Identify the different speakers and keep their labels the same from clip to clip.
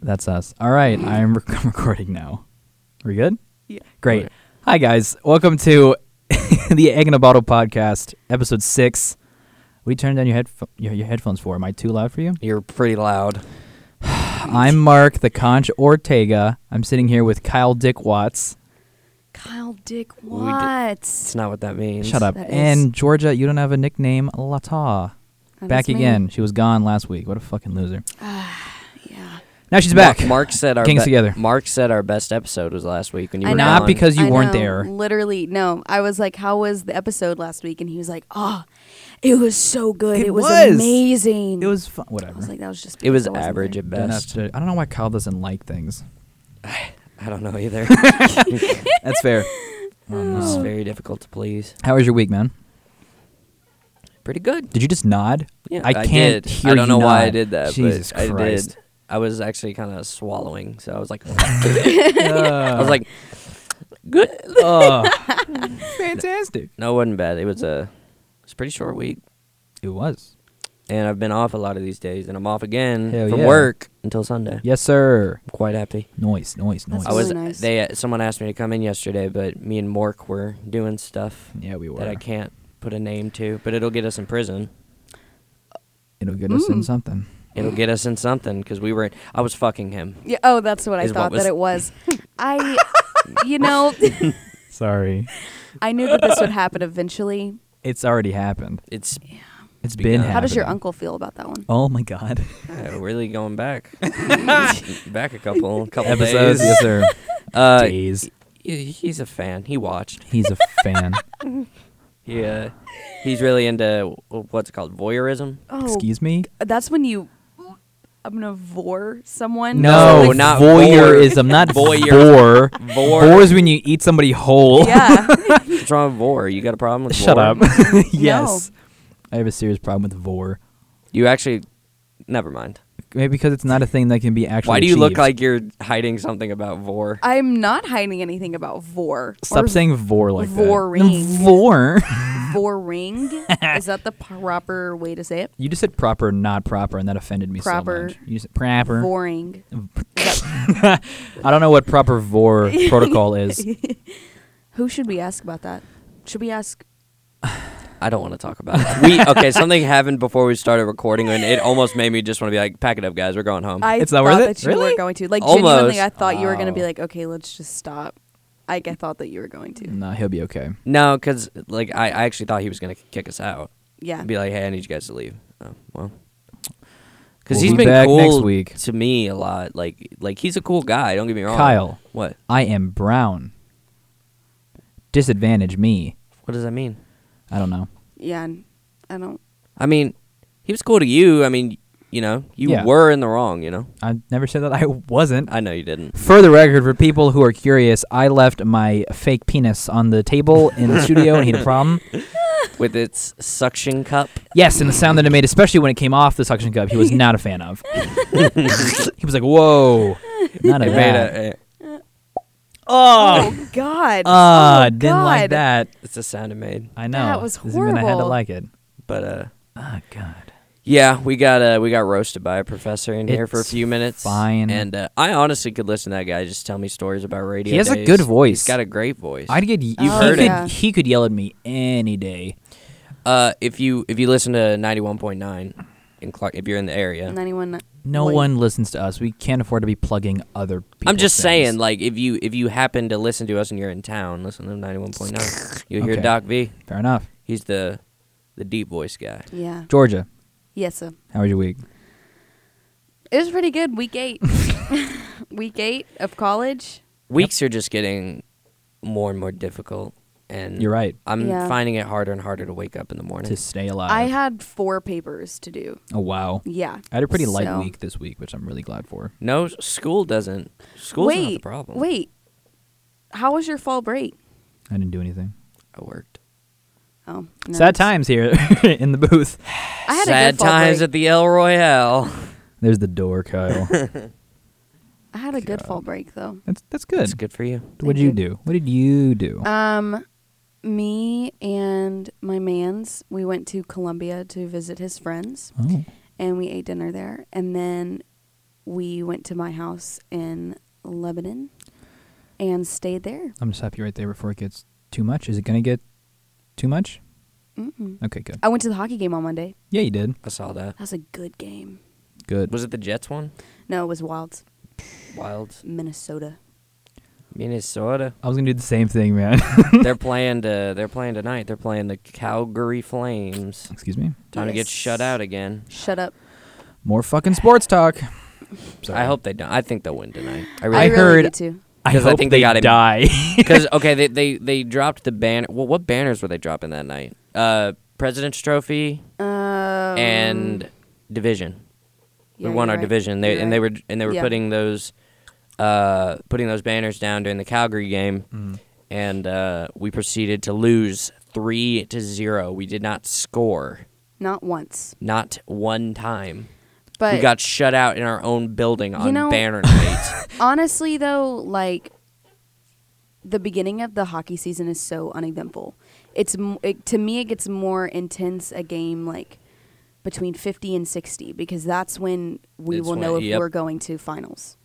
Speaker 1: That's us. All right, I'm rec- recording now. We good?
Speaker 2: Yeah.
Speaker 1: Great. Hi guys. Welcome to the Egg in a Bottle podcast, episode 6. We turned down your headf- your, your headphones for. Am I too loud for you?
Speaker 2: You're pretty loud.
Speaker 1: I'm Mark the Conch Ortega. I'm sitting here with Kyle Dick Watts.
Speaker 3: Kyle Dick
Speaker 2: We did- It's
Speaker 3: Watts.
Speaker 2: not what that means.
Speaker 1: Shut up.
Speaker 3: That is-
Speaker 1: And Georgia, you don't have a nickname, Lata.
Speaker 3: That
Speaker 1: Back
Speaker 3: is me.
Speaker 1: again. She was gone last week. What a fucking loser.
Speaker 3: Yeah.
Speaker 1: Now she's
Speaker 2: Mark-
Speaker 1: back.
Speaker 2: Mark said our
Speaker 1: Kings
Speaker 2: be-
Speaker 1: together.
Speaker 2: Mark said our best episode was last week when you
Speaker 3: I
Speaker 2: were
Speaker 3: know.
Speaker 1: Not
Speaker 2: gone.
Speaker 1: because you
Speaker 3: I
Speaker 1: weren't
Speaker 3: know,
Speaker 1: there.
Speaker 3: Literally, no. I was like, "How was the episode last week?" And he was like, "Oh, it was so good.
Speaker 1: It
Speaker 3: It, was,
Speaker 1: was.
Speaker 3: amazing."
Speaker 1: It was fun.
Speaker 3: I
Speaker 1: Whatever.
Speaker 3: was like, "That was just."
Speaker 2: it was
Speaker 3: I wasn't
Speaker 2: average
Speaker 3: there.
Speaker 2: at
Speaker 1: Don't have
Speaker 2: best.
Speaker 1: to- I don't know why Kyle doesn't like things.
Speaker 2: I don't know either. Um,
Speaker 1: That's fair.
Speaker 2: it's very difficult to please.
Speaker 1: How was your week, man?
Speaker 2: Pretty good.
Speaker 1: Did you just nod?
Speaker 2: Yeah,
Speaker 1: I can't
Speaker 2: did.
Speaker 1: hear
Speaker 2: I don't
Speaker 1: you
Speaker 2: know why I
Speaker 1: nod.
Speaker 2: did that.
Speaker 1: Jesus
Speaker 2: but
Speaker 1: Christ.
Speaker 2: I did. I was actually kind of swallowing, so I was like,
Speaker 1: I Uh,
Speaker 2: I was like, good.
Speaker 1: fantastic.
Speaker 2: No, it wasn't bad. It was a, it's a pretty short week,
Speaker 1: It was.
Speaker 2: and I've been off a lot of these days, and I'm off again
Speaker 1: Hell
Speaker 2: from
Speaker 1: yeah.
Speaker 2: work until Sunday.
Speaker 1: Yes, sir.
Speaker 2: I'm quite happy.
Speaker 1: Noise, noise, noise.
Speaker 3: That's
Speaker 2: I was
Speaker 3: really nice.
Speaker 2: they uh, someone asked me to come in yesterday, but me and Mork were doing stuff
Speaker 1: Yeah, we were.
Speaker 2: that I can't put a name to, but it'll get us in prison.
Speaker 1: It'll get us
Speaker 3: Mm.
Speaker 1: in something.
Speaker 2: It'll get us in something because we were. I was fucking him.
Speaker 3: Yeah. Oh, that's what I
Speaker 2: Is what
Speaker 3: thought
Speaker 2: was-
Speaker 3: that it was. I, you know,
Speaker 1: Sorry.
Speaker 3: I knew that this would happen eventually.
Speaker 1: It's already happened.
Speaker 2: It's
Speaker 1: It's
Speaker 2: Begun.
Speaker 1: been
Speaker 2: How
Speaker 1: happening.
Speaker 3: How does your uncle feel about that one?
Speaker 1: Oh my god.
Speaker 2: uh, really going back, back a couple, couple
Speaker 1: Episodes,
Speaker 2: days.
Speaker 1: yes sir.
Speaker 2: Uh,
Speaker 1: Days.
Speaker 2: he- he's a fan. He watched.
Speaker 1: He's a fan.
Speaker 2: Yeah, he's really into what's it called voyeurism.
Speaker 3: Oh,
Speaker 1: Excuse me?
Speaker 3: That's when you. I'm gonna vor someone.
Speaker 1: No,
Speaker 2: No, not
Speaker 1: voyeurism, not voyeur. Vor.
Speaker 2: Vor.
Speaker 1: is when you eat somebody whole.
Speaker 3: Yeah.
Speaker 2: What's wrong with vor? You got a problem with
Speaker 1: Shut
Speaker 2: vor?
Speaker 1: up. yes. I have a serious problem with vor.
Speaker 2: You actually, never mind.
Speaker 1: Maybe because it's not a thing that can be actually.
Speaker 2: Why do you look
Speaker 1: achieved.
Speaker 2: like you're hiding something about vor?
Speaker 3: I'm not hiding anything about vor.
Speaker 1: Stop
Speaker 3: or
Speaker 1: saying vor like
Speaker 3: Voring.
Speaker 1: that. Vor.
Speaker 3: voring. Is that the proper way to say it?
Speaker 1: you just said proper, not proper, and that offended me
Speaker 3: Proper.
Speaker 1: so much. You said proper.
Speaker 3: Voring.
Speaker 1: I don't know what proper vor protocol is.
Speaker 3: Who should we ask about that? Should we ask?
Speaker 2: I don't want to talk about it. We okay? Something happened before we started recording, and it almost made me just want to be like, "Pack it up, guys. We're going home."
Speaker 3: I
Speaker 1: It's not
Speaker 3: thought
Speaker 1: worth it?
Speaker 3: that you
Speaker 1: Really?
Speaker 3: were going to. Like
Speaker 2: Almost.
Speaker 3: genuinely, I thought you were going to be
Speaker 1: Oh.
Speaker 3: like, okay, let's just stop. Like I thought that you were going to.
Speaker 1: no, he'll be okay.
Speaker 2: no, because like I, I actually thought he was gonna kick us out.
Speaker 3: Yeah.
Speaker 2: Be like, "Hey, I need you guys to leave." Oh, well, because
Speaker 1: We'll
Speaker 2: he's
Speaker 1: be
Speaker 2: been
Speaker 1: back
Speaker 2: cool
Speaker 1: next week.
Speaker 2: to me a lot. Like, like he's a cool guy. Don't get me wrong.
Speaker 1: Kyle.
Speaker 2: what?
Speaker 1: I am brown. Disadvantage me.
Speaker 2: What does that mean?
Speaker 1: I don't know.
Speaker 3: yeah. and I don't.
Speaker 2: I mean, he was cool to you. I mean, you know, you
Speaker 1: Yeah.
Speaker 2: were in the wrong. You know,
Speaker 1: I never said that I wasn't.
Speaker 2: I know you didn't.
Speaker 1: For the record, for people who are curious, I left my fake penis on the table in the studio and he had a problem.
Speaker 2: With its suction cup.
Speaker 1: Yes, and the sound that it made, especially when it came off the suction cup, he was not a fan of. he was like, "Whoa, not a
Speaker 2: It made
Speaker 1: bad."
Speaker 2: a-
Speaker 1: Oh,
Speaker 3: Oh God.
Speaker 1: ah,
Speaker 3: Oh,
Speaker 1: didn't like
Speaker 3: God.
Speaker 1: that.
Speaker 2: it's the sound it made.
Speaker 1: I know.
Speaker 3: That was
Speaker 1: Doesn't mean I had to
Speaker 3: horrible.
Speaker 1: like it.
Speaker 2: But uh,
Speaker 1: Oh God.
Speaker 2: Yeah, we got uh, we got roasted by a professor in here for a
Speaker 1: It's
Speaker 2: few minutes.
Speaker 1: fine.
Speaker 2: and uh, I honestly could listen to that guy just tell me stories about radio.
Speaker 1: He has a
Speaker 2: days.
Speaker 1: good voice.
Speaker 2: He's got a great voice.
Speaker 1: I'd get.
Speaker 3: Oh,
Speaker 2: heard
Speaker 1: he
Speaker 2: it.
Speaker 1: could,
Speaker 3: yeah.
Speaker 1: He could yell at me any day.
Speaker 2: uh, if you if you listen to ninety one point nine in Clark, if you're in the area,
Speaker 3: Ninety-one.
Speaker 1: No
Speaker 3: Wait.
Speaker 1: one listens to us. We can't afford to be plugging other. people.
Speaker 2: I'm just saying, like if you if you happen to listen to us and you're in town, listen to ninety one point nine. You'll hear
Speaker 1: Okay.
Speaker 2: Doc V.
Speaker 1: Fair enough.
Speaker 2: He's the the deep voice guy.
Speaker 3: Yeah.
Speaker 1: Georgia,
Speaker 3: Yes. Sir.
Speaker 1: how was your week?
Speaker 3: It was pretty good. Week eight. Week eight of college.
Speaker 2: Weeks are just getting more and more difficult, and
Speaker 1: You're right.
Speaker 2: I'm
Speaker 3: Yeah.
Speaker 2: finding it harder and harder to wake up in the morning.
Speaker 1: To stay alive.
Speaker 3: I had four papers to do.
Speaker 1: oh wow.
Speaker 3: Yeah.
Speaker 1: I had a pretty light
Speaker 3: So-
Speaker 1: week this week, which I'm really glad for.
Speaker 2: No, s- school doesn't. School's
Speaker 3: wait,
Speaker 2: not the problem.
Speaker 3: Wait. How was your fall break?
Speaker 1: I didn't do anything.
Speaker 2: I worked.
Speaker 3: Oh, no.
Speaker 1: Sad times here in the booth.
Speaker 3: I had a
Speaker 2: Sad
Speaker 3: good fall
Speaker 2: times
Speaker 3: break.
Speaker 2: at the El Royale.
Speaker 1: There's the door, Kyle.
Speaker 3: I had a good fall break though.
Speaker 1: that's that's good.
Speaker 2: That's good for you. Uh,
Speaker 1: What
Speaker 3: Thank
Speaker 1: did you
Speaker 3: you.
Speaker 1: do? What did you do?
Speaker 3: Um, me and my man's we went
Speaker 2: Hmm.
Speaker 3: to Colombia to visit his friends,
Speaker 1: oh,
Speaker 3: and we ate dinner there, and then we went to my house in Lebanon and stayed there.
Speaker 1: I'm just happy right there before it gets too much. Is it going to get too much?
Speaker 3: Mm-mm.
Speaker 1: Okay, good.
Speaker 2: Oh.
Speaker 3: I went to the hockey game on Monday.
Speaker 1: Yeah, you did.
Speaker 2: I saw that.
Speaker 3: That was a good game.
Speaker 1: Good.
Speaker 2: Was it the Jets one?
Speaker 3: No, it was Wilds,
Speaker 2: Wild.
Speaker 3: Minnesota.
Speaker 2: Minnesota.
Speaker 1: I was going to do the same thing, man.
Speaker 2: they're playing to, they're playing tonight. They're playing the Calgary Flames.
Speaker 1: Excuse me.
Speaker 2: Time to get
Speaker 3: Yes.
Speaker 2: shut out again.
Speaker 3: Shut up.
Speaker 1: More fucking sports talk. Sorry.
Speaker 2: I hope they don't. I think they'll win tonight.
Speaker 1: I
Speaker 3: I,
Speaker 2: I really
Speaker 3: really
Speaker 1: heard-
Speaker 3: need to.
Speaker 1: I
Speaker 2: 'Cause I
Speaker 1: hope
Speaker 2: think they
Speaker 1: they,
Speaker 2: got him.
Speaker 1: die.
Speaker 2: because okay, they, they they dropped the banner. Well, what banners were they dropping that night? Uh, President's Trophy
Speaker 3: Um,
Speaker 2: and division.
Speaker 3: yeah,
Speaker 2: we won
Speaker 3: you're
Speaker 2: our
Speaker 3: right.
Speaker 2: division. They
Speaker 3: You're
Speaker 2: and they were
Speaker 3: right.
Speaker 2: and they were
Speaker 3: Yeah.
Speaker 2: putting those uh putting those banners down during the Calgary game,
Speaker 3: Mm-hmm.
Speaker 2: and uh, we proceeded to lose three to zero. We did not score
Speaker 3: not once,
Speaker 2: not one time.
Speaker 3: but
Speaker 2: we got shut out in our own building on
Speaker 3: know-
Speaker 2: banner night.
Speaker 3: honestly though like the beginning of the hockey season is so uneventful it's m- it, to me it gets more intense a game like between 50 and 60 because that's when we
Speaker 2: It's
Speaker 3: will know
Speaker 2: when-
Speaker 3: if
Speaker 2: yep.
Speaker 3: we're going to finals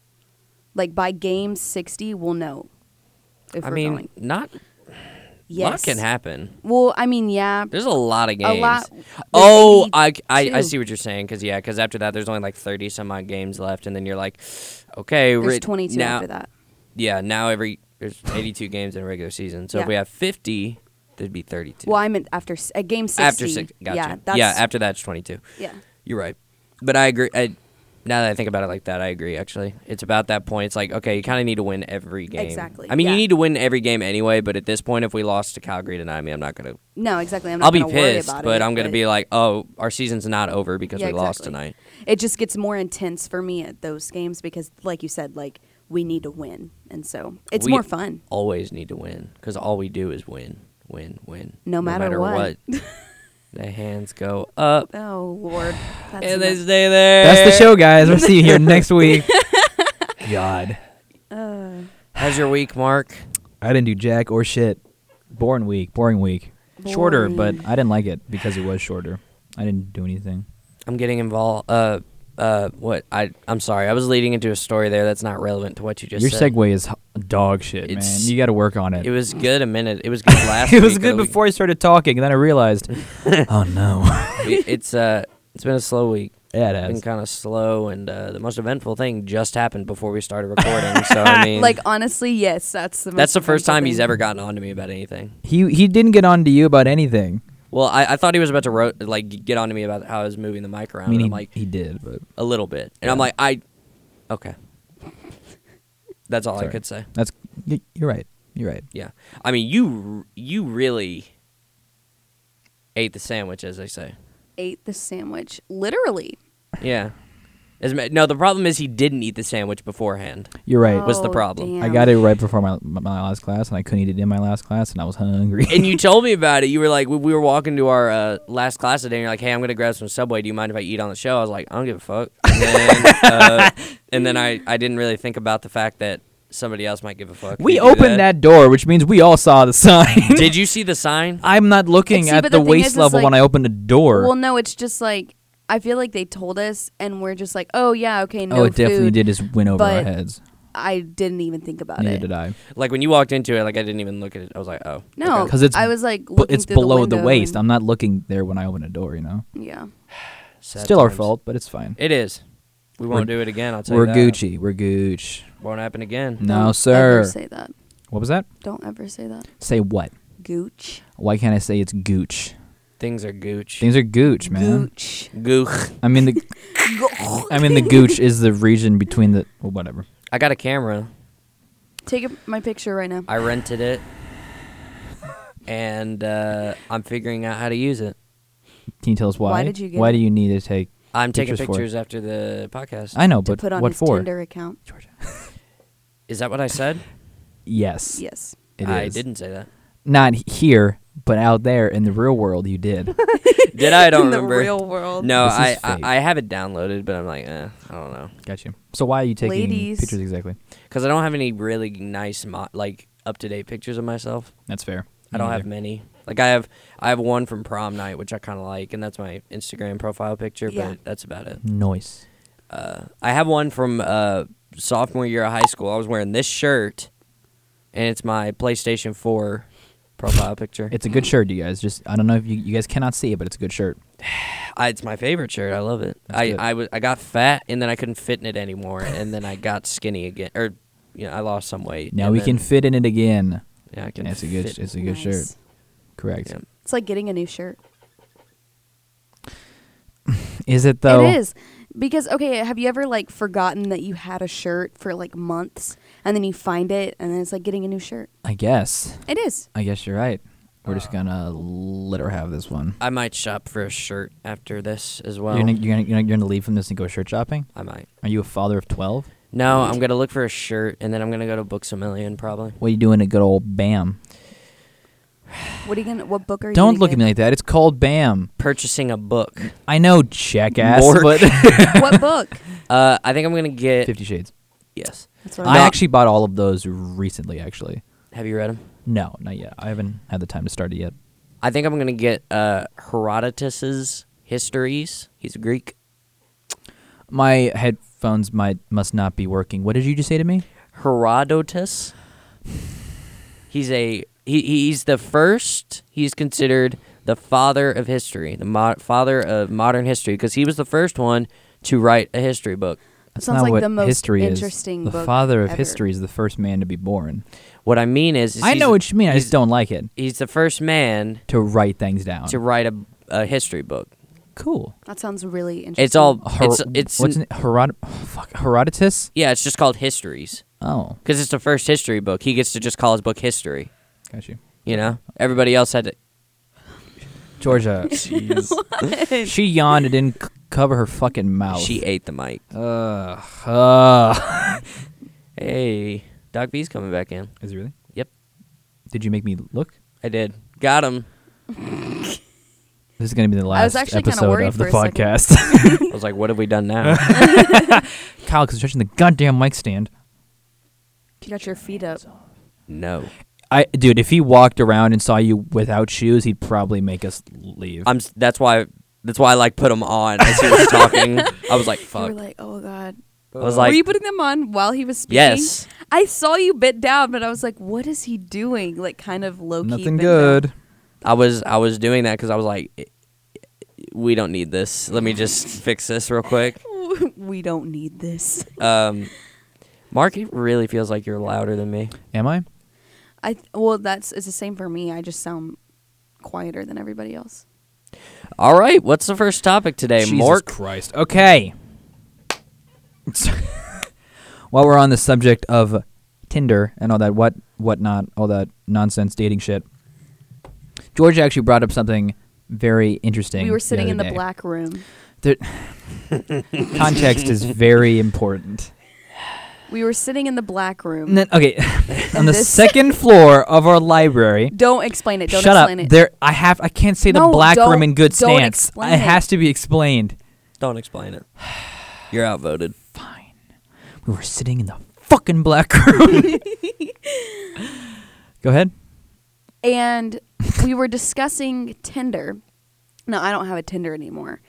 Speaker 3: like by game 60 we'll know if
Speaker 2: I
Speaker 3: we're
Speaker 2: mean,
Speaker 3: going
Speaker 2: not
Speaker 3: yes
Speaker 2: lot can happen.
Speaker 3: well i mean yeah
Speaker 2: There's a lot of
Speaker 3: A
Speaker 2: games.
Speaker 3: lot-
Speaker 2: Oh, I, I, I
Speaker 3: 82.
Speaker 2: see what you're saying because yeah, because after that there's only like 30 some odd games left, and then you're like, okay,
Speaker 3: there's
Speaker 2: re-
Speaker 3: 22
Speaker 2: now,
Speaker 3: after that
Speaker 2: Yeah, now every there's 82 games in a regular season, so if
Speaker 3: Yeah.
Speaker 2: we have 50, there'd be 32.
Speaker 3: well i meant after s- a game 60
Speaker 2: after six, gotcha.
Speaker 3: yeah that's
Speaker 2: yeah, after that's 22.
Speaker 3: yeah
Speaker 2: You're right, but I agree. I, now that I think about it like that, I agree. Actually, it's about that point. It's like okay, you kind of need to win every game.
Speaker 3: Exactly,
Speaker 2: I mean, you
Speaker 3: yeah.
Speaker 2: need to win every game anyway. But at this point, if we lost to Calgary tonight, I mean, I'm not gonna
Speaker 3: no exactly i'm not
Speaker 2: I'll be
Speaker 3: gonna worry
Speaker 2: pissed,
Speaker 3: about
Speaker 2: but
Speaker 3: it,
Speaker 2: I'm gonna be like, oh, our season's not over because
Speaker 3: Yeah,
Speaker 2: we lost
Speaker 3: exactly.
Speaker 2: tonight.
Speaker 3: it just gets more intense for me at those games because like you said like we need to win and so it's
Speaker 2: We
Speaker 3: more fun
Speaker 2: Always need to win because all we do is win, win, win.
Speaker 3: No matter what.
Speaker 2: the hands go up
Speaker 3: oh lord that's
Speaker 2: and they
Speaker 3: enough.
Speaker 2: stay there.
Speaker 1: That's the show, guys. We'll see you here next week. God.
Speaker 2: How's your week, Mark?
Speaker 1: I didn't do jack or shit. Boring week. Boring week. Shorter, but
Speaker 3: Boring.
Speaker 1: I didn't like it because it was shorter. I didn't do anything.
Speaker 2: I'm getting involved. Uh, uh, what? I I'm sorry. I was leading into a story there that's not relevant to what you just
Speaker 1: Your
Speaker 2: said.
Speaker 1: segue is h- dog shit, man.
Speaker 2: It's-
Speaker 1: You got to work on it.
Speaker 2: It was good a minute. It was good last.
Speaker 1: It was
Speaker 2: week or
Speaker 1: good
Speaker 2: the week-
Speaker 1: before I started talking, and then I realized, oh no,
Speaker 2: we- it's uh, it's been a slow week.
Speaker 1: yeah, it
Speaker 2: been
Speaker 1: has.
Speaker 2: kind of slow, and uh, the most eventful thing just happened before we started recording. so I mean,
Speaker 3: like honestly yes that's the
Speaker 2: that's
Speaker 3: most
Speaker 2: the first
Speaker 3: painful
Speaker 2: time he's
Speaker 3: thing.
Speaker 2: ever gotten on to me about anything.
Speaker 1: He he didn't get on to you about anything.
Speaker 2: Well, I, I thought he was about to ro- like get on to me about how I was moving the mic around.
Speaker 1: I mean, he,
Speaker 2: and I'm like
Speaker 1: he did, but
Speaker 2: a little bit, and I'm
Speaker 1: Yeah.
Speaker 2: like I, okay. That's all I
Speaker 1: Sorry.
Speaker 2: could say.
Speaker 1: that's y- you're right. You're right.
Speaker 2: Yeah, I mean you r- you really ate the sandwich, as they say.
Speaker 3: ate the sandwich literally
Speaker 2: Yeah. As, ma- no, the problem is he didn't eat the sandwich beforehand.
Speaker 1: You're right.
Speaker 2: What's the
Speaker 3: Oh,
Speaker 2: problem?
Speaker 1: I
Speaker 3: damn.
Speaker 1: got it right before my my last class, and I couldn't eat it in my last class, and I was hungry.
Speaker 2: and you told me about it. You were like, we, we were walking to our uh, last class today, and you're like, hey, I'm gonna grab some Subway. Do you mind if I eat on the show? I was like, I don't give a fuck. And then, uh, and then I, I didn't really think about the fact that somebody else might give a fuck. if
Speaker 1: we
Speaker 2: you do
Speaker 1: opened that. door, which means we all saw the sign.
Speaker 2: Did you see the sign?
Speaker 1: I'm not looking
Speaker 3: See,
Speaker 1: at
Speaker 3: but
Speaker 1: the,
Speaker 3: the thing
Speaker 1: waist
Speaker 3: is, is
Speaker 1: level when
Speaker 3: like-
Speaker 1: I opened the door.
Speaker 3: well no it's just like i feel like they told us and we're just like oh yeah okay no
Speaker 1: oh, it definitely
Speaker 3: food.
Speaker 1: did just went over our
Speaker 3: but
Speaker 1: heads.
Speaker 3: i didn't even think about
Speaker 1: Neither
Speaker 3: it
Speaker 1: did I.
Speaker 2: Like when you walked into it, like I didn't even look at it. I was like, oh,
Speaker 3: no
Speaker 2: okay.
Speaker 1: Because it's
Speaker 3: i was like
Speaker 1: bu-
Speaker 3: looking
Speaker 1: it's
Speaker 3: through
Speaker 1: below the,
Speaker 3: window
Speaker 1: waist.
Speaker 3: and-
Speaker 1: I'm not looking there when I open the door. You know,
Speaker 3: yeah
Speaker 2: Sad
Speaker 1: still our
Speaker 2: times.
Speaker 1: fault, but it's fine.
Speaker 2: It is. We won't
Speaker 1: We're-
Speaker 2: do it again. I'll tell
Speaker 1: We're
Speaker 2: you that.
Speaker 1: Gucci. Mm. We're Gooch.
Speaker 2: Won't happen again.
Speaker 1: No,
Speaker 3: Don't
Speaker 1: sir.
Speaker 3: ever say that
Speaker 1: What was that?
Speaker 3: don't ever say that
Speaker 1: Say what?
Speaker 3: gooch
Speaker 1: Why can't I say it's Gooch?
Speaker 2: Things are gooch.
Speaker 1: Things are Gooch, man.
Speaker 3: gooch
Speaker 2: Gooch.
Speaker 1: I mean the I mean the Gooch is the region between the well, whatever.
Speaker 2: I got a camera.
Speaker 3: Take a- my picture right now.
Speaker 2: I rented it, and uh, I'm figuring out how to use it.
Speaker 1: Can you tell us why?
Speaker 3: Why did you get
Speaker 1: Why
Speaker 3: it?
Speaker 1: do you need to take?
Speaker 2: I'm taking
Speaker 1: Pictures for it.
Speaker 2: pictures after the podcast.
Speaker 1: I know,
Speaker 3: to
Speaker 1: but
Speaker 3: put on
Speaker 1: what
Speaker 3: his
Speaker 1: for?
Speaker 3: Tinder account.
Speaker 1: Georgia.
Speaker 2: Is that what I said?
Speaker 1: Yes,
Speaker 3: Yes.
Speaker 1: it is.
Speaker 2: I didn't say that.
Speaker 1: Not here, but out there in the real world, you did.
Speaker 2: Did I? I don't remember.
Speaker 3: world.
Speaker 2: no,
Speaker 1: This is
Speaker 2: I, I
Speaker 1: fake.
Speaker 2: I have it downloaded, but I'm like, eh, I don't know,
Speaker 1: Got you. So why are you taking
Speaker 3: Ladies.
Speaker 1: pictures exactly?
Speaker 2: because I don't have any really nice, mo- like up to date pictures of myself.
Speaker 1: That's fair.
Speaker 2: I don't
Speaker 1: Me
Speaker 2: have
Speaker 1: neither.
Speaker 2: many. Like I have I have one from prom night, which I kind of like, and that's my Instagram profile picture,
Speaker 3: Yeah.
Speaker 2: but that's about it.
Speaker 1: Noise.
Speaker 2: uh, I have one from uh, sophomore year of high school. I was wearing this shirt, and it's my PlayStation 4 profile picture.
Speaker 1: It's a good shirt, you guys. Just I don't know if you, you guys cannot see it, but it's a good shirt.
Speaker 2: I, it's my favorite shirt. I love it.
Speaker 1: That's
Speaker 2: I,
Speaker 1: good.
Speaker 2: I, was, I got fat, and then I couldn't fit in it anymore, and then I got skinny again. Or, you know, I lost some weight.
Speaker 1: Now
Speaker 2: and
Speaker 1: we can
Speaker 2: then-
Speaker 1: fit in it again.
Speaker 2: Yeah, I can
Speaker 1: That's a good.
Speaker 2: fit-
Speaker 1: It's a good
Speaker 3: Nice.
Speaker 1: shirt. Correct.
Speaker 2: Yeah.
Speaker 3: It's like getting a new shirt.
Speaker 1: Is it though?
Speaker 3: It is. Because okay, have you ever like forgotten that you had a shirt for like months and then you find it and then it's like getting a new shirt?
Speaker 1: I guess.
Speaker 3: It is.
Speaker 1: I guess you're right. We're just gonna let her have this one.
Speaker 2: I might shop for a shirt after this as well.
Speaker 1: you're, gonna, you're, gonna, you're gonna leave from this and go shirt shopping.
Speaker 2: I might.
Speaker 1: Are you a father of twelve?
Speaker 2: No, I'm gonna look for a shirt, and then I'm gonna go to Books a Million probably.
Speaker 1: What are you doing at good old BAM?
Speaker 3: What are you gonna what book are you
Speaker 1: Don't
Speaker 3: gonna
Speaker 1: look at
Speaker 3: get?
Speaker 1: me like that. It's called BAM.
Speaker 2: Purchasing a book.
Speaker 1: I know, jackass.
Speaker 2: Mork.
Speaker 1: But
Speaker 3: what book?
Speaker 2: Uh, I think I'm gonna get.
Speaker 1: Fifty Shades.
Speaker 2: Yes.
Speaker 3: That's what
Speaker 1: I
Speaker 3: I'm
Speaker 1: actually bought all of those recently. Actually,
Speaker 2: Have you read them?
Speaker 1: no, not yet. I haven't had the time to start it yet.
Speaker 2: I think I'm gonna get uh, Herodotus's Histories. He's a Greek.
Speaker 1: My headphones might must not be working. What did you just say to me?
Speaker 2: Herodotus. He's a he, he's the first. He's considered the father of history, the mo- father of modern history, because he was the first one to write a history book.
Speaker 1: That's
Speaker 3: Sounds
Speaker 1: not
Speaker 3: like
Speaker 1: what
Speaker 3: the most
Speaker 1: history
Speaker 3: interesting
Speaker 1: is. The
Speaker 3: book
Speaker 1: father of
Speaker 3: ever.
Speaker 1: history is the first man to be born.
Speaker 2: What I mean is, is
Speaker 1: I
Speaker 2: he's
Speaker 1: know
Speaker 2: the-
Speaker 1: what you mean. I
Speaker 2: he's-
Speaker 1: just don't like it
Speaker 2: He's the first man
Speaker 1: to write things down.
Speaker 2: to write a, a history book.
Speaker 1: cool.
Speaker 3: that sounds really interesting.
Speaker 2: It's all
Speaker 1: Her-
Speaker 2: it's it's
Speaker 1: what's it? Herod- fuck, Herodotus.
Speaker 2: yeah. It's just called histories
Speaker 1: Oh,
Speaker 2: because it's the first history book. He gets to just call his book history.
Speaker 1: got you.
Speaker 2: You know, everybody else had to.
Speaker 1: Georgia. she yawned and didn't c- cover her fucking mouth.
Speaker 2: She ate the mic.
Speaker 1: Oh. Ugh. Ugh.
Speaker 2: Hey, Doc B's coming back in.
Speaker 1: is it really?
Speaker 2: Yep,
Speaker 1: Did you make me look?
Speaker 2: I did. Got him.
Speaker 1: This is going to be the
Speaker 3: I was
Speaker 1: last
Speaker 3: actually kinda
Speaker 1: episode
Speaker 3: worried
Speaker 1: of the
Speaker 3: for a second.
Speaker 1: podcast.
Speaker 2: I was like, what have we done now?
Speaker 1: Kyle, because touching the goddamn mic stand.
Speaker 3: you got your feet up.
Speaker 2: no,
Speaker 1: I, dude, if he walked around and saw you without shoes, he'd probably make us leave.
Speaker 2: I'm. s- That's why. That's why I like put him on as he was talking. I was like,
Speaker 3: You
Speaker 2: fuck.
Speaker 3: were like, oh god.
Speaker 2: I was like,
Speaker 3: were you putting them on while he was speaking?
Speaker 2: yes.
Speaker 3: I saw you bit down, but I was like, what is he doing? Like kind of low key.
Speaker 1: Nothing good.
Speaker 2: I was. I was doing that because I was like, "I- we don't need this. Let me just fix this real quick.
Speaker 3: we don't need this.
Speaker 2: Um, Mark, it really feels like you're louder than me.
Speaker 1: Am I?
Speaker 3: I th- well, that's it's the same for me. I just sound quieter than everybody else.
Speaker 2: All right, what's the first topic today,
Speaker 1: Jesus
Speaker 2: Mark?
Speaker 1: Christ. Okay. While we're on the subject of Tinder and all that what whatnot, all that nonsense dating shit, Georgia actually brought up something very interesting.
Speaker 3: We were sitting
Speaker 1: other
Speaker 3: in the
Speaker 1: day.
Speaker 3: black room.
Speaker 1: There- context is very important.
Speaker 3: We were sitting in the black room.
Speaker 1: And then, okay, on the
Speaker 3: this-
Speaker 1: second floor of our library.
Speaker 3: Don't explain it. Don't
Speaker 1: shut up.
Speaker 3: explain it.
Speaker 1: There, I have. I can't say the
Speaker 3: No,
Speaker 1: black
Speaker 3: don't-
Speaker 1: room in good
Speaker 3: don't
Speaker 1: stance.
Speaker 3: explain
Speaker 1: it
Speaker 3: it.
Speaker 1: has to be explained.
Speaker 2: Don't explain it. You're outvoted.
Speaker 1: fine. We were sitting in the fucking black room. Go ahead.
Speaker 3: and we were discussing Tinder. No, I don't have a Tinder anymore.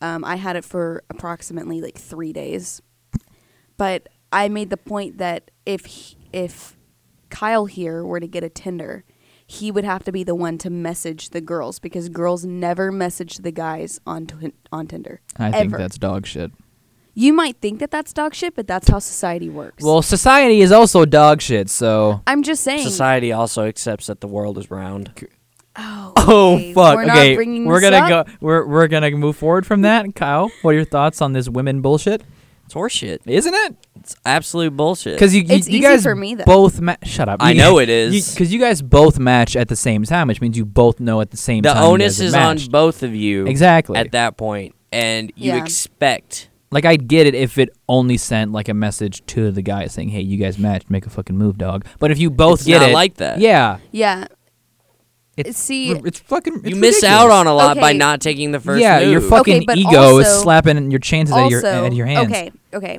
Speaker 3: Um, I had it for approximately like three days, but I made the point that if he- if Kyle here were to get a Tinder, he would have to be the one to message the girls because girls never message the guys on t- on Tinder.
Speaker 1: I think
Speaker 3: ever.
Speaker 1: that's dog shit.
Speaker 3: you might think that that's dog shit, but that's how society works.
Speaker 1: Well, society is also dog shit, so.
Speaker 3: I'm just saying.
Speaker 2: Society also accepts that the world is round.
Speaker 3: Oh,
Speaker 1: Oh
Speaker 3: okay.
Speaker 1: fuck!
Speaker 3: We're not
Speaker 1: okay,
Speaker 3: bringing
Speaker 1: we're
Speaker 3: this
Speaker 1: gonna
Speaker 3: up?
Speaker 1: go. We're we're gonna move forward from that. Kyle, what are your thoughts on this women bullshit?
Speaker 2: It's horseshit.
Speaker 1: Isn't it?
Speaker 2: It's absolute bullshit.
Speaker 1: Because you, you,
Speaker 3: It's
Speaker 1: you
Speaker 3: easy
Speaker 1: guys
Speaker 3: for me, though.
Speaker 1: both ma- shut up.
Speaker 2: I know it is.
Speaker 1: because you, guys both match at the same time, which means you both know at the same
Speaker 2: the
Speaker 1: time. you
Speaker 2: onus
Speaker 1: guys
Speaker 2: is
Speaker 1: have
Speaker 2: on
Speaker 1: matched.
Speaker 2: both of you
Speaker 1: Exactly.
Speaker 2: at that point, and you
Speaker 3: Yeah.
Speaker 2: expect.
Speaker 1: Like I'd get it if it only sent like a message to the guy saying, "Hey, you guys matched. Make a fucking move, dog." But if you both
Speaker 2: It's
Speaker 1: get
Speaker 2: not
Speaker 1: it,
Speaker 2: like that.
Speaker 1: yeah,
Speaker 3: Yeah.
Speaker 1: It's-
Speaker 3: Uh, See,
Speaker 1: it's fucking.
Speaker 2: you miss out on a lot by
Speaker 3: Okay.
Speaker 2: not taking the first
Speaker 1: yeah,
Speaker 2: move.
Speaker 1: your fucking
Speaker 3: but
Speaker 1: ego is
Speaker 3: also-
Speaker 1: slapping your chances out of your,
Speaker 3: also-
Speaker 1: out of your hands. Oh,
Speaker 3: Okay, okay,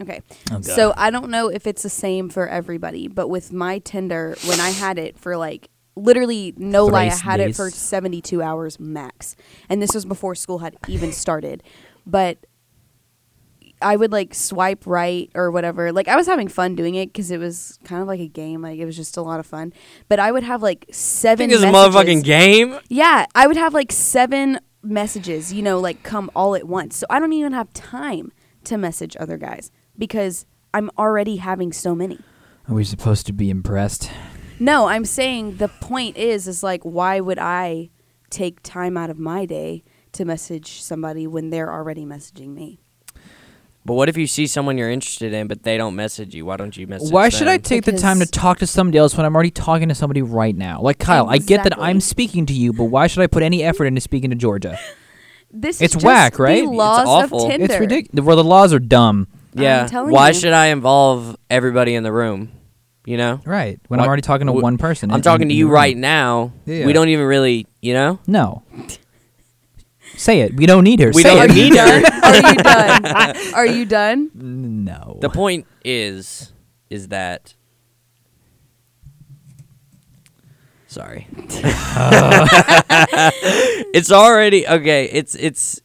Speaker 3: okay.
Speaker 1: God.
Speaker 3: so I don't know if it's the same for everybody, but with my Tinder, when I had it for like literally no lie, I
Speaker 1: Thrice
Speaker 3: had it for
Speaker 1: days.
Speaker 3: 72 hours max. And this was before school had even started. But I would like swipe right or whatever. Like I was having fun doing it because it was kind of like a game. Like it was just a lot of fun. But I would have like seven.
Speaker 2: Think it's a
Speaker 3: messages.
Speaker 2: motherfucking game.
Speaker 3: Yeah, I would have like seven messages. You know, like come all at once. So I don't even have time to message other guys because I'm already having so many.
Speaker 1: Are we supposed to be impressed?
Speaker 3: No, I'm saying the point is is like why would I take time out of my day to message somebody when they're already messaging me?
Speaker 2: But what if you see someone you're interested in, but they don't message you? Why don't you message?
Speaker 1: Why should I
Speaker 2: them?
Speaker 1: take the time to
Speaker 3: Because-
Speaker 1: talk to somebody else when I'm already talking to somebody right now? Like Kyle, I get that I'm
Speaker 3: Exactly.
Speaker 1: speaking to you, but why should I put any effort into speaking to Georgia?
Speaker 3: This
Speaker 1: It's
Speaker 3: is just
Speaker 1: whack,
Speaker 3: the
Speaker 1: right? It's
Speaker 3: laws
Speaker 2: awful.
Speaker 3: of
Speaker 2: It's
Speaker 3: Tinder.
Speaker 1: It's ridiculous. Well, the laws are dumb.
Speaker 2: yeah.
Speaker 3: telling
Speaker 2: Why
Speaker 3: you.
Speaker 2: should I involve everybody in the room? You know,
Speaker 1: Right. When I'm
Speaker 2: What-
Speaker 1: already talking to
Speaker 2: wh-
Speaker 1: one person.
Speaker 2: I'm
Speaker 1: in-
Speaker 2: talking
Speaker 1: in
Speaker 2: to
Speaker 1: the
Speaker 2: you
Speaker 1: room.
Speaker 2: right now.
Speaker 1: Yeah.
Speaker 2: We don't even really, you know.
Speaker 1: No. Say it. We don't need her.
Speaker 2: We
Speaker 1: Say it.
Speaker 2: don't
Speaker 3: Are
Speaker 2: need
Speaker 3: you done?
Speaker 2: her.
Speaker 3: Are you done? Are you done?
Speaker 1: No.
Speaker 2: The point is, is that. Sorry. it's already okay. It's it's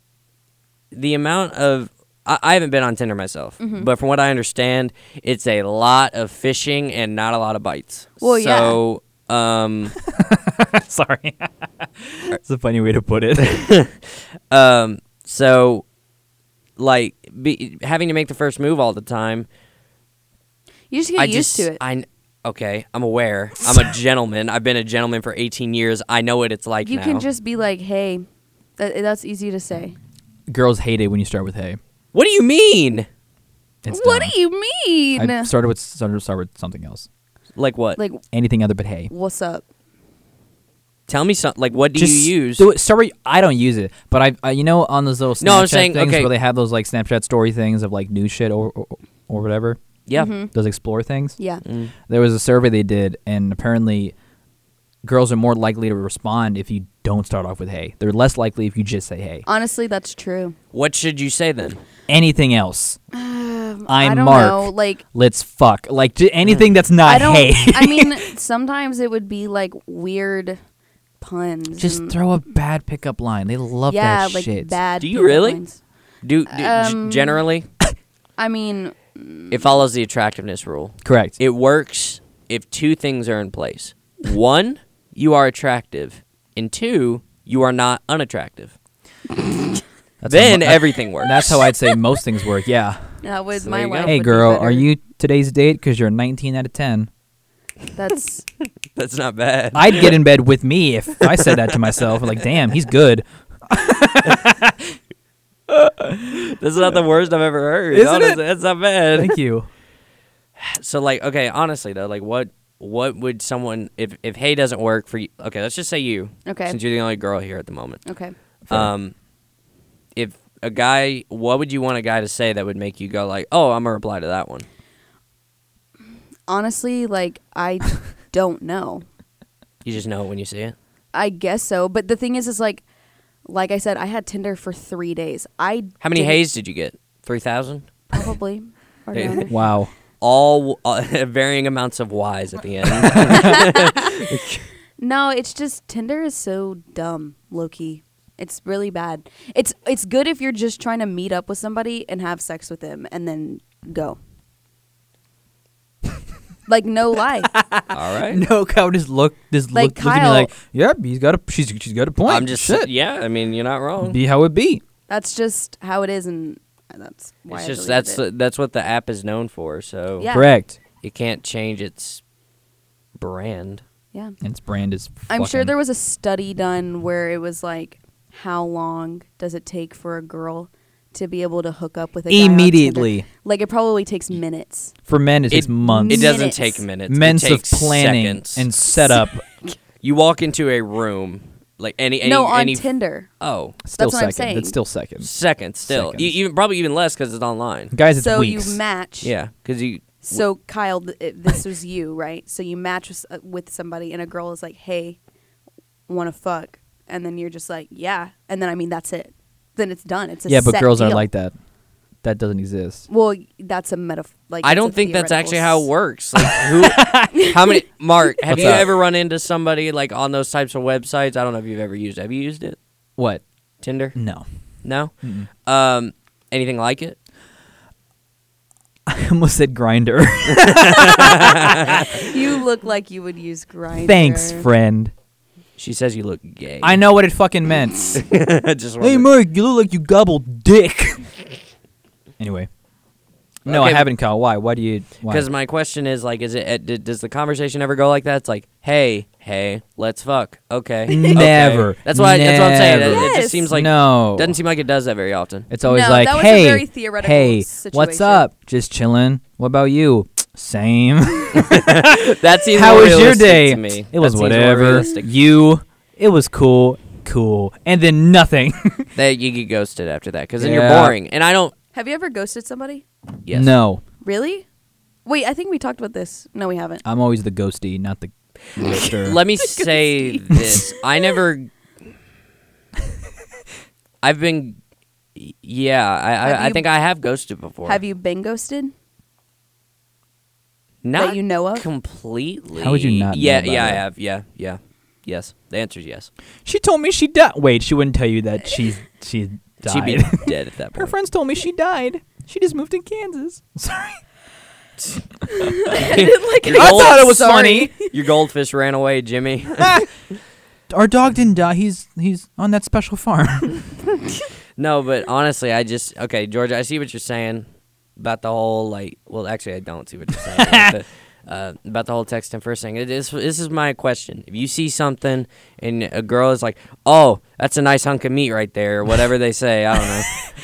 Speaker 2: the amount of I, I haven't been on Tinder myself,
Speaker 3: Mm-hmm.
Speaker 2: but from what I understand, it's a lot of fishing and not a lot of bites.
Speaker 3: Well, yeah.
Speaker 2: so, yeah. um,
Speaker 1: Sorry. It's a funny way to put it.
Speaker 2: um, so, like be, having to make the first move all the time.
Speaker 3: You just get used to it.
Speaker 2: I kn- okay, I'm aware. I'm a gentleman. I've been a gentleman for 18 years. I know what it's like
Speaker 3: you
Speaker 2: now.
Speaker 3: can just be like, "Hey," That- that's easy to say.
Speaker 1: Girls hate it when you start with hey.
Speaker 2: What do you mean?
Speaker 1: It's
Speaker 3: what
Speaker 1: dumb.
Speaker 3: do you mean?
Speaker 1: I started with started, started with something else.
Speaker 2: Like what?
Speaker 3: like,
Speaker 1: Anything other but hey.
Speaker 3: what's up?
Speaker 2: Tell me something. Like what do
Speaker 1: Just
Speaker 2: you use?
Speaker 1: Do it. Sorry, I don't use it, but I, I you know, on those little Snapchat
Speaker 2: No, I'm saying,
Speaker 1: things
Speaker 2: okay.
Speaker 1: where they have those like Snapchat story things of like new shit or or, or whatever,
Speaker 2: yeah.
Speaker 3: Mm-hmm.
Speaker 1: those explore things.
Speaker 3: Yeah.
Speaker 2: Mm.
Speaker 1: There was a survey they did, and apparently, girls are more likely to respond if you don't start off with hey. They're less likely if you just say hey.
Speaker 3: Honestly, that's true.
Speaker 2: What should you say then?
Speaker 1: Anything else?
Speaker 3: Um,
Speaker 1: I'm
Speaker 3: I do not
Speaker 1: Mark.
Speaker 3: know. Like,
Speaker 1: Let's fuck. Like j- anything that's not
Speaker 3: I don't.
Speaker 1: hey.
Speaker 3: I mean, sometimes it would be like weird puns.
Speaker 1: just
Speaker 3: and-
Speaker 1: throw a bad pickup line. They love
Speaker 3: yeah,
Speaker 1: that
Speaker 3: like
Speaker 1: shit.
Speaker 3: bad.
Speaker 2: Do you
Speaker 3: pickup
Speaker 2: really?
Speaker 3: lines.
Speaker 2: Do, do g-
Speaker 3: Um,
Speaker 2: generally
Speaker 3: I mean,
Speaker 2: it follows the attractiveness rule.
Speaker 1: Correct.
Speaker 2: It works if two things are in place. One, you are attractive, and two, you are not unattractive.
Speaker 1: That's how
Speaker 2: then
Speaker 1: mo-
Speaker 2: everything works.
Speaker 1: That's how I'd say most things work. Yeah.
Speaker 3: that was
Speaker 2: So there
Speaker 3: my
Speaker 2: you go.
Speaker 3: life.
Speaker 1: Hey,
Speaker 3: would be
Speaker 1: girl,
Speaker 3: better.
Speaker 1: are you today's date? Because you're a 19 out of 10.
Speaker 3: That's
Speaker 2: That's not bad.
Speaker 1: I'd get in bed with me if I said that to myself. Like, damn, he's good.
Speaker 2: That's not the worst I've ever heard.
Speaker 1: Isn't it?
Speaker 2: honestly. That's not bad.
Speaker 1: Thank you.
Speaker 2: So like, okay, honestly though, like what what would someone if if hey doesn't work for you? Okay, let's just say you.
Speaker 3: Okay.
Speaker 2: Since you're the only girl here at the moment.
Speaker 3: okay.
Speaker 2: Um, if a guy, what would you want a guy to say that would make you go like, oh, I'm gonna reply to that one?
Speaker 3: Honestly, like I don't know.
Speaker 2: You just know it when you see it.
Speaker 3: I guess so, but the thing is, is like, like I said, I had Tinder for three days. I
Speaker 2: How many
Speaker 3: didn't-
Speaker 2: hays did you get? Three thousand.
Speaker 3: Probably. Or
Speaker 2: Hey.
Speaker 3: no.
Speaker 1: Wow.
Speaker 2: All uh, varying amounts of Y's at the end.
Speaker 3: No, it's just Tinder is so dumb, low key. It's really bad. It's it's good if you're just trying to meet up with somebody and have sex with them and then go. like no lie.
Speaker 2: All right.
Speaker 1: No, Kyle just look, just
Speaker 3: Like
Speaker 1: look, look at me
Speaker 3: Kyle-
Speaker 1: like, yep, he's got a, she's, she's got a point.
Speaker 2: I'm just
Speaker 1: shit.
Speaker 2: yeah. I mean, you're not wrong.
Speaker 1: Be how it be.
Speaker 3: That's just how it is, and that's why.
Speaker 2: it's
Speaker 3: I
Speaker 2: just
Speaker 3: deleted
Speaker 2: that's
Speaker 3: it.
Speaker 2: that's what the app is known for. So
Speaker 3: Yeah.
Speaker 1: Correct.
Speaker 2: it can't change its brand.
Speaker 3: yeah.
Speaker 1: And its brand is.
Speaker 3: I'm sure
Speaker 1: fucking-
Speaker 3: there was a study done where it was like, how long does it take for a girl to be able to hook up with a guy on Tinder?
Speaker 1: Immediately.
Speaker 3: Like it probably takes minutes.
Speaker 1: For men, it takes months.
Speaker 2: It doesn't
Speaker 3: Minutes.
Speaker 2: take minutes. It
Speaker 1: Months of
Speaker 2: takes
Speaker 1: planning
Speaker 2: seconds.
Speaker 1: and setup.
Speaker 2: you walk into a room, like any, any
Speaker 3: no, on
Speaker 2: any,
Speaker 3: Tinder.
Speaker 2: Oh,
Speaker 1: still
Speaker 3: That's what I'm
Speaker 1: second.
Speaker 3: saying.
Speaker 1: It's still second.
Speaker 2: seconds still.
Speaker 1: Seconds.
Speaker 2: E- even probably even less because it's online.
Speaker 1: Guys, it's
Speaker 3: so
Speaker 1: weeks.
Speaker 3: you match.
Speaker 2: Yeah, because you.
Speaker 3: So Kyle, th- it- this was you, right? So you match with, uh, with somebody, and a girl is like, "Hey, want to fuck?" And then you're just like, "Yeah," and then I mean that's it. Then it's done. It's a
Speaker 1: yeah, but
Speaker 3: set
Speaker 1: girls aren't
Speaker 3: deal.
Speaker 1: like that. That doesn't exist.
Speaker 3: Well, that's a metaphor. Like
Speaker 2: I
Speaker 3: it's
Speaker 2: don't
Speaker 3: a
Speaker 2: think that's
Speaker 3: theoretical
Speaker 2: actually how it works. Like, who? how many? Mark, have
Speaker 1: What's
Speaker 2: you
Speaker 1: up?
Speaker 2: ever run into somebody like on those types of websites? I don't know if you've ever used. it. Have you used it?
Speaker 1: What?
Speaker 2: Tinder?
Speaker 1: No.
Speaker 2: No. Um, anything like it?
Speaker 1: I almost said grinder.
Speaker 3: you look like you would use grinder.
Speaker 1: Thanks, friend.
Speaker 2: She says you look gay.
Speaker 1: I know what it fucking meant.
Speaker 2: Just
Speaker 1: hey,
Speaker 2: wondered.
Speaker 1: Mike, you look like you gobbled dick. anyway. No,
Speaker 2: Okay,
Speaker 1: I
Speaker 2: but-
Speaker 1: haven't, Kyle. Why? Why do you? Why?
Speaker 2: Because my question is like, is it? uh, Did, does the conversation ever go like that? It's like, hey, hey, let's fuck. Okay. okay.
Speaker 1: Never.
Speaker 2: That's why. That's what I'm saying. It- It,
Speaker 3: Yes.
Speaker 2: just seems like
Speaker 1: no.
Speaker 2: doesn't seem like it does that very often.
Speaker 1: It's always
Speaker 3: No,
Speaker 1: like,
Speaker 3: that was a
Speaker 1: hey,
Speaker 3: very theoretical
Speaker 1: hey, what's
Speaker 3: situation.
Speaker 1: up? Just chilling. What about you? Same.
Speaker 2: That seems
Speaker 1: How
Speaker 2: more
Speaker 1: was your
Speaker 2: realistic
Speaker 1: day?
Speaker 2: To me.
Speaker 1: It was
Speaker 2: That seems more
Speaker 1: whatever.
Speaker 2: realistic.
Speaker 1: You. It was cool. Cool. And then nothing.
Speaker 2: That you get ghosted after that because then
Speaker 1: Yeah.
Speaker 2: you're boring. And I don't.
Speaker 3: Have you ever ghosted somebody?
Speaker 2: Yes.
Speaker 1: No,
Speaker 3: Really? Wait, I think we talked about this. No, we haven't.
Speaker 1: I'm always the ghosty, not the ghoster.
Speaker 2: Let me say this. I never. I've been. Yeah, I,
Speaker 3: Have
Speaker 2: I, I
Speaker 3: you-
Speaker 2: think I have ghosted before.
Speaker 3: Have you been ghosted?
Speaker 2: Not
Speaker 3: that you know of?
Speaker 2: completely.
Speaker 1: How would you not know
Speaker 2: Yeah,
Speaker 1: about
Speaker 2: yeah, I
Speaker 1: it?
Speaker 2: have. Yeah, yeah, yes. The answer is yes.
Speaker 1: she told me she died. Wait, she wouldn't tell you that she's she died.
Speaker 2: She'd be dead at that
Speaker 1: Her
Speaker 2: point.
Speaker 1: friends told me she died. She just moved to Kansas. Sorry.
Speaker 3: like,
Speaker 2: Your
Speaker 1: I
Speaker 2: gold-
Speaker 1: thought it was
Speaker 2: sorry. Your goldfish ran away, Jimmy.
Speaker 1: Our dog didn't die. He's he's on that special farm.
Speaker 2: no, but honestly, I just okay, Georgia. I see what you're saying about the whole like. Well, actually, I don't see what you're saying but, uh, about the whole text and first thing. It is, this is my question. If you see something and a girl is like, "Oh, that's a nice hunk of meat right there," or whatever they say, I don't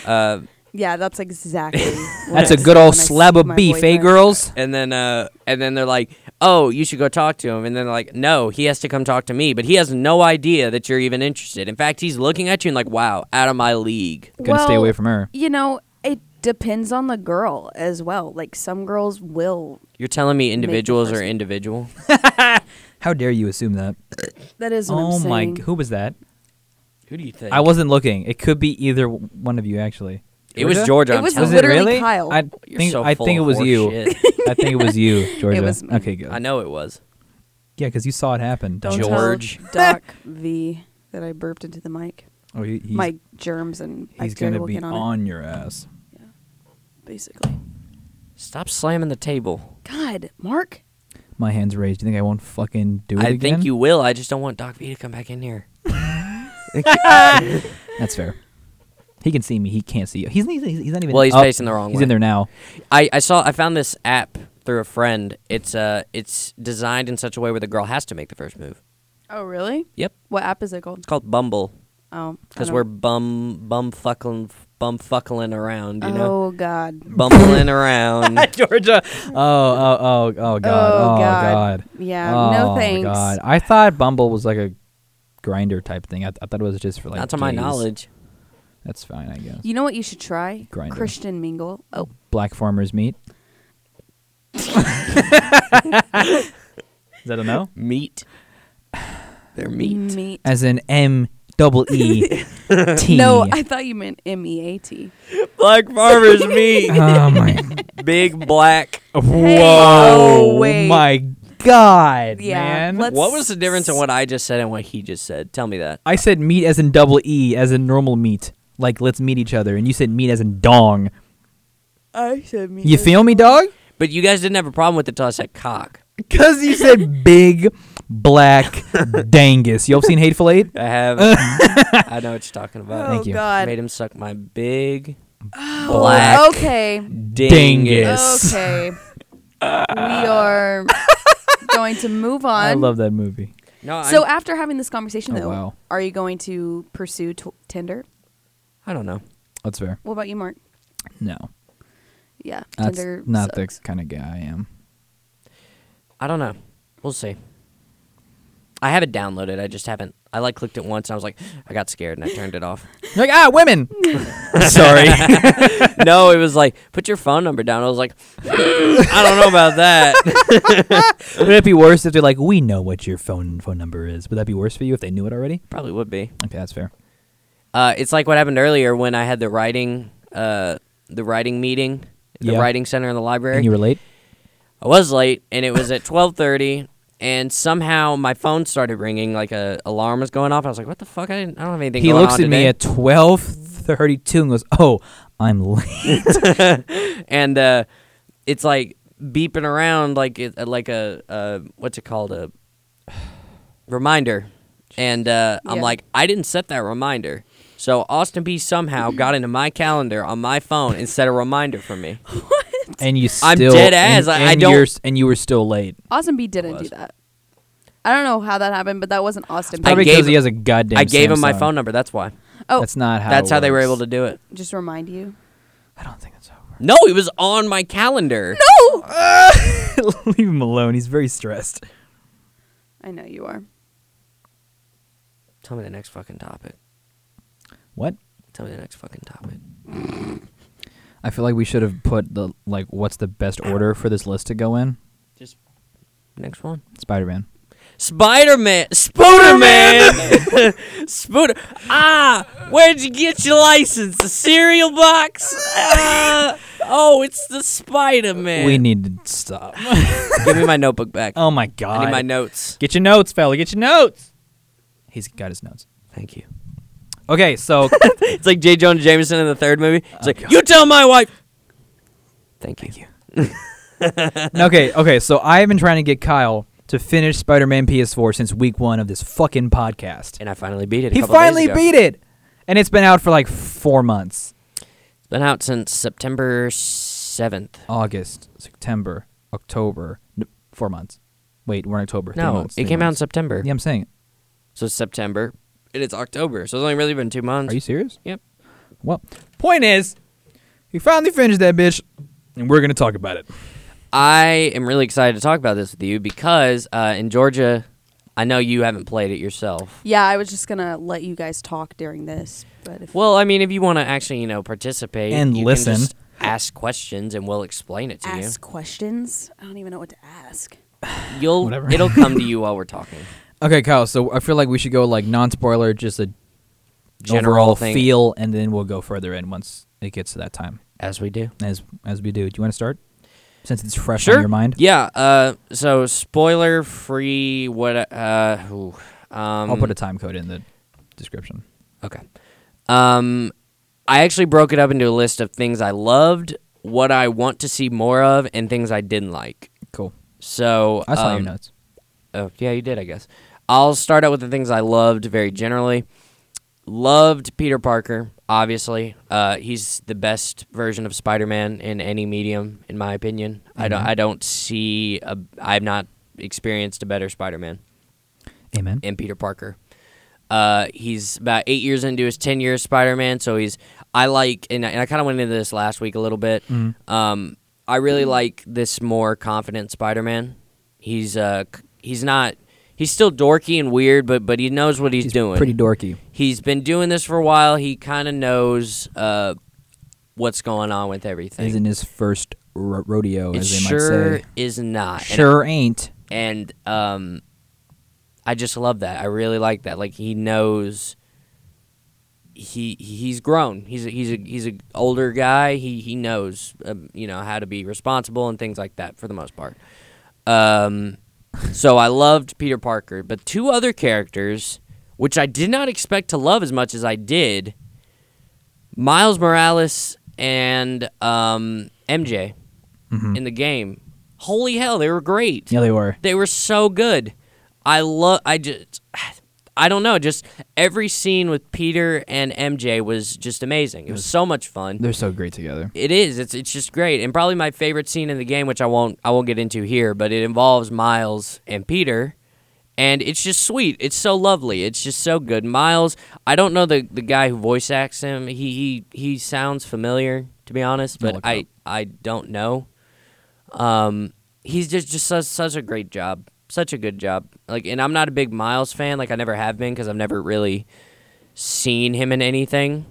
Speaker 2: know. Uh,
Speaker 3: yeah, that's exactly. what
Speaker 1: That's
Speaker 3: I
Speaker 1: a
Speaker 3: say
Speaker 1: good old
Speaker 3: when I
Speaker 1: slab
Speaker 3: see
Speaker 1: of
Speaker 3: my
Speaker 1: beef, eh,
Speaker 3: boyfriend.
Speaker 1: girls?
Speaker 2: and then uh and then they're like oh you should go talk to him and then they're like no he has to come talk to me but he has no idea that you're even interested in fact he's looking at you and like wow out of my league
Speaker 1: Gonna stay
Speaker 3: Well,
Speaker 1: away from her.
Speaker 3: You know, it depends on the girl as well. Like some girls will.
Speaker 2: you're telling me individuals are
Speaker 3: person.
Speaker 2: individual
Speaker 1: How dare you assume that?
Speaker 3: That is what
Speaker 1: Oh
Speaker 3: I'm
Speaker 1: my!
Speaker 3: saying.
Speaker 1: g- Who was that?
Speaker 2: who do you think
Speaker 1: I wasn't looking. It could be either w- one of you, actually.
Speaker 2: it was georgia
Speaker 3: It
Speaker 2: I'm
Speaker 3: was
Speaker 2: telling
Speaker 1: Was
Speaker 2: you.
Speaker 1: it
Speaker 3: literally
Speaker 1: really?
Speaker 3: Kyle.
Speaker 1: I
Speaker 2: You're
Speaker 1: think
Speaker 2: so
Speaker 1: I
Speaker 2: full
Speaker 1: think it
Speaker 2: of
Speaker 1: was you.
Speaker 2: horseshit.
Speaker 1: I think it was you, Georgia.
Speaker 3: was me.
Speaker 1: Okay, good.
Speaker 2: i know it was
Speaker 1: Yeah, because you saw it happen.
Speaker 3: Don't
Speaker 1: you?
Speaker 3: tell
Speaker 2: George.
Speaker 3: Doc V that I burped into the mic.
Speaker 1: Oh, he, he's,
Speaker 3: my germs and
Speaker 1: he's
Speaker 3: bacteria
Speaker 1: gonna
Speaker 3: will
Speaker 1: be
Speaker 3: get
Speaker 1: on,
Speaker 3: on, it,
Speaker 1: your ass.
Speaker 3: basically.
Speaker 2: stop slamming the table
Speaker 3: God, Mark,
Speaker 1: My hands raised. You think I won't fucking do it
Speaker 2: i
Speaker 1: again?
Speaker 2: think you will i just don't want doc v to come back in here
Speaker 1: That's fair. He can see me. He can't see you. He's, he's, he's not even.
Speaker 2: Well, he's
Speaker 1: up.
Speaker 2: facing the wrong
Speaker 1: He's
Speaker 2: way.
Speaker 1: in there now.
Speaker 2: I, I saw I found this app through a friend. It's uh it's designed in such a way where the girl has to make the first move.
Speaker 3: Oh, really?
Speaker 2: Yep.
Speaker 3: What app is it called?
Speaker 2: It's called Bumble.
Speaker 3: Oh, I
Speaker 2: Because
Speaker 3: don't-
Speaker 2: we're bum bum fuckling bum fuckling around, you know,
Speaker 3: Oh God.
Speaker 2: bumbling around.
Speaker 1: Georgia. Oh, oh, oh, oh, God. Oh, God.
Speaker 3: Yeah.
Speaker 1: oh,
Speaker 3: Um, no thanks.
Speaker 1: God. I thought Bumble was like a grinder type thing. I, th- I thought it was just for like.
Speaker 2: Not to my
Speaker 1: gays.
Speaker 2: knowledge.
Speaker 1: That's fine, I guess.
Speaker 3: You know what you should try?
Speaker 1: Grindr.
Speaker 3: Christian Mingle. Oh,
Speaker 1: Black farmers meat. Is that a no?
Speaker 2: Meat. They're meat.
Speaker 3: meat.
Speaker 1: As in M double E T.
Speaker 3: No, I thought you meant M E A T.
Speaker 2: Black farmers meat.
Speaker 1: Oh my!
Speaker 2: Big black.
Speaker 1: Whoa!
Speaker 3: oh, wait.
Speaker 1: My God,
Speaker 3: Yeah,
Speaker 1: man!
Speaker 3: let's-
Speaker 2: What was the difference in what I just said and what he just said? Tell me that.
Speaker 1: I said meat as in double E, as in normal meat. Like let's meet each other, and you said meat as in dong.
Speaker 3: I said meat.
Speaker 1: You feel me, dog?
Speaker 2: But you guys didn't have a problem with it till I said cock.
Speaker 1: Because you said big black dangus. You all seen Hateful Eight?
Speaker 2: I have. I know what you're talking about.
Speaker 1: Thank
Speaker 3: Oh
Speaker 1: you.
Speaker 3: God.
Speaker 2: Made him suck my big
Speaker 3: Oh,
Speaker 2: black
Speaker 3: Okay.
Speaker 1: Dingus.
Speaker 2: dingus.
Speaker 1: Yes.
Speaker 3: Okay. we are going to move on.
Speaker 1: I love that movie.
Speaker 2: No, I,
Speaker 3: So after having this conversation,
Speaker 1: Oh,
Speaker 3: though,
Speaker 1: wow.
Speaker 3: are you going to pursue t- Tinder?
Speaker 2: I don't know.
Speaker 1: That's fair.
Speaker 3: What about you, Mark?
Speaker 1: No,
Speaker 3: Yeah,
Speaker 1: that's
Speaker 3: Tinder
Speaker 1: not
Speaker 3: sucks.
Speaker 1: the kind of guy I am.
Speaker 2: I don't know. We'll see. I have it downloaded. I just haven't. I like clicked it once. And I was like, I got scared and I turned it off.
Speaker 1: You're like ah, women. Sorry.
Speaker 2: no, it was like, put your phone number down. I was like, I don't know about that.
Speaker 1: Would it be worse if they're like, we know what your phone phone number is? Would that be worse for you if they knew it already?
Speaker 2: Probably would be.
Speaker 1: Okay, that's fair.
Speaker 2: Uh, it's like what happened earlier when I had the writing, uh, the writing meeting, the
Speaker 1: Yeah.
Speaker 2: writing center in the library.
Speaker 1: Can you relate?
Speaker 2: I was late, and it was at twelve thirty, and somehow my phone started ringing, like a alarm was going off. I was like, "What the fuck? I, didn't, I don't have anything."
Speaker 1: He
Speaker 2: going
Speaker 1: looks
Speaker 2: on
Speaker 1: at me
Speaker 2: today."
Speaker 1: at twelve thirty-two and goes, "Oh, I'm late."
Speaker 2: and uh, it's like beeping around like it, uh, like a, a what's it called a reminder, and uh, I'm
Speaker 3: Yeah.
Speaker 2: like I didn't set that reminder. So Austin B somehow got into my calendar on my phone and set a reminder for me.
Speaker 1: and you still
Speaker 2: I'm dead ass.
Speaker 1: And,
Speaker 2: I- I
Speaker 1: and
Speaker 2: don't-
Speaker 1: you're s- and you were still late.
Speaker 3: Austin B didn't do
Speaker 2: Was.
Speaker 3: that. I don't know how that happened, but that wasn't Austin B.
Speaker 1: Probably
Speaker 2: gave
Speaker 1: because he
Speaker 2: him-
Speaker 1: has a goddamn.
Speaker 2: I gave him my
Speaker 1: Samsung.
Speaker 2: phone number. That's why.
Speaker 3: Oh.
Speaker 1: That's not how.
Speaker 2: that's
Speaker 1: it
Speaker 2: how they were
Speaker 1: works.
Speaker 2: able to do it.
Speaker 3: Just remind you.
Speaker 1: I don't think that's how. it works.
Speaker 2: No, it was on my calendar.
Speaker 1: Leave him alone. He's very stressed.
Speaker 3: I know you are.
Speaker 2: Tell me the next fucking topic.
Speaker 1: What?
Speaker 2: Tell me the next fucking topic.
Speaker 1: I feel like we should have put the like what's the best order for this list to go in?
Speaker 2: Just next one.
Speaker 1: Spider Man.
Speaker 2: Spider Man, Spooder Man, Spooder. Ah, where'd you get your license? A cereal box? Ah, oh, it's the Spider Man.
Speaker 1: We need to stop.
Speaker 2: Give me my notebook back.
Speaker 1: oh my god.
Speaker 2: I need my notes.
Speaker 1: Get your notes, fella. Get your notes. He's got his notes.
Speaker 2: Thank you.
Speaker 1: Okay, so
Speaker 2: It's like J. Jonah Jameson in the third movie. It's like, you tell my wife. Oh, Thank you.
Speaker 1: okay, okay. So I have been trying to get Kyle to finish Spider Man PS4 since week one of this fucking podcast.
Speaker 2: And I finally beat it. a
Speaker 1: He
Speaker 2: couple days
Speaker 1: finally
Speaker 2: ago.
Speaker 1: beat it, and it's been out for like four months:
Speaker 2: Been out since September seventh.
Speaker 1: August, September, October. N- four months. Wait, we're in October. three
Speaker 2: No,
Speaker 1: months,
Speaker 2: it
Speaker 1: three
Speaker 2: came out in
Speaker 1: months.
Speaker 2: September.
Speaker 1: Yeah, I'm saying.
Speaker 2: So it's September. And it's October. So it's only really been two months.
Speaker 1: Are you serious?
Speaker 2: Yep.
Speaker 1: Well, point is, he finally finished that bitch, and we're gonna talk about it.
Speaker 2: I am really excited to talk about this with you because uh, in Georgia, I know you haven't played it yourself.
Speaker 3: Yeah, I was just gonna let you guys talk during this, but if
Speaker 2: Well, I mean, if you want to actually, you know, participate
Speaker 1: And
Speaker 2: you can
Speaker 1: listen.
Speaker 2: just ask questions, and we'll explain it to
Speaker 3: ask questions, I don't even know what to ask.
Speaker 2: you. You'll
Speaker 1: Whatever.
Speaker 2: it'll come to you while we're talking.
Speaker 1: Okay, Kyle. So I feel like we should go like non-spoiler, just a
Speaker 2: General
Speaker 1: overall
Speaker 2: thing.
Speaker 1: feel, and then we'll go further in once it gets to that time,
Speaker 2: As we do.
Speaker 1: as as we do. Do you want to start? Since it's fresh
Speaker 2: Sure.
Speaker 1: on your mind,
Speaker 2: Yeah. Uh, so spoiler free. What? Uh, ooh, um,
Speaker 1: I'll put a time code in the description.
Speaker 2: Okay. Um, I actually broke it up into a list of things I loved, what I want to see more of, and things I didn't like.
Speaker 1: Cool.
Speaker 2: So
Speaker 1: I saw
Speaker 2: um,
Speaker 1: your notes.
Speaker 2: Oh, yeah, you did, I guess. I'll start out with the things I loved very generally. Loved Peter Parker, obviously. Uh, he's the best version of Spider-Man in any medium, in my opinion. I
Speaker 1: Mm-hmm.
Speaker 2: don't. I don't see. A, I've not experienced a better Spider-Man
Speaker 1: Amen.
Speaker 2: and Peter Parker. Uh, he's about eight years into his ten years Spider Man, so he's I like and I, and I kind of went into this last week a little bit.
Speaker 1: Mm-hmm.
Speaker 2: Um, I really like this more confident Spider Man. He's uh c- he's not he's still dorky and weird, but but he knows what he's,
Speaker 1: He's
Speaker 2: doing.
Speaker 1: pretty dorky.
Speaker 2: he's been doing this for a while. He kind of knows uh what's going on with everything.
Speaker 1: He's in his first ro- rodeo,
Speaker 2: it
Speaker 1: as they
Speaker 2: sure
Speaker 1: might say.
Speaker 2: is not. And
Speaker 1: Sure ain't.
Speaker 2: and um, I just love that. I really like that. Like he knows he he's grown. He's a, he's a he's a older guy. He he knows um, you know how to be responsible and things like that for the most part. Um, so I loved Peter Parker, but two other characters which I did not expect to love as much as I did. Miles Morales and um, MJ in the game. Holy hell, they were great.
Speaker 1: Yeah, they were.
Speaker 2: They were so good. I love. I just. I don't know. Just every scene with Peter and MJ was just amazing. It was so much fun.
Speaker 1: They're so great together.
Speaker 2: It is. It's it's just great, and probably my favorite scene in the game, which I won't I won't get into here, but it involves Miles and Peter, and it's just sweet. It's so lovely. It's just so good. Miles. I don't know the the guy who voice acts him. He he he sounds familiar to be honest,
Speaker 1: I'll
Speaker 2: but
Speaker 1: look it
Speaker 2: I
Speaker 1: up.
Speaker 2: I don't know. Um, he's just just such, such a great job, such a good job. Like, and I'm not a big Miles fan. Like, I never have been because I've never really seen him in anything.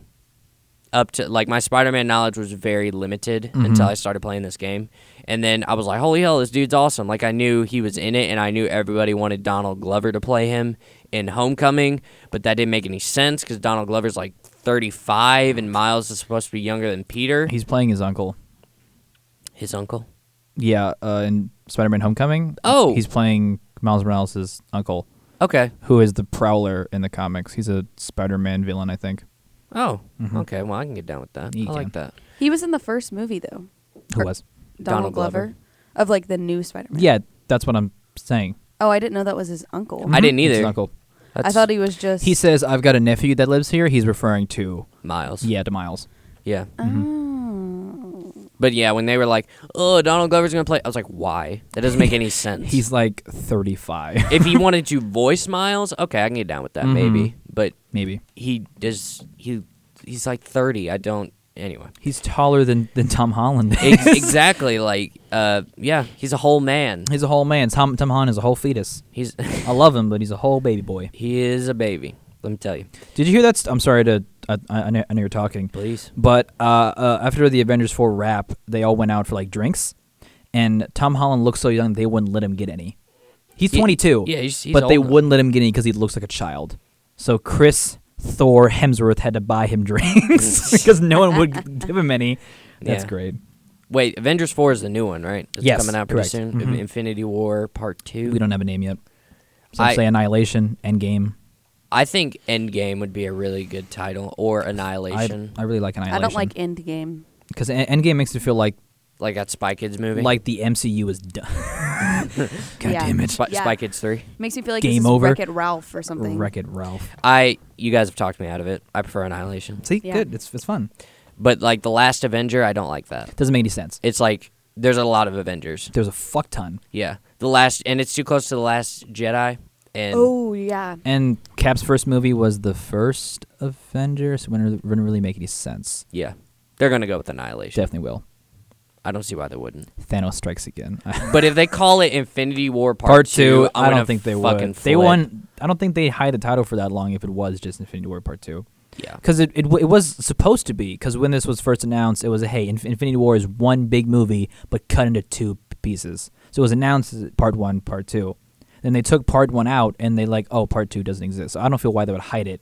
Speaker 2: Up to like my Spider-Man knowledge was very limited until I started playing this game, and then I was like, "Holy hell, this dude's awesome!" Like I knew he was in it, and I knew everybody wanted Donald Glover to play him in Homecoming, but that didn't make any sense because Donald Glover's like 35, and Miles is supposed to be younger than Peter,
Speaker 1: He's playing his uncle.
Speaker 2: his uncle.
Speaker 1: Yeah, uh, in Spider-Man: Homecoming.
Speaker 2: Oh.
Speaker 1: he's playing Miles Morales' uncle,
Speaker 2: Okay,
Speaker 1: who is the Prowler in the comics. He's a Spider-Man villain, I think.
Speaker 2: Oh, okay. Well, I can get down with that.
Speaker 1: Mm-hmm. You
Speaker 2: I like
Speaker 1: can.
Speaker 2: that.
Speaker 3: He was in the first movie though.
Speaker 1: Who was?
Speaker 3: Donald Glover, of like the new Spider-Man.
Speaker 1: Yeah, that's what I'm saying. Mm-hmm.
Speaker 3: Oh, I didn't know that was his uncle.
Speaker 2: I didn't
Speaker 1: It's his
Speaker 2: either.
Speaker 1: uncle.
Speaker 3: I thought he was just.
Speaker 1: He says, "I've got a nephew that lives here." He's referring to
Speaker 2: Miles.
Speaker 1: yeah to Miles.
Speaker 2: Yeah.
Speaker 1: mm-hmm.
Speaker 3: Oh.
Speaker 2: But yeah, when they were like, "Oh, Donald Glover's gonna play," I was like, "Why? That doesn't make any sense."
Speaker 1: He's like 35,
Speaker 2: if he wanted to voice Miles, okay, I can get down with that
Speaker 1: Mhm.
Speaker 2: maybe. But
Speaker 1: maybe.
Speaker 2: he does. He he's like thirty. I don't. Anyway.
Speaker 1: He's taller than than Tom Holland.
Speaker 2: Ex- exactly. Like, uh, yeah, he's a whole man.
Speaker 1: he's a whole man. Tom Tom Holland is a whole fetus.
Speaker 2: He's
Speaker 1: I love him, but he's a whole baby boy.
Speaker 2: he is a baby. Let me tell you,
Speaker 1: Did you hear that? St- I'm sorry to. I, I, I know I know you're talking.
Speaker 2: please.
Speaker 1: But uh, uh, after the Avengers 4 wrap, they all went out for like drinks, and Tom Holland looks so young they wouldn't let him get any. He's
Speaker 2: Ye-
Speaker 1: 22.
Speaker 2: yeah, he's- he's
Speaker 1: but they
Speaker 2: old now.
Speaker 1: wouldn't let him get any because he looks like a child. So Chris Thor Hemsworth had to buy him drinks because no one would g- give him any. That's
Speaker 2: Yeah.
Speaker 1: great.
Speaker 2: Wait, Avengers Four is the new one, right? It's
Speaker 1: Yes,
Speaker 2: coming out pretty
Speaker 1: correct.
Speaker 2: soon.
Speaker 1: Mhm.
Speaker 2: Infinity War Part Two.
Speaker 1: We don't have a name yet. Some
Speaker 2: I-
Speaker 1: say Annihilation, Endgame.
Speaker 2: I think Endgame would be a really good title, or
Speaker 1: I,
Speaker 2: Annihilation,
Speaker 1: I really like Annihilation.
Speaker 3: I don't like Endgame.
Speaker 1: because Endgame makes it feel like
Speaker 2: like that Spy Kids movie,
Speaker 1: like the MCU is done. God
Speaker 3: Yeah.
Speaker 1: damn it!
Speaker 2: Sp-
Speaker 3: Yeah.
Speaker 2: Spy Kids Three.
Speaker 3: Makes me feel like
Speaker 1: Game
Speaker 3: this is
Speaker 1: over.
Speaker 3: Wreck It Ralph or something.
Speaker 1: Wreck It Ralph.
Speaker 2: I you guys have talked me out of it. I prefer Annihilation,
Speaker 1: See,
Speaker 3: Yeah.
Speaker 1: good. It's it's fun.
Speaker 2: but like the Last Avenger, I don't like that.
Speaker 1: Doesn't make any sense.
Speaker 2: It's like there's a lot of Avengers.
Speaker 1: There's a fuck ton.
Speaker 2: Yeah, the last, and it's too close to the last Jedi. And
Speaker 3: Oh yeah.
Speaker 1: And Cap's first movie was the first Avengers. Wouldn't wouldn't really make any sense.
Speaker 2: Yeah. They're going to go with Annihilation.
Speaker 1: Definitely will.
Speaker 2: I don't see why they wouldn't.
Speaker 1: Thanos strikes again.
Speaker 2: But if they call it Infinity War Part,
Speaker 1: Part two.
Speaker 2: I'm
Speaker 1: I
Speaker 2: gonna
Speaker 1: don't think they would.
Speaker 2: fucking
Speaker 1: They
Speaker 2: flip.
Speaker 1: won. I don't think they hide the title for that long if it was just Infinity War Part Two.
Speaker 2: Yeah.
Speaker 1: Because it, it, w- it was supposed to be, because when this was first announced, it was, hey, Inf- Infinity War is one big movie, but cut into two p- pieces. So it was announced as part one, part two. Then they took part one out, and they like, oh, part two doesn't exist. So I don't feel why they would hide it.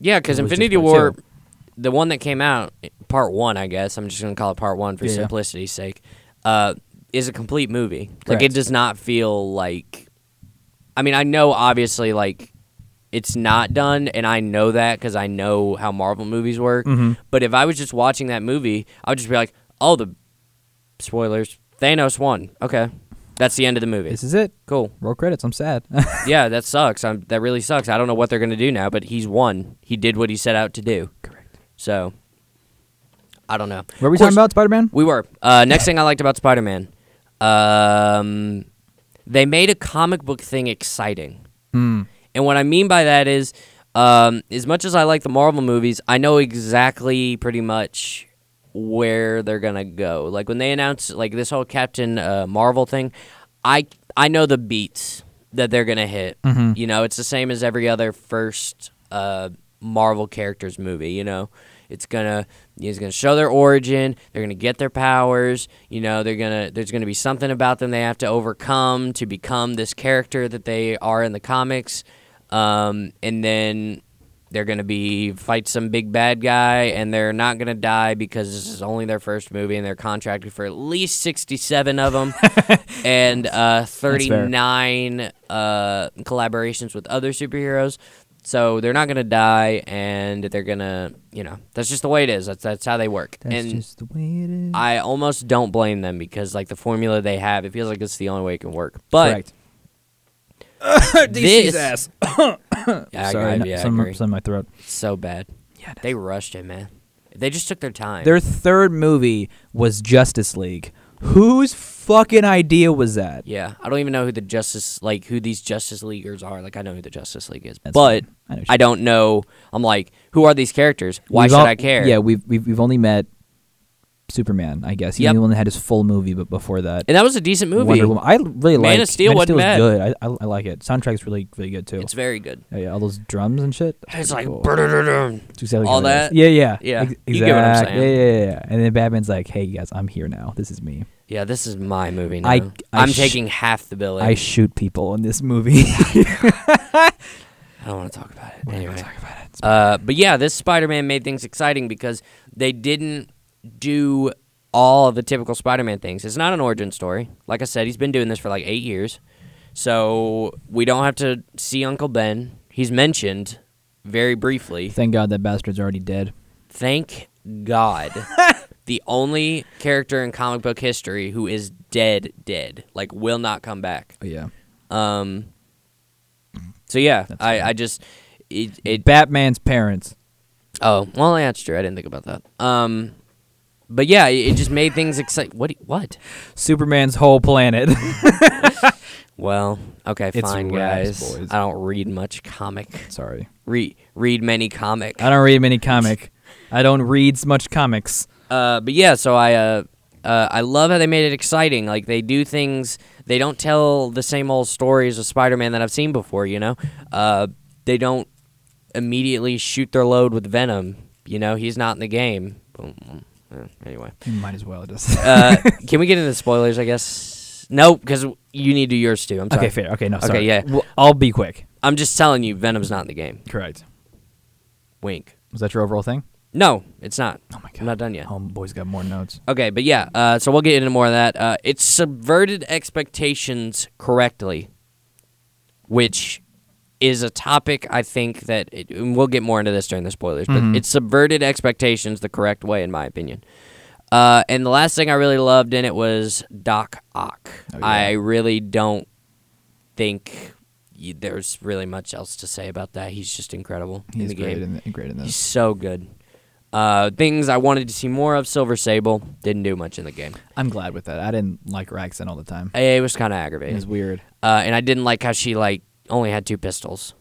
Speaker 2: Yeah, because
Speaker 1: It was just
Speaker 2: Infinity
Speaker 1: part
Speaker 2: War,
Speaker 1: two.
Speaker 2: the one that came out, Part One, I guess. I'm just going to call it Part One for
Speaker 1: Yeah.
Speaker 2: simplicity's sake. Uh, is a complete movie. Like
Speaker 1: Correct.
Speaker 2: it does not feel like. I mean, I know obviously like it's not done, and I know that because I know how Marvel movies work.
Speaker 1: Mm-hmm.
Speaker 2: But if I was just watching that movie, I would just be like, "Oh, the spoilers. Thanos won. Okay, that's the end of the movie.
Speaker 1: This is it.
Speaker 2: cool.
Speaker 1: Roll credits. I'm sad.
Speaker 2: Yeah, that sucks. I'm, that really sucks. I don't know what they're gonna do now, but he's won. He did what he set out to do.
Speaker 1: Correct.
Speaker 2: So, I don't know.
Speaker 1: What were we
Speaker 2: Of course-
Speaker 1: talking about, Spider Man?
Speaker 2: We were. Uh, next thing I liked about Spider Man, um, they made a comic book thing exciting.
Speaker 1: Hmm.
Speaker 2: And what I mean by that is, um, as much as I like the Marvel movies, I know exactly pretty much where they're gonna go. Like when they announce like this whole Captain uh, Marvel thing, I I know the beats that they're gonna hit. You know, it's the same as every other first uh, Marvel characters movie. You know, it's gonna it's gonna show their origin. They're gonna get their powers. You know, they're gonna there's gonna be something about them they have to overcome to become this character that they are in the comics. Um, and then they're gonna be fight some big bad guy, and they're not gonna die because this is only their first movie, and they're contracted for at least sixty-seven of them, and uh, thirty-nine uh, collaborations with other superheroes. So they're not gonna die, and they're gonna, you know, that's just the way it is. That's that's how they work. and
Speaker 1: the way it is.
Speaker 2: I almost don't blame them because like the formula they have, it feels like it's the only way it can work. But
Speaker 1: Correct.
Speaker 2: this, Yeah, I
Speaker 1: Sorry,
Speaker 2: agree,
Speaker 1: no-
Speaker 2: yeah, I
Speaker 1: some,
Speaker 2: agree.
Speaker 1: some in my throat.
Speaker 2: so bad.
Speaker 1: Yeah, it
Speaker 2: They rushed it, man. They just took their time.
Speaker 1: Their third movie was Justice League. Whose fucking idea was that?
Speaker 2: Yeah, I don't even know who the Justice like who these Justice Leaguers are. Like I know who the Justice League is,
Speaker 1: That's
Speaker 2: but
Speaker 1: fine. I know
Speaker 2: I
Speaker 1: shit.
Speaker 2: don't know. I'm like, who are these characters? Why
Speaker 1: We've
Speaker 2: should
Speaker 1: all-
Speaker 2: I care?
Speaker 1: Yeah, we've we've, we've only met Superman, I guess. He's
Speaker 2: Yep.
Speaker 1: the one that had his full movie, but before that,
Speaker 2: and that was a decent movie.
Speaker 1: Wonder Woman. I really
Speaker 2: Man
Speaker 1: like.
Speaker 2: of Steel
Speaker 1: Man
Speaker 2: wasn't
Speaker 1: was
Speaker 2: bad.
Speaker 1: good. I, I I like it. Soundtrack's really really good too.
Speaker 2: It's very good.
Speaker 1: Oh, yeah, yeah, all those drums and shit. that's
Speaker 2: It's
Speaker 1: pretty
Speaker 2: like
Speaker 1: cool.
Speaker 2: "Brr-dur-dur-dur."
Speaker 1: It's exactly
Speaker 2: all
Speaker 1: how it is.
Speaker 2: that.
Speaker 1: Yeah, yeah,
Speaker 2: Yeah,
Speaker 1: Ex-
Speaker 2: you get what I'm
Speaker 1: exact-
Speaker 2: saying.
Speaker 1: Yeah, yeah, yeah. And then Batman's like, "Hey guys, I'm here now. This is me.
Speaker 2: Yeah, this is my movie now.
Speaker 1: I- I
Speaker 2: am
Speaker 1: sh-
Speaker 2: taking half the billing.
Speaker 1: I
Speaker 2: I,
Speaker 1: shoot people in this movie."
Speaker 2: don't want to talk about it.
Speaker 1: We're not gonna
Speaker 2: Anyway.
Speaker 1: talk about it.
Speaker 2: Uh, but yeah, this Spider-Man made things exciting because they didn't do all of the typical Spider-Man things. It's not an origin story. Like I said, he's been doing this for like eight years, so we don't have to see Uncle Ben. He's mentioned very briefly.
Speaker 1: Thank God that bastard's already dead.
Speaker 2: Thank God the only character in comic book history who is dead, dead, like will not come back.
Speaker 1: yeah.
Speaker 2: Um. So yeah,
Speaker 1: That's
Speaker 2: I, I just it, it
Speaker 1: Batman's parents.
Speaker 2: oh well yeah, that's true. I didn't think about that. Um, but yeah, it, it just made things exciting. What what?
Speaker 1: Superman's whole planet.
Speaker 2: Well, okay,
Speaker 1: It's
Speaker 2: fine,
Speaker 1: raps,
Speaker 2: guys.
Speaker 1: boys.
Speaker 2: I don't read much comic.
Speaker 1: Sorry.
Speaker 2: Read read many comic.
Speaker 1: I don't read many comic. I don't read s- much comics.
Speaker 2: Uh, but yeah, so I uh, uh, I love how they made it exciting. Like they do things. They don't tell the same old stories of Spider-Man that I've seen before. You know, uh, they don't immediately shoot their load with Venom. You know, he's not in the game. Boom. boom. Uh, Anyway,
Speaker 1: Might as well just.
Speaker 2: uh, can we get into spoilers? I guess no, because you need to do yours too. I'm sorry.
Speaker 1: okay, fair. Okay, no,
Speaker 2: Okay,
Speaker 1: sorry.
Speaker 2: yeah.
Speaker 1: Well, I'll be quick.
Speaker 2: I'm just telling you, Venom's not in the game.
Speaker 1: Correct.
Speaker 2: Wink.
Speaker 1: Was that your overall thing?
Speaker 2: No, it's not.
Speaker 1: Oh my god.
Speaker 2: I'm not done yet.
Speaker 1: Homeboy's got more notes.
Speaker 2: Okay, but yeah, uh, so we'll get into more of that. Uh, it subverted expectations correctly, which is a topic I think that it, and we'll get more into this during the spoilers, but
Speaker 1: Mhm.
Speaker 2: it subverted expectations the correct way, in my opinion. Uh, and the last thing I really loved in it was Doc Ock.
Speaker 1: Oh, yeah.
Speaker 2: I really don't think y there's really much else to say about that. He's just incredible in
Speaker 1: He's
Speaker 2: the
Speaker 1: great
Speaker 2: game.
Speaker 1: in, the, great in
Speaker 2: He's
Speaker 1: this.
Speaker 2: so good. Uh, things I wanted to see more of. Silver Sable didn't do much in the game. Uh,
Speaker 1: I'm glad with that. I didn't like her accent all the time.
Speaker 2: It was kind of
Speaker 1: It was
Speaker 2: aggravating.
Speaker 1: weird.
Speaker 2: Uh, and I didn't like how she like only had two pistols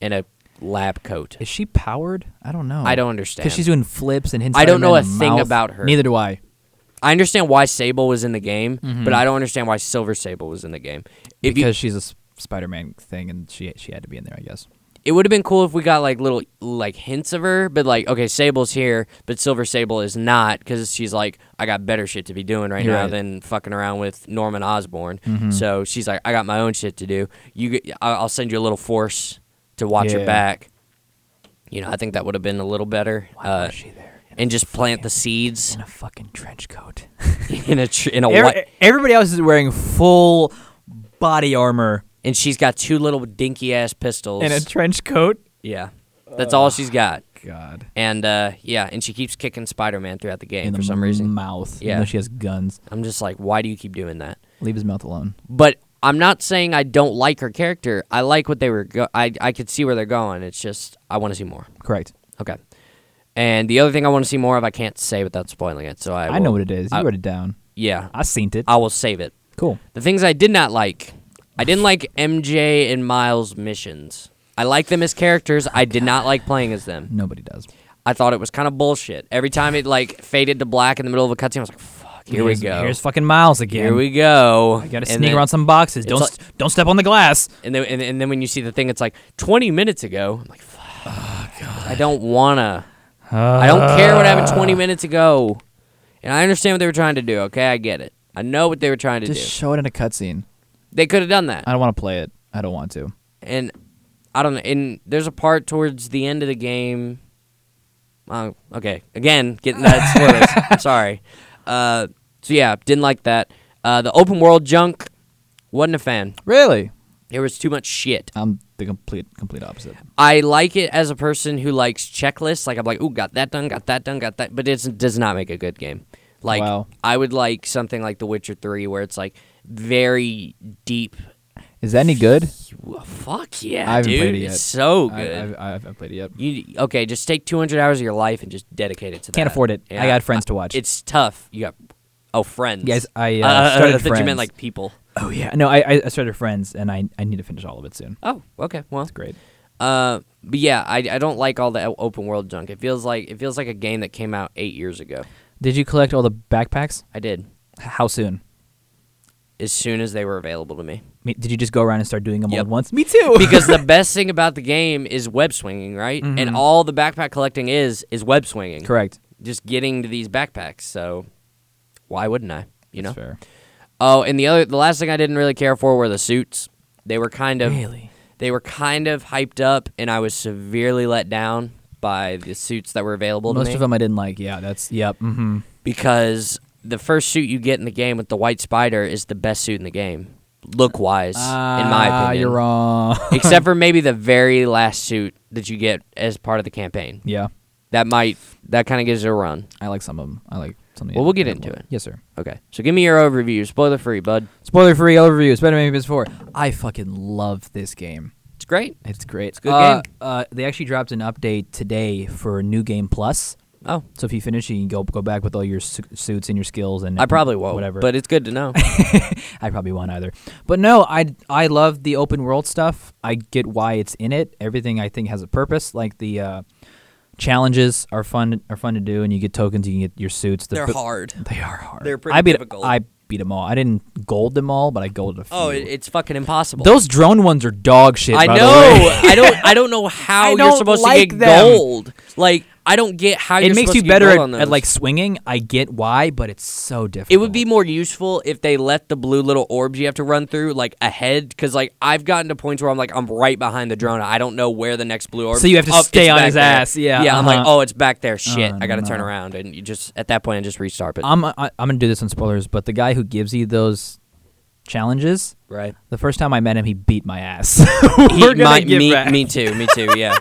Speaker 2: and a lab coat.
Speaker 1: Is she powered? I don't know.
Speaker 2: I don't understand.
Speaker 1: Because Oh. she's doing flips and hitting.
Speaker 2: I don't know
Speaker 1: Spider-Man in
Speaker 2: a
Speaker 1: the
Speaker 2: thing
Speaker 1: mouth.
Speaker 2: about her.
Speaker 1: Neither do I.
Speaker 2: I understand why Sable was in the game,
Speaker 1: Mhm.
Speaker 2: but I don't understand why Silver Sable was in the game. If you,
Speaker 1: because she's a s- Spider-Man thing, and she she had to be in there, I guess.
Speaker 2: it would have been cool if we got like little like hints of her, but like okay, Sable's here, but Silver Sable is not because she's like I got better shit to be doing right
Speaker 1: You're
Speaker 2: now
Speaker 1: right.
Speaker 2: than fucking around with Norman Osborn.
Speaker 1: Mhm.
Speaker 2: So she's like I got my own shit to do. You, g- I- I'll send you a little force to watch
Speaker 1: Yeah.
Speaker 2: your back. You know, I think that would have been a little better. Uh,
Speaker 1: she there?
Speaker 2: and just plant the seeds
Speaker 1: in a fucking trench coat.
Speaker 2: in a tr- in a
Speaker 1: Every-
Speaker 2: white,
Speaker 1: everybody else is wearing full body armor
Speaker 2: and she's got two little dinky ass pistols.
Speaker 1: and a trench coat.
Speaker 2: yeah, that's all she's got.
Speaker 1: God.
Speaker 2: And uh, yeah, and she keeps kicking Spider-Man throughout the game
Speaker 1: in
Speaker 2: for
Speaker 1: the
Speaker 2: some reason.
Speaker 1: mouth. Yeah.
Speaker 2: Yeah.
Speaker 1: she has guns.
Speaker 2: I'm just like, why do you keep doing that?
Speaker 1: Leave his mouth alone.
Speaker 2: But I'm not saying I don't like her character. I like what they were. Go- I I could see where they're going. It's just I want to see more.
Speaker 1: Correct.
Speaker 2: Okay. And the other thing I want to see more of, I can't say without spoiling it. So I.
Speaker 1: I,
Speaker 2: will-
Speaker 1: know what it is. You
Speaker 2: I-
Speaker 1: wrote it down.
Speaker 2: Yeah,
Speaker 1: I seen it.
Speaker 2: I will save it.
Speaker 1: cool.
Speaker 2: The things I did not like, I didn't like MJ and Miles' missions. I like them as characters. I did not like playing as them.
Speaker 1: Nobody does.
Speaker 2: I thought it was kind of bullshit. Every time it like faded to black in the middle of a cutscene, I was like, "Fuck, here
Speaker 1: here's,
Speaker 2: we go,
Speaker 1: Here's fucking Miles again.
Speaker 2: here we go."
Speaker 1: I gotta
Speaker 2: And
Speaker 1: sneak
Speaker 2: then-
Speaker 1: around some boxes.
Speaker 2: it's
Speaker 1: Don't
Speaker 2: like-
Speaker 1: st- don't step on the glass.
Speaker 2: And then and, and then when you see the thing, it's like 20 minutes ago. I'm like, "Fuck, I don't wanna.
Speaker 1: Uh,
Speaker 2: I don't care what happened 20 minutes ago. And I understand what they were trying to do. Okay, I get it. I know what they were trying to
Speaker 1: Just
Speaker 2: do.
Speaker 1: show it in a cutscene.
Speaker 2: they could have done that.
Speaker 1: I don't want to play it. I don't want to.
Speaker 2: and I don't know. And there's a part towards the end of the game. Uh, okay, again, getting that spoilers. Sorry. Uh, so yeah, didn't like that. Uh, the open world junk wasn't a fan.
Speaker 1: Really?
Speaker 2: There was too much shit.
Speaker 1: I'm the complete complete opposite.
Speaker 2: I like it as a person who likes checklists. Like I'm like, ooh, got that done, got that done, got that. But it does not make a good game. Like
Speaker 1: Wow.
Speaker 2: I would like something like The Witcher Three, where it's like very deep.
Speaker 1: Is that any good?
Speaker 2: Fuck yeah,
Speaker 1: I haven't
Speaker 2: dude!
Speaker 1: played it yet.
Speaker 2: It's so
Speaker 1: I-
Speaker 2: good.
Speaker 1: I, I haven't played it yet.
Speaker 2: You okay? Just take 200 hours of your life and just dedicate it to that. Uh,
Speaker 1: Can't afford it. I got friends to watch.
Speaker 2: It's tough. You got oh friends.
Speaker 1: Guys, I uh,
Speaker 2: I
Speaker 1: started
Speaker 2: thought
Speaker 1: Friends.
Speaker 2: you meant like people.
Speaker 1: oh yeah, no, I I- I started Friends, and I I need to finish all of it soon.
Speaker 2: Oh, okay. Well,
Speaker 1: It's great.
Speaker 2: uh, but yeah, I, I don't like all the o- open world junk. It feels like it feels like a game that came out eight years ago.
Speaker 1: Did you collect all the backpacks?
Speaker 2: I did
Speaker 1: H- How soon?
Speaker 2: as soon as they were available to me
Speaker 1: Me- Did you just go around and start doing them all
Speaker 2: Yep.
Speaker 1: at once? Me too.
Speaker 2: because the best thing about the game is web swinging, right? And all the backpack collecting is is web swinging.
Speaker 1: Mm-hmm. Correct.
Speaker 2: Just getting to these backpacks. So why wouldn't I? You know.
Speaker 1: That's fair.
Speaker 2: Oh, and the other, the last thing I didn't really care for were the suits. They were kind of,
Speaker 1: Really?
Speaker 2: they were kind of hyped up, and I was severely let down by the suits that were available to
Speaker 1: Most
Speaker 2: me.
Speaker 1: of them I didn't like. Yeah, that's yep. Mm-hmm.
Speaker 2: because the first suit you get in the game with the white spider is the best suit in the game, look wise, in my opinion.
Speaker 1: Ah, you're wrong.
Speaker 2: Except for maybe the very last suit that you get as part of the campaign.
Speaker 1: yeah,
Speaker 2: That might, that kind of gives it a run.
Speaker 1: I like some of them. I like something.
Speaker 2: Well, we'll get into it.
Speaker 1: Yes, sir.
Speaker 2: Okay, so give me your overview, spoiler free, bud.
Speaker 1: Spoiler free overview. Spider-Man: Phase Four. I fucking love this game.
Speaker 2: It's great.
Speaker 1: It's great. It's
Speaker 2: a good
Speaker 1: uh,
Speaker 2: game.
Speaker 1: Uh, they actually dropped an update today for New Game Plus.
Speaker 2: Oh,
Speaker 1: So if you finish it, you can go go back with all your su- suits and your skills and
Speaker 2: I probably won't.
Speaker 1: Whatever.
Speaker 2: but it's good to know.
Speaker 1: I probably won't either. But no, I I love the open world stuff. I get why it's in it. Everything I think has a purpose. Like the uh, challenges are fun are fun to do, and you get tokens. You can get your suits. The
Speaker 2: They're
Speaker 1: bu-
Speaker 2: hard.
Speaker 1: They are hard.
Speaker 2: They're pretty
Speaker 1: I beat,
Speaker 2: difficult.
Speaker 1: I beat them all. I didn't gold them all, but I golded a few.
Speaker 2: Oh, it, it's fucking impossible.
Speaker 1: Those drone ones are dog shit.
Speaker 2: I
Speaker 1: by the
Speaker 2: know.
Speaker 1: way.
Speaker 2: I don't. I don't know how
Speaker 1: I
Speaker 2: you're
Speaker 1: don't
Speaker 2: supposed
Speaker 1: like
Speaker 2: to get
Speaker 1: them.
Speaker 2: gold. Like I don't get how
Speaker 1: it
Speaker 2: you're
Speaker 1: makes
Speaker 2: supposed
Speaker 1: you
Speaker 2: to get
Speaker 1: better
Speaker 2: gold
Speaker 1: at,
Speaker 2: on those.
Speaker 1: at like swinging. I get why, but it's so difficult.
Speaker 2: It would be more useful if they let the blue little orbs you have to run through like ahead, because like I've gotten to points where I'm like I'm right behind the drone. I don't know where the next blue orb.
Speaker 1: So you have to
Speaker 2: Oh, it's
Speaker 1: stay on
Speaker 2: back
Speaker 1: his
Speaker 2: there.
Speaker 1: ass, yeah,
Speaker 2: Yeah. I'm like,
Speaker 1: uh-huh.
Speaker 2: oh, it's back there. Shit.
Speaker 1: Uh,
Speaker 2: I got to turn
Speaker 1: no. Uh,
Speaker 2: around, and you just at that point I just restart it.
Speaker 1: I'm I, I'm gonna do this on spoilers, but the guy who gives you those challenges,
Speaker 2: right.
Speaker 1: the first time I met him, he beat my ass.
Speaker 2: He- my- me, me too. Me too. Yeah.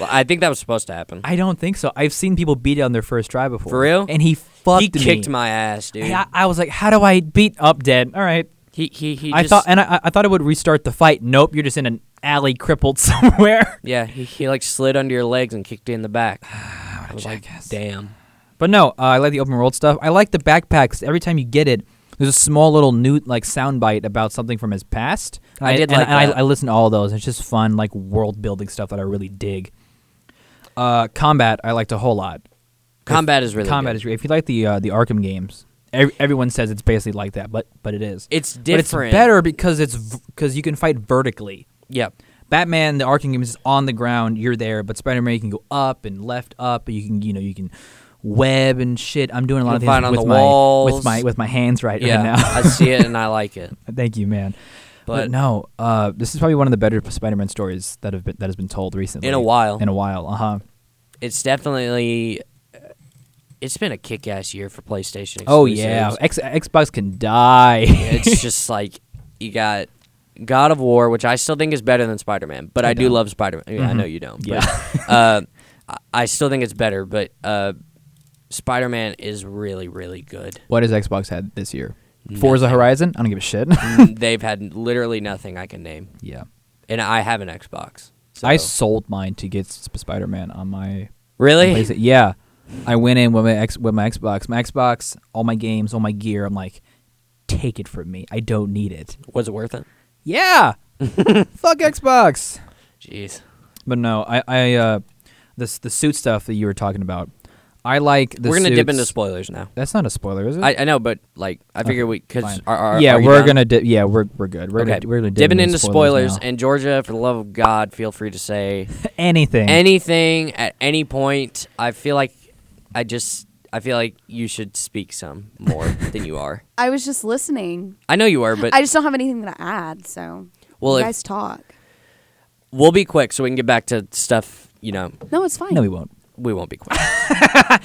Speaker 2: well, I think that was supposed to happen.
Speaker 1: I don't think so. I've seen people beat it on their first try before.
Speaker 2: For real?
Speaker 1: And he fucked
Speaker 2: he
Speaker 1: me.
Speaker 2: kicked my ass, dude.
Speaker 1: And I, I was like, how do I beat up dead? All right.
Speaker 2: he he he.
Speaker 1: I
Speaker 2: just-
Speaker 1: thought, and I, I thought it would restart the fight. Nope, you're just in an alley, crippled somewhere.
Speaker 2: Yeah, he, he like slid under your legs and kicked you in the back. I was like,
Speaker 1: jackass.
Speaker 2: damn.
Speaker 1: But no, uh, I like the open world stuff. I like the backpacks. Every time you get it, there's a small little new like soundbite about something from his past.
Speaker 2: I did
Speaker 1: and,
Speaker 2: like
Speaker 1: and
Speaker 2: that.
Speaker 1: I, I listen to all those. It's just fun, like world building stuff that I really dig. Uh, combat, I liked a whole lot.
Speaker 2: Combat is really
Speaker 1: combat
Speaker 2: good.
Speaker 1: is re- if you like the uh, the Arkham games, ev- everyone says it's basically like that, but but it is.
Speaker 2: It's
Speaker 1: But
Speaker 2: different.
Speaker 1: it's better because it's because you can fight vertically.
Speaker 2: Yep.
Speaker 1: Batman, the Arkham games is on the ground. You're there, but Spider-Man, you can go up and left, up. You can, you know, you can web and shit. I'm doing a lot
Speaker 2: You
Speaker 1: of
Speaker 2: can
Speaker 1: things
Speaker 2: find on
Speaker 1: with
Speaker 2: the
Speaker 1: my with
Speaker 2: walls.
Speaker 1: my with my hands right, right
Speaker 2: Yeah,
Speaker 1: now.
Speaker 2: I see it and I like it.
Speaker 1: Thank you, man. But,
Speaker 2: But-
Speaker 1: no, uh, this is probably one of the better Spider-Man stories that have been that has been told recently
Speaker 2: In a while.
Speaker 1: In a while, uh huh.
Speaker 2: It's definitely. It's been a kick-ass year for PlayStation.
Speaker 1: Oh yeah,
Speaker 2: exclusives.
Speaker 1: X- Xbox can die.
Speaker 2: it's just like you got God of War, which I still think is better than Spider Man, but I, do
Speaker 1: don't. Mm-hmm.
Speaker 2: love Spider Man. Yeah, I know you don't. But, uh, I- I still think it's better, but uh, Spider Man is really, really good.
Speaker 1: what has Xbox had this year? Forza Horizon. I don't give a shit.
Speaker 2: Mm, They've had literally nothing I can name,
Speaker 1: yeah,
Speaker 2: and I have an Xbox. So.
Speaker 1: I sold mine to get Sp- Spider-Man on my
Speaker 2: really
Speaker 1: Place it- Yeah, I went in with my ex- with my Xbox, my Xbox, all my games, all my gear. I'm like, take it from me. I don't need it.
Speaker 2: was it worth it?
Speaker 1: Yeah, fuck Xbox.
Speaker 2: Jeez,
Speaker 1: But no, I I uh, this the suit stuff that you were talking about. I like the.
Speaker 2: we're gonna dip into
Speaker 1: suits-
Speaker 2: spoilers now.
Speaker 1: That's not a spoiler, is it?
Speaker 2: I, I know, but like I figure we because
Speaker 1: Fine.
Speaker 2: our, our,
Speaker 1: yeah,
Speaker 2: are you
Speaker 1: we're
Speaker 2: done?
Speaker 1: gonna dip. Yeah, we're we're good. We're
Speaker 2: okay
Speaker 1: gonna we're gonna dip
Speaker 2: dipping into spoilers,
Speaker 1: now.
Speaker 2: and Georgia, for the love of God, feel free to say
Speaker 1: anything.
Speaker 2: anything at any point. I feel like I just I feel like you should speak some more than you are.
Speaker 3: I was just listening.
Speaker 2: I know you are, but
Speaker 3: I just don't have anything to add. So
Speaker 2: Well,
Speaker 3: you
Speaker 2: if-
Speaker 3: guys talk.
Speaker 2: we'll be quick so we can get back to stuff. You know,
Speaker 3: No, it's fine.
Speaker 1: no, we won't.
Speaker 2: we won't be quick.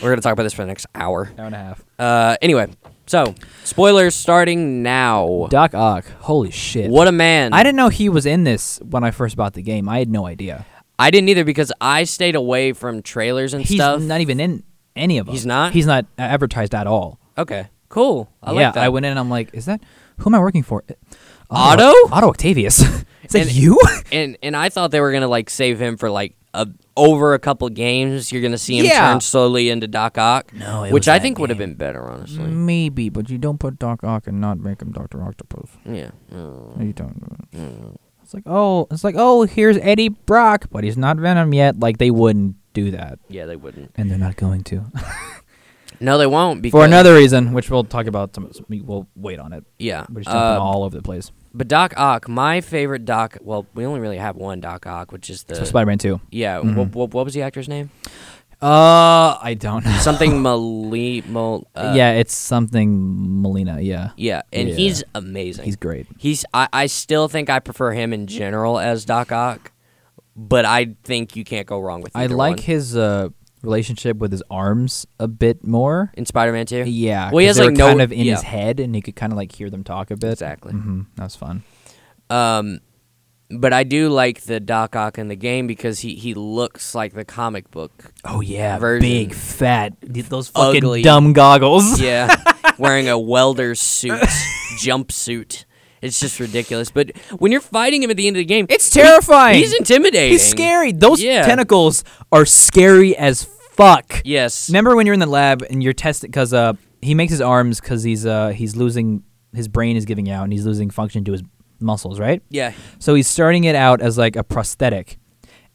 Speaker 2: we're gonna talk about this for the next hour.
Speaker 1: Hour and a half.
Speaker 2: Uh, anyway, so spoilers starting now.
Speaker 1: Doc Ock. Holy shit.
Speaker 2: What a man!
Speaker 1: I didn't know he was in this when I first bought the game. I had no idea.
Speaker 2: I didn't either because I stayed away from trailers and
Speaker 1: He's
Speaker 2: stuff.
Speaker 1: not even in any of them.
Speaker 2: He's not?
Speaker 1: He's not advertised at all.
Speaker 2: okay, cool. I
Speaker 1: e- yeah,
Speaker 2: like that.
Speaker 1: I went in and I'm like, is that who am I working for? Uh,
Speaker 2: Otto?
Speaker 1: Otto Octavius. is that
Speaker 2: And-
Speaker 1: you?
Speaker 2: and and I thought they were gonna like save him for like a, over a couple games. You're gonna see him
Speaker 1: Yeah.
Speaker 2: turn slowly into Doc Ock.
Speaker 1: No, it
Speaker 2: which
Speaker 1: was
Speaker 2: I
Speaker 1: that
Speaker 2: think would have
Speaker 1: game.
Speaker 2: been better, honestly.
Speaker 1: Maybe, but you don't put Doc Ock and not make him Doctor Octopus.
Speaker 2: Yeah. Mm.
Speaker 1: You don't. It's like oh, it's like oh, here's Eddie Brock, but he's not Venom yet. Like they wouldn't do that,
Speaker 2: Yeah, they wouldn't.
Speaker 1: and they're not going to
Speaker 2: No, they won't. Because,
Speaker 1: for another reason, which we'll talk about. Some, we'll wait on it.
Speaker 2: Yeah.
Speaker 1: We're just
Speaker 2: Uh,
Speaker 1: jumping all over the place.
Speaker 2: but Doc Ock, my favorite Doc. Well, we only really have one Doc Ock, which is the.
Speaker 1: So Mm-hmm. Spider-Man Two.
Speaker 2: yeah. wh- wh- What, was the actor's name?
Speaker 1: Uh, I don't know.
Speaker 2: Something Mali. Mal, uh,
Speaker 1: yeah, it's something Molina. Yeah,
Speaker 2: Yeah, and
Speaker 1: Yeah.
Speaker 2: he's amazing.
Speaker 1: he's great.
Speaker 2: He's I, I still think I prefer him in general as Doc Ock, but I think you can't go wrong with.
Speaker 1: I
Speaker 2: either
Speaker 1: like
Speaker 2: one.
Speaker 1: his uh, relationship with his arms a bit more.
Speaker 2: in Spider Man Two.
Speaker 1: Yeah,
Speaker 2: well, he
Speaker 1: 'cause
Speaker 2: has
Speaker 1: they
Speaker 2: like
Speaker 1: were
Speaker 2: no
Speaker 1: kind of in
Speaker 2: yeah,
Speaker 1: Mm-hmm. his head, and you could kind of like hear them talk a bit.
Speaker 2: Exactly.
Speaker 1: hmm That was fun.
Speaker 2: Um, But I do like the Doc Ock in the game because he, he looks like the comic book.
Speaker 1: Oh yeah,
Speaker 2: version.
Speaker 1: big fat th- those fucking
Speaker 2: Ugly.
Speaker 1: dumb goggles.
Speaker 2: Yeah, wearing a welder's suit, jumpsuit. It's just ridiculous. But when you're fighting him at the end of the game,
Speaker 1: It's terrifying.
Speaker 2: he's intimidating.
Speaker 1: He's scary. Those
Speaker 2: Yeah.
Speaker 1: tentacles are scary as fuck.
Speaker 2: Yes.
Speaker 1: Remember when you're in the lab and you're testing because uh he makes his arms because he's uh he's losing his brain is giving out and he's losing function to his muscles, right?
Speaker 2: yeah.
Speaker 1: So he's starting it out as like a prosthetic,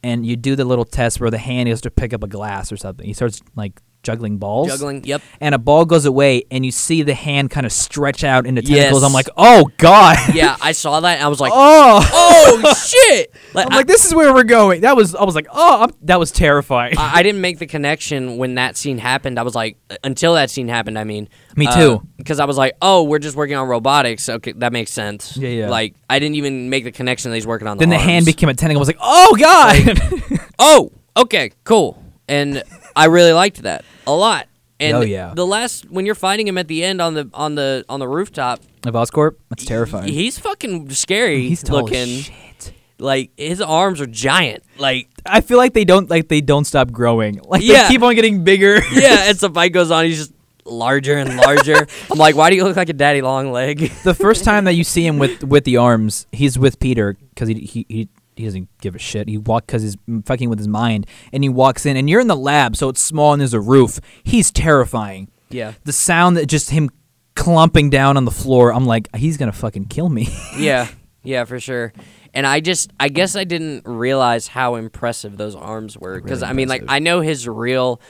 Speaker 1: and you do the little test where the hand has to pick up a glass or something. He starts like juggling balls.
Speaker 2: Juggling. Yep.
Speaker 1: And a ball goes away, and you see the hand kind of stretch out into
Speaker 2: Yes.
Speaker 1: tentacles. I'm like, oh god,
Speaker 2: Yeah, I saw that and I was like,
Speaker 1: oh.
Speaker 2: oh shit! Like,
Speaker 1: I'm
Speaker 2: I-
Speaker 1: like, this is where we're going. That was, I was like, oh, I'm, that was terrifying.
Speaker 2: I, I didn't make the connection when that scene happened. I was like, until that scene happened, I mean.
Speaker 1: Me too.
Speaker 2: Because I was like, oh, we're just working on robotics. Okay, that makes sense.
Speaker 1: Yeah, yeah.
Speaker 2: Like, I didn't even make the connection that he's working on the
Speaker 1: then the hand
Speaker 2: arms.
Speaker 1: became a tentacle. I was like, oh god.
Speaker 2: Oh, okay, cool. And I really liked that a lot. And
Speaker 1: Oh, yeah.
Speaker 2: the last when you're fighting him at the end on the on the on the rooftop,
Speaker 1: of Oscorp, that's terrifying.
Speaker 2: he's fucking scary
Speaker 1: He's tall as
Speaker 2: looking.
Speaker 1: shit.
Speaker 2: Like his arms are giant. Like
Speaker 1: I feel like they don't like they don't stop growing. Like
Speaker 2: Yeah.
Speaker 1: they keep on getting bigger.
Speaker 2: yeah, as the fight goes on, he's just larger and larger. I'm like, why do you look like a daddy long leg?
Speaker 1: the first time that you see him with with the arms, he's with Peter because he, he he he doesn't give a shit. He walk because he's m- fucking with his mind, and he walks in, and you're in the lab, so it's small and there's a roof. He's terrifying.
Speaker 2: Yeah.
Speaker 1: The sound that just him clumping down on the floor, I'm like, he's gonna fucking kill me.
Speaker 2: yeah, yeah, for sure. And I just, I guess I didn't realize how impressive those arms were because I mean, like, I know his real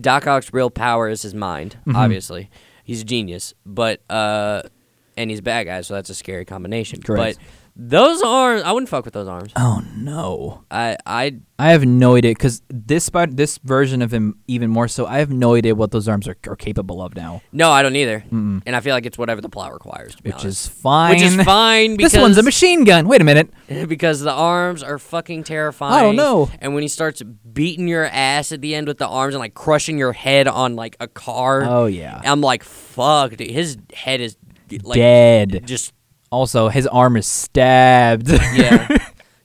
Speaker 2: Doc Ock's real power is his mind.
Speaker 1: Mm-hmm.
Speaker 2: Obviously, he's a genius, but uh, and he's a bad guy, so that's a scary combination.
Speaker 1: Correct.
Speaker 2: But those arms, I wouldn't fuck with those arms.
Speaker 1: oh no.
Speaker 2: I, I,
Speaker 1: I have no idea because this spot, this version of him, even more so. I have no idea what those arms are, are capable of now,
Speaker 2: no, I don't either. And I feel like it's whatever the plot requires, to be
Speaker 1: which
Speaker 2: honest.
Speaker 1: is fine.
Speaker 2: which is fine. Because
Speaker 1: This one's a machine gun. Wait a minute.
Speaker 2: because the arms are fucking terrifying.
Speaker 1: know.
Speaker 2: And when he starts beating your ass at the end with the arms and like crushing your head on like a car,
Speaker 1: Oh yeah,
Speaker 2: I'm like, fuck, dude. His head is like
Speaker 1: dead.
Speaker 2: Just
Speaker 1: Also, his arm is stabbed.
Speaker 2: yeah,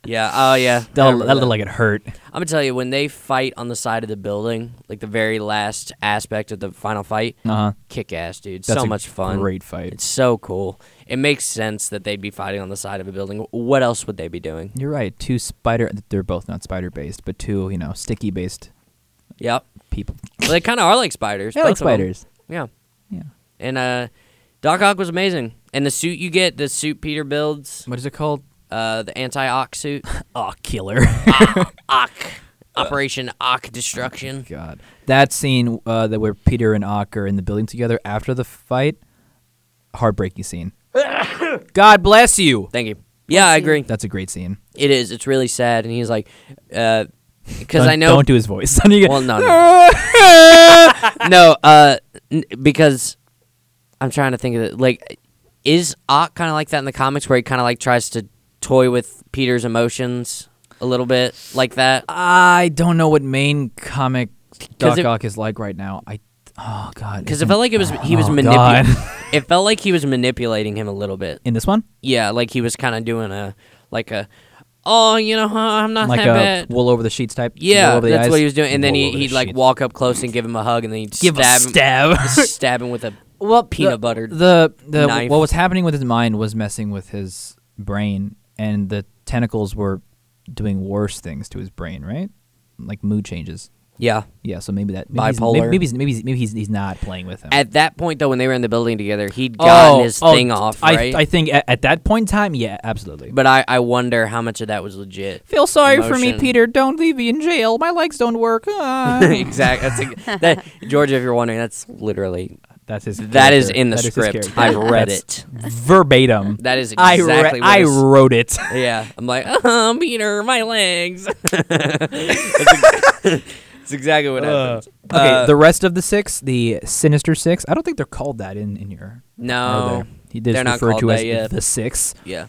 Speaker 2: yeah. Oh yeah. I
Speaker 1: that,
Speaker 2: remember
Speaker 1: that
Speaker 2: that.
Speaker 1: looked like it hurt.
Speaker 2: I'm gonna tell you when they fight on the side of the building, like the very last aspect of the final fight,
Speaker 1: Uh huh.
Speaker 2: kick ass, dude.
Speaker 1: That's
Speaker 2: so
Speaker 1: a
Speaker 2: much fun.
Speaker 1: Great fight.
Speaker 2: It's so cool. It makes sense that they'd be fighting on the side of a building. What else would they be doing?
Speaker 1: You're right. Two spider. They're both not spider based, but two you know sticky based
Speaker 2: Yep.
Speaker 1: people.
Speaker 2: Well, they kind of are like spiders.
Speaker 1: I like
Speaker 2: both of 'em.
Speaker 1: spiders.
Speaker 2: Yeah.
Speaker 1: Yeah.
Speaker 2: And uh, Doc Ock was amazing. And the suit you get, the suit Peter builds,
Speaker 1: What is it called?
Speaker 2: uh, the anti-Ock suit,
Speaker 1: Oh, killer.
Speaker 2: Ock,
Speaker 1: Uh.
Speaker 2: Operation Ock Destruction.
Speaker 1: God. That scene uh, that where Peter and Ock are in the building together after the fight, heartbreaking scene. God bless you.
Speaker 2: Thank you. Yeah,
Speaker 3: Let's
Speaker 2: I
Speaker 3: see.
Speaker 2: agree.
Speaker 1: That's a great scene.
Speaker 2: It is. It's really sad. And he's like, uh, because
Speaker 1: Don't-
Speaker 2: I know.
Speaker 1: Don't do his voice. You get-
Speaker 2: Well, no, no, no. Uh, n- because I'm trying to think of it. Like, is Ock kind of like that in the comics, where he kind of like tries to toy with Peter's emotions a little bit, like that?
Speaker 1: I don't know what main comic Doc
Speaker 2: it-
Speaker 1: Ock is like right now. I oh god.
Speaker 2: Because
Speaker 1: isn't-
Speaker 2: it felt like it was he was
Speaker 1: Oh, God.
Speaker 2: manipulating. It felt like he was manipulating him a little bit.
Speaker 1: in this one,
Speaker 2: Yeah, like he was kind of doing a like a, oh, you know, huh, I'm not
Speaker 1: like
Speaker 2: that
Speaker 1: a
Speaker 2: bad.
Speaker 1: wool over the sheets type. wool
Speaker 2: Yeah,
Speaker 1: over the
Speaker 2: that's
Speaker 1: eyes.
Speaker 2: what he was doing. And then
Speaker 1: Wool
Speaker 2: he,
Speaker 1: over the
Speaker 2: he'd like
Speaker 1: sheets.
Speaker 2: walk up close and give him a hug, and then he'd
Speaker 1: give a
Speaker 2: stab
Speaker 1: stab.
Speaker 2: him, stab him with a
Speaker 1: well,
Speaker 2: peanut
Speaker 1: the-
Speaker 2: butter.
Speaker 1: The the
Speaker 2: knife.
Speaker 1: what was happening with his mind was messing with his brain, and the tentacles were doing worse things to his brain, right? Like mood changes.
Speaker 2: yeah.
Speaker 1: Yeah, so maybe that maybe he's- may-
Speaker 2: Bipolar.
Speaker 1: Maybe he's, maybe he's, maybe he's, he's not playing with him.
Speaker 2: At that point, though, when they were in the building together, he'd gotten his thing off,
Speaker 1: Oh, I,
Speaker 2: right?
Speaker 1: I think at, at that point in time, yeah, absolutely.
Speaker 2: but I, I wonder how much of that was legit.
Speaker 1: Feel sorry for me,
Speaker 2: Emotion.
Speaker 1: Peter. Don't leave me in jail. My legs don't work. Ah.
Speaker 2: exactly. That's a, that, Georgia, if you're wondering, that's literally
Speaker 1: That's his.
Speaker 2: that is
Speaker 1: character.
Speaker 2: in the
Speaker 1: That is his
Speaker 2: script.
Speaker 1: character.
Speaker 2: I've read
Speaker 1: That's
Speaker 2: it.
Speaker 1: verbatim.
Speaker 2: That is
Speaker 1: I re-
Speaker 2: exactly what
Speaker 1: I
Speaker 2: it's-
Speaker 1: wrote it.
Speaker 2: Yeah, I'm like, oh, Peter, my legs. it's, ex- it's exactly what happens.
Speaker 1: Okay,
Speaker 2: Uh,
Speaker 1: the rest of the six, the Sinister Six. I don't think they're called that in in your.
Speaker 2: no,
Speaker 1: Oh, he did
Speaker 2: they're not
Speaker 1: refer
Speaker 2: called
Speaker 1: to
Speaker 2: that
Speaker 1: as
Speaker 2: yet.
Speaker 1: the Six.
Speaker 2: Yeah,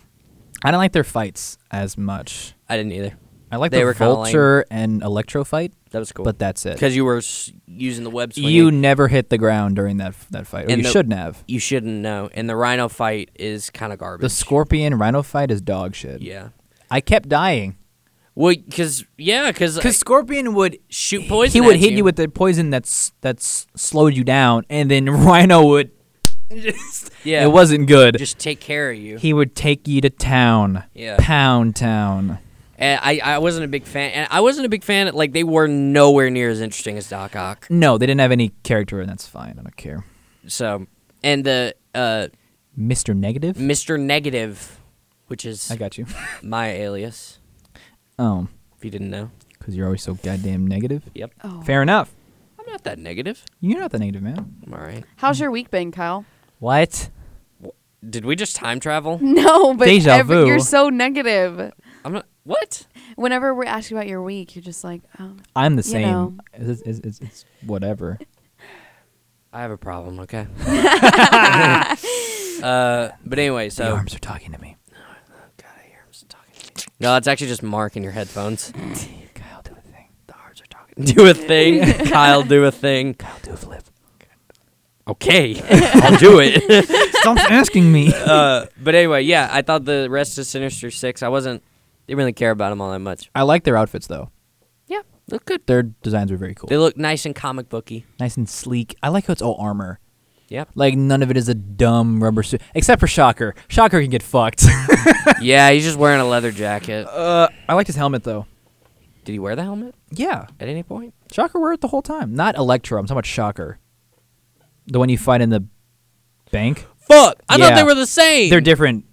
Speaker 1: I don't like their fights as much.
Speaker 2: I didn't either.
Speaker 1: I like
Speaker 2: They
Speaker 1: the
Speaker 2: were kinda lame.
Speaker 1: Vulture and Electro fight,
Speaker 2: That was cool.
Speaker 1: but that's it.
Speaker 2: because you were s- using the web swing,
Speaker 1: You never hit the ground during that that fight, or
Speaker 2: And
Speaker 1: you
Speaker 2: the-
Speaker 1: shouldn't have.
Speaker 2: you shouldn't know. And the rhino fight is kind of garbage.
Speaker 1: The Scorpion Rhino fight is dog shit.
Speaker 2: Yeah.
Speaker 1: I kept dying
Speaker 2: Well, because yeah, because
Speaker 1: because Scorpion would
Speaker 2: shoot poison.
Speaker 1: He would
Speaker 2: at
Speaker 1: hit you. with the poison that's that's slowed you down, and then Rhino would. just-
Speaker 2: Yeah.
Speaker 1: it wasn't good.
Speaker 2: just take care of you.
Speaker 1: he would take you to town.
Speaker 2: Yeah.
Speaker 1: Pound town.
Speaker 2: And I I wasn't a big fan, and I wasn't a big fan. Like they were nowhere near as interesting as Doc Ock.
Speaker 1: No, they didn't have any character, and that's fine. I don't care.
Speaker 2: So and the uh,
Speaker 1: Mister Negative.
Speaker 2: Mister Negative, which is
Speaker 1: I got you.
Speaker 2: my alias,
Speaker 1: Oh,
Speaker 2: if you didn't know.
Speaker 1: because you're always so goddamn negative.
Speaker 2: Yep,
Speaker 3: Oh.
Speaker 1: Fair enough.
Speaker 2: I'm not that negative.
Speaker 1: You're not the negative man.
Speaker 2: I'm all right.
Speaker 3: How's your week been, Kyle?
Speaker 1: What?
Speaker 2: Did we just time travel?
Speaker 3: No, but
Speaker 1: Deja vu.
Speaker 3: you're so negative.
Speaker 2: I'm not. What?
Speaker 3: Whenever we're asked about your week, you're just like, oh,
Speaker 1: I'm the
Speaker 3: You
Speaker 1: same.
Speaker 3: know.
Speaker 1: It's, it's, it's, it's whatever.
Speaker 2: I have a problem. Okay. uh, but anyway, so
Speaker 1: the arms are talking to me.
Speaker 2: God, I hear him talking. to me. No, it's actually just Mark in your headphones.
Speaker 1: Kyle, do a thing.
Speaker 2: The arms are talking. Do a thing, Kyle. Do a thing.
Speaker 1: Kyle, do a flip.
Speaker 2: Okay, I'll do it.
Speaker 1: Stop asking me.
Speaker 2: uh, but anyway, yeah, I thought the rest of Sinister Six. I wasn't. Didn't really care about them all that much.
Speaker 1: I like their outfits though.
Speaker 2: Yeah, look good.
Speaker 1: Their designs were very cool.
Speaker 2: They look nice and comic booky.
Speaker 1: nice and sleek. I like how it's all armor.
Speaker 2: Yep.
Speaker 1: Like none of it is a dumb rubber suit, except for Shocker. Shocker can get fucked.
Speaker 2: yeah, he's just wearing a leather jacket.
Speaker 1: uh, I liked his helmet though.
Speaker 2: Did he wear the helmet
Speaker 1: Yeah,
Speaker 2: at any point?
Speaker 1: Shocker wore it the whole time. Not Electro. I'm talking about Shocker, the one you fight in the bank.
Speaker 2: Fuck! I thought
Speaker 1: Yeah.
Speaker 2: they were the same.
Speaker 1: They're different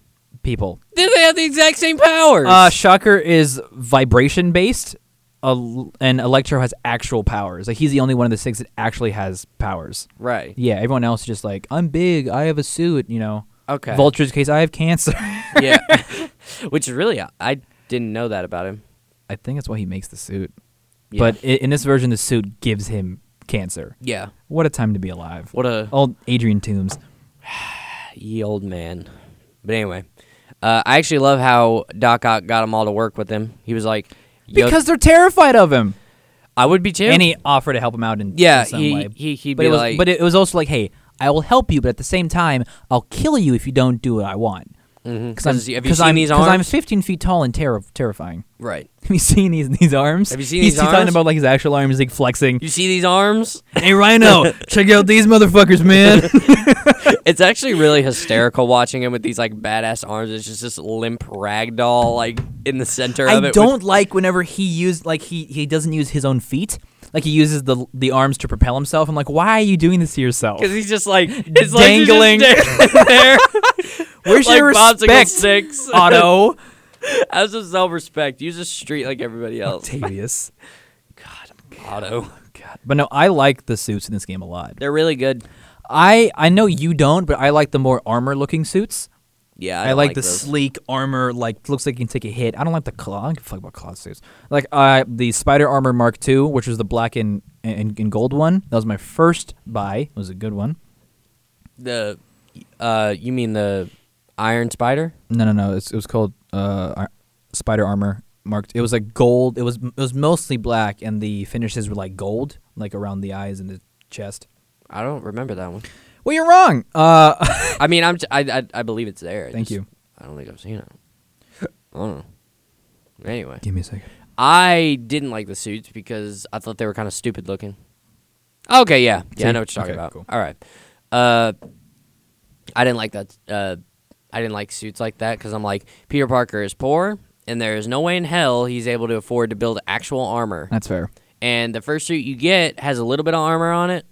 Speaker 1: people.
Speaker 2: Did they have the exact same powers?
Speaker 1: Uh, Shocker is vibration based, el- and Electro has actual powers. Like he's the only one of the six that actually has powers.
Speaker 2: right.
Speaker 1: Yeah, everyone else is just like, I'm big, I have a suit, you know.
Speaker 2: Okay.
Speaker 1: Vulture's case, I have cancer.
Speaker 2: yeah. Which is really, I didn't know that about him.
Speaker 1: I think that's why he makes the suit.
Speaker 2: Yeah.
Speaker 1: But i in this version, the suit gives him cancer.
Speaker 2: yeah,
Speaker 1: What a time to be alive.
Speaker 2: what a
Speaker 1: Old Adrian Toombs.
Speaker 2: ye old man. But anyway, uh, I actually love how Doc Ock got them all to work with him. He was like, yo-
Speaker 1: Because they're terrified of him.
Speaker 2: I would be too.
Speaker 1: And he offered to help him out in, in
Speaker 2: yeah,
Speaker 1: some
Speaker 2: he,
Speaker 1: way.
Speaker 2: he he'd
Speaker 1: but,
Speaker 2: be
Speaker 1: it was,
Speaker 2: like,
Speaker 1: but it was also like, hey, I will help you, but at the same time, I'll kill you if you don't do what I want.
Speaker 2: Mhm.
Speaker 1: I'm,
Speaker 2: have you
Speaker 1: because
Speaker 2: seen
Speaker 1: I'm,
Speaker 2: these
Speaker 1: 'cause I'm
Speaker 2: arms?
Speaker 1: 15 feet tall and terri- terrifying.
Speaker 2: right.
Speaker 1: Have you seen these these arms?
Speaker 2: Have you seen
Speaker 1: he's,
Speaker 2: these
Speaker 1: he's talking
Speaker 2: arms?
Speaker 1: about like his actual arms, like flexing.
Speaker 2: You see these arms?
Speaker 1: hey Rhino, check out these motherfuckers, man.
Speaker 2: it's actually really hysterical watching him with these like badass arms. It's just this limp rag doll like in the center of it.
Speaker 1: I
Speaker 2: with-
Speaker 1: don't like whenever he used like he he doesn't use his own feet. Like he uses the the arms to propel himself. I'm like, why are you doing this to yourself?
Speaker 2: Because he's just like it's
Speaker 1: Dangling.
Speaker 2: dangling like he's just dangling there.
Speaker 1: Where's
Speaker 2: like
Speaker 1: your
Speaker 2: popsicle
Speaker 1: respect,
Speaker 2: sticks.
Speaker 1: Otto?
Speaker 2: Have some self respect. Use the street like everybody
Speaker 1: Oh,
Speaker 2: else.
Speaker 1: Octavius.
Speaker 2: Auto.
Speaker 1: God. But no, I like the suits in this game a lot.
Speaker 2: They're really good.
Speaker 1: I I know you don't, but I like the more armor looking suits.
Speaker 2: Yeah,
Speaker 1: I,
Speaker 2: don't
Speaker 1: like, the
Speaker 2: those.
Speaker 1: sleek armor, like looks like you can take a hit. I don't like the claw. I don't give a fuck about claw suits. Like uh, the Spider Armor Mark II, which was the black and, and and gold one. That was my first buy. It was a good one.
Speaker 2: the. Uh, you mean the Iron Spider?
Speaker 1: No, no, no. It's, it was called uh, Ar- Spider Armor Marked. It was like gold. It was it was mostly black, and the finishes were like gold, like around the eyes and the chest.
Speaker 2: I don't remember that one.
Speaker 1: Well, you're wrong. Uh,
Speaker 2: I mean, I'm. T- I, I I believe it's there. I
Speaker 1: Thank
Speaker 2: just-
Speaker 1: you.
Speaker 2: I don't think I've seen it. I don't know. Anyway,
Speaker 1: give me a second.
Speaker 2: I didn't like the suits because I thought they were kind of stupid looking. Okay, yeah, yeah, I
Speaker 1: See?
Speaker 2: know what you're talking
Speaker 1: Okay,
Speaker 2: about.
Speaker 1: cool.
Speaker 2: All right, uh, I didn't like that. Uh, I didn't like suits like that because I'm like Peter Parker is poor, and there is no way in hell he's able to afford to build actual armor.
Speaker 1: That's fair.
Speaker 2: And the first suit you get has a little bit of armor on it.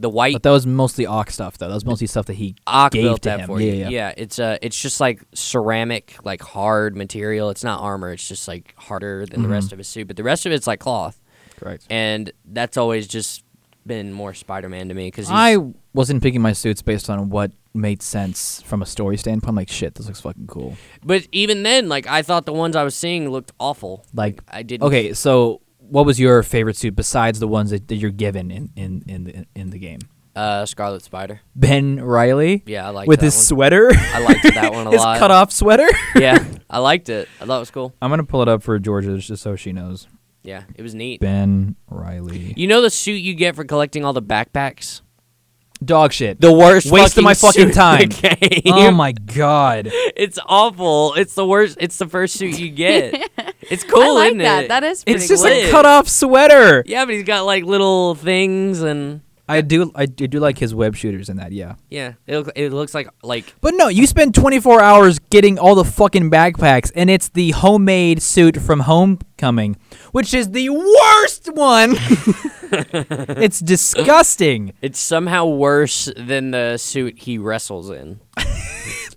Speaker 2: The white
Speaker 1: But that was mostly Ock stuff, though. That was mostly stuff that he
Speaker 2: Ock
Speaker 1: gave
Speaker 2: built
Speaker 1: to
Speaker 2: that
Speaker 1: him.
Speaker 2: for
Speaker 1: yeah,
Speaker 2: you.
Speaker 1: Yeah,
Speaker 2: it's uh, it's just like ceramic, like hard material. It's not armor. It's just like harder than
Speaker 1: Mm-hmm.
Speaker 2: the rest of his suit. But the rest of it's like cloth,
Speaker 1: correct.
Speaker 2: and that's always just been more Spider-Man to me because
Speaker 1: I wasn't picking my suits based on what made sense from a story standpoint. I'm like, shit, this looks fucking cool.
Speaker 2: But even then, like I thought the ones I was seeing looked awful.
Speaker 1: Like,
Speaker 2: I didn't.
Speaker 1: okay, so what was your favorite suit besides the ones that, that you're given in in in the, in the game?
Speaker 2: Uh, Scarlet Spider.
Speaker 1: Ben Riley.
Speaker 2: Yeah, I liked
Speaker 1: with
Speaker 2: that
Speaker 1: his
Speaker 2: one.
Speaker 1: sweater.
Speaker 2: I liked that one a
Speaker 1: his
Speaker 2: lot.
Speaker 1: cut off sweater.
Speaker 2: yeah, I liked it. I thought it was cool.
Speaker 1: I'm gonna pull it up for Georgia just so she knows.
Speaker 2: Yeah, it was neat.
Speaker 1: Ben Riley.
Speaker 2: You know the suit you get for collecting all the backpacks?
Speaker 1: Dog shit.
Speaker 2: The worst
Speaker 1: Waste of
Speaker 2: fucking
Speaker 1: my fucking
Speaker 2: suit
Speaker 1: time.
Speaker 2: Game.
Speaker 1: oh my god.
Speaker 2: It's awful. It's the worst. It's the first suit you get. it's cool,
Speaker 3: I like
Speaker 2: isn't
Speaker 3: that.
Speaker 2: it?
Speaker 3: That is pretty
Speaker 1: It's just
Speaker 2: lit.
Speaker 1: a cut off sweater.
Speaker 2: Yeah, but he's got like little things and
Speaker 1: I do I do I do like his web shooters in that, yeah.
Speaker 2: yeah, it look, it looks like like
Speaker 1: But no, you spend 24 hours getting all the fucking backpacks, and it's the homemade suit from Homecoming, which is the worst one. it's disgusting.
Speaker 2: it's somehow worse than the suit he wrestles in.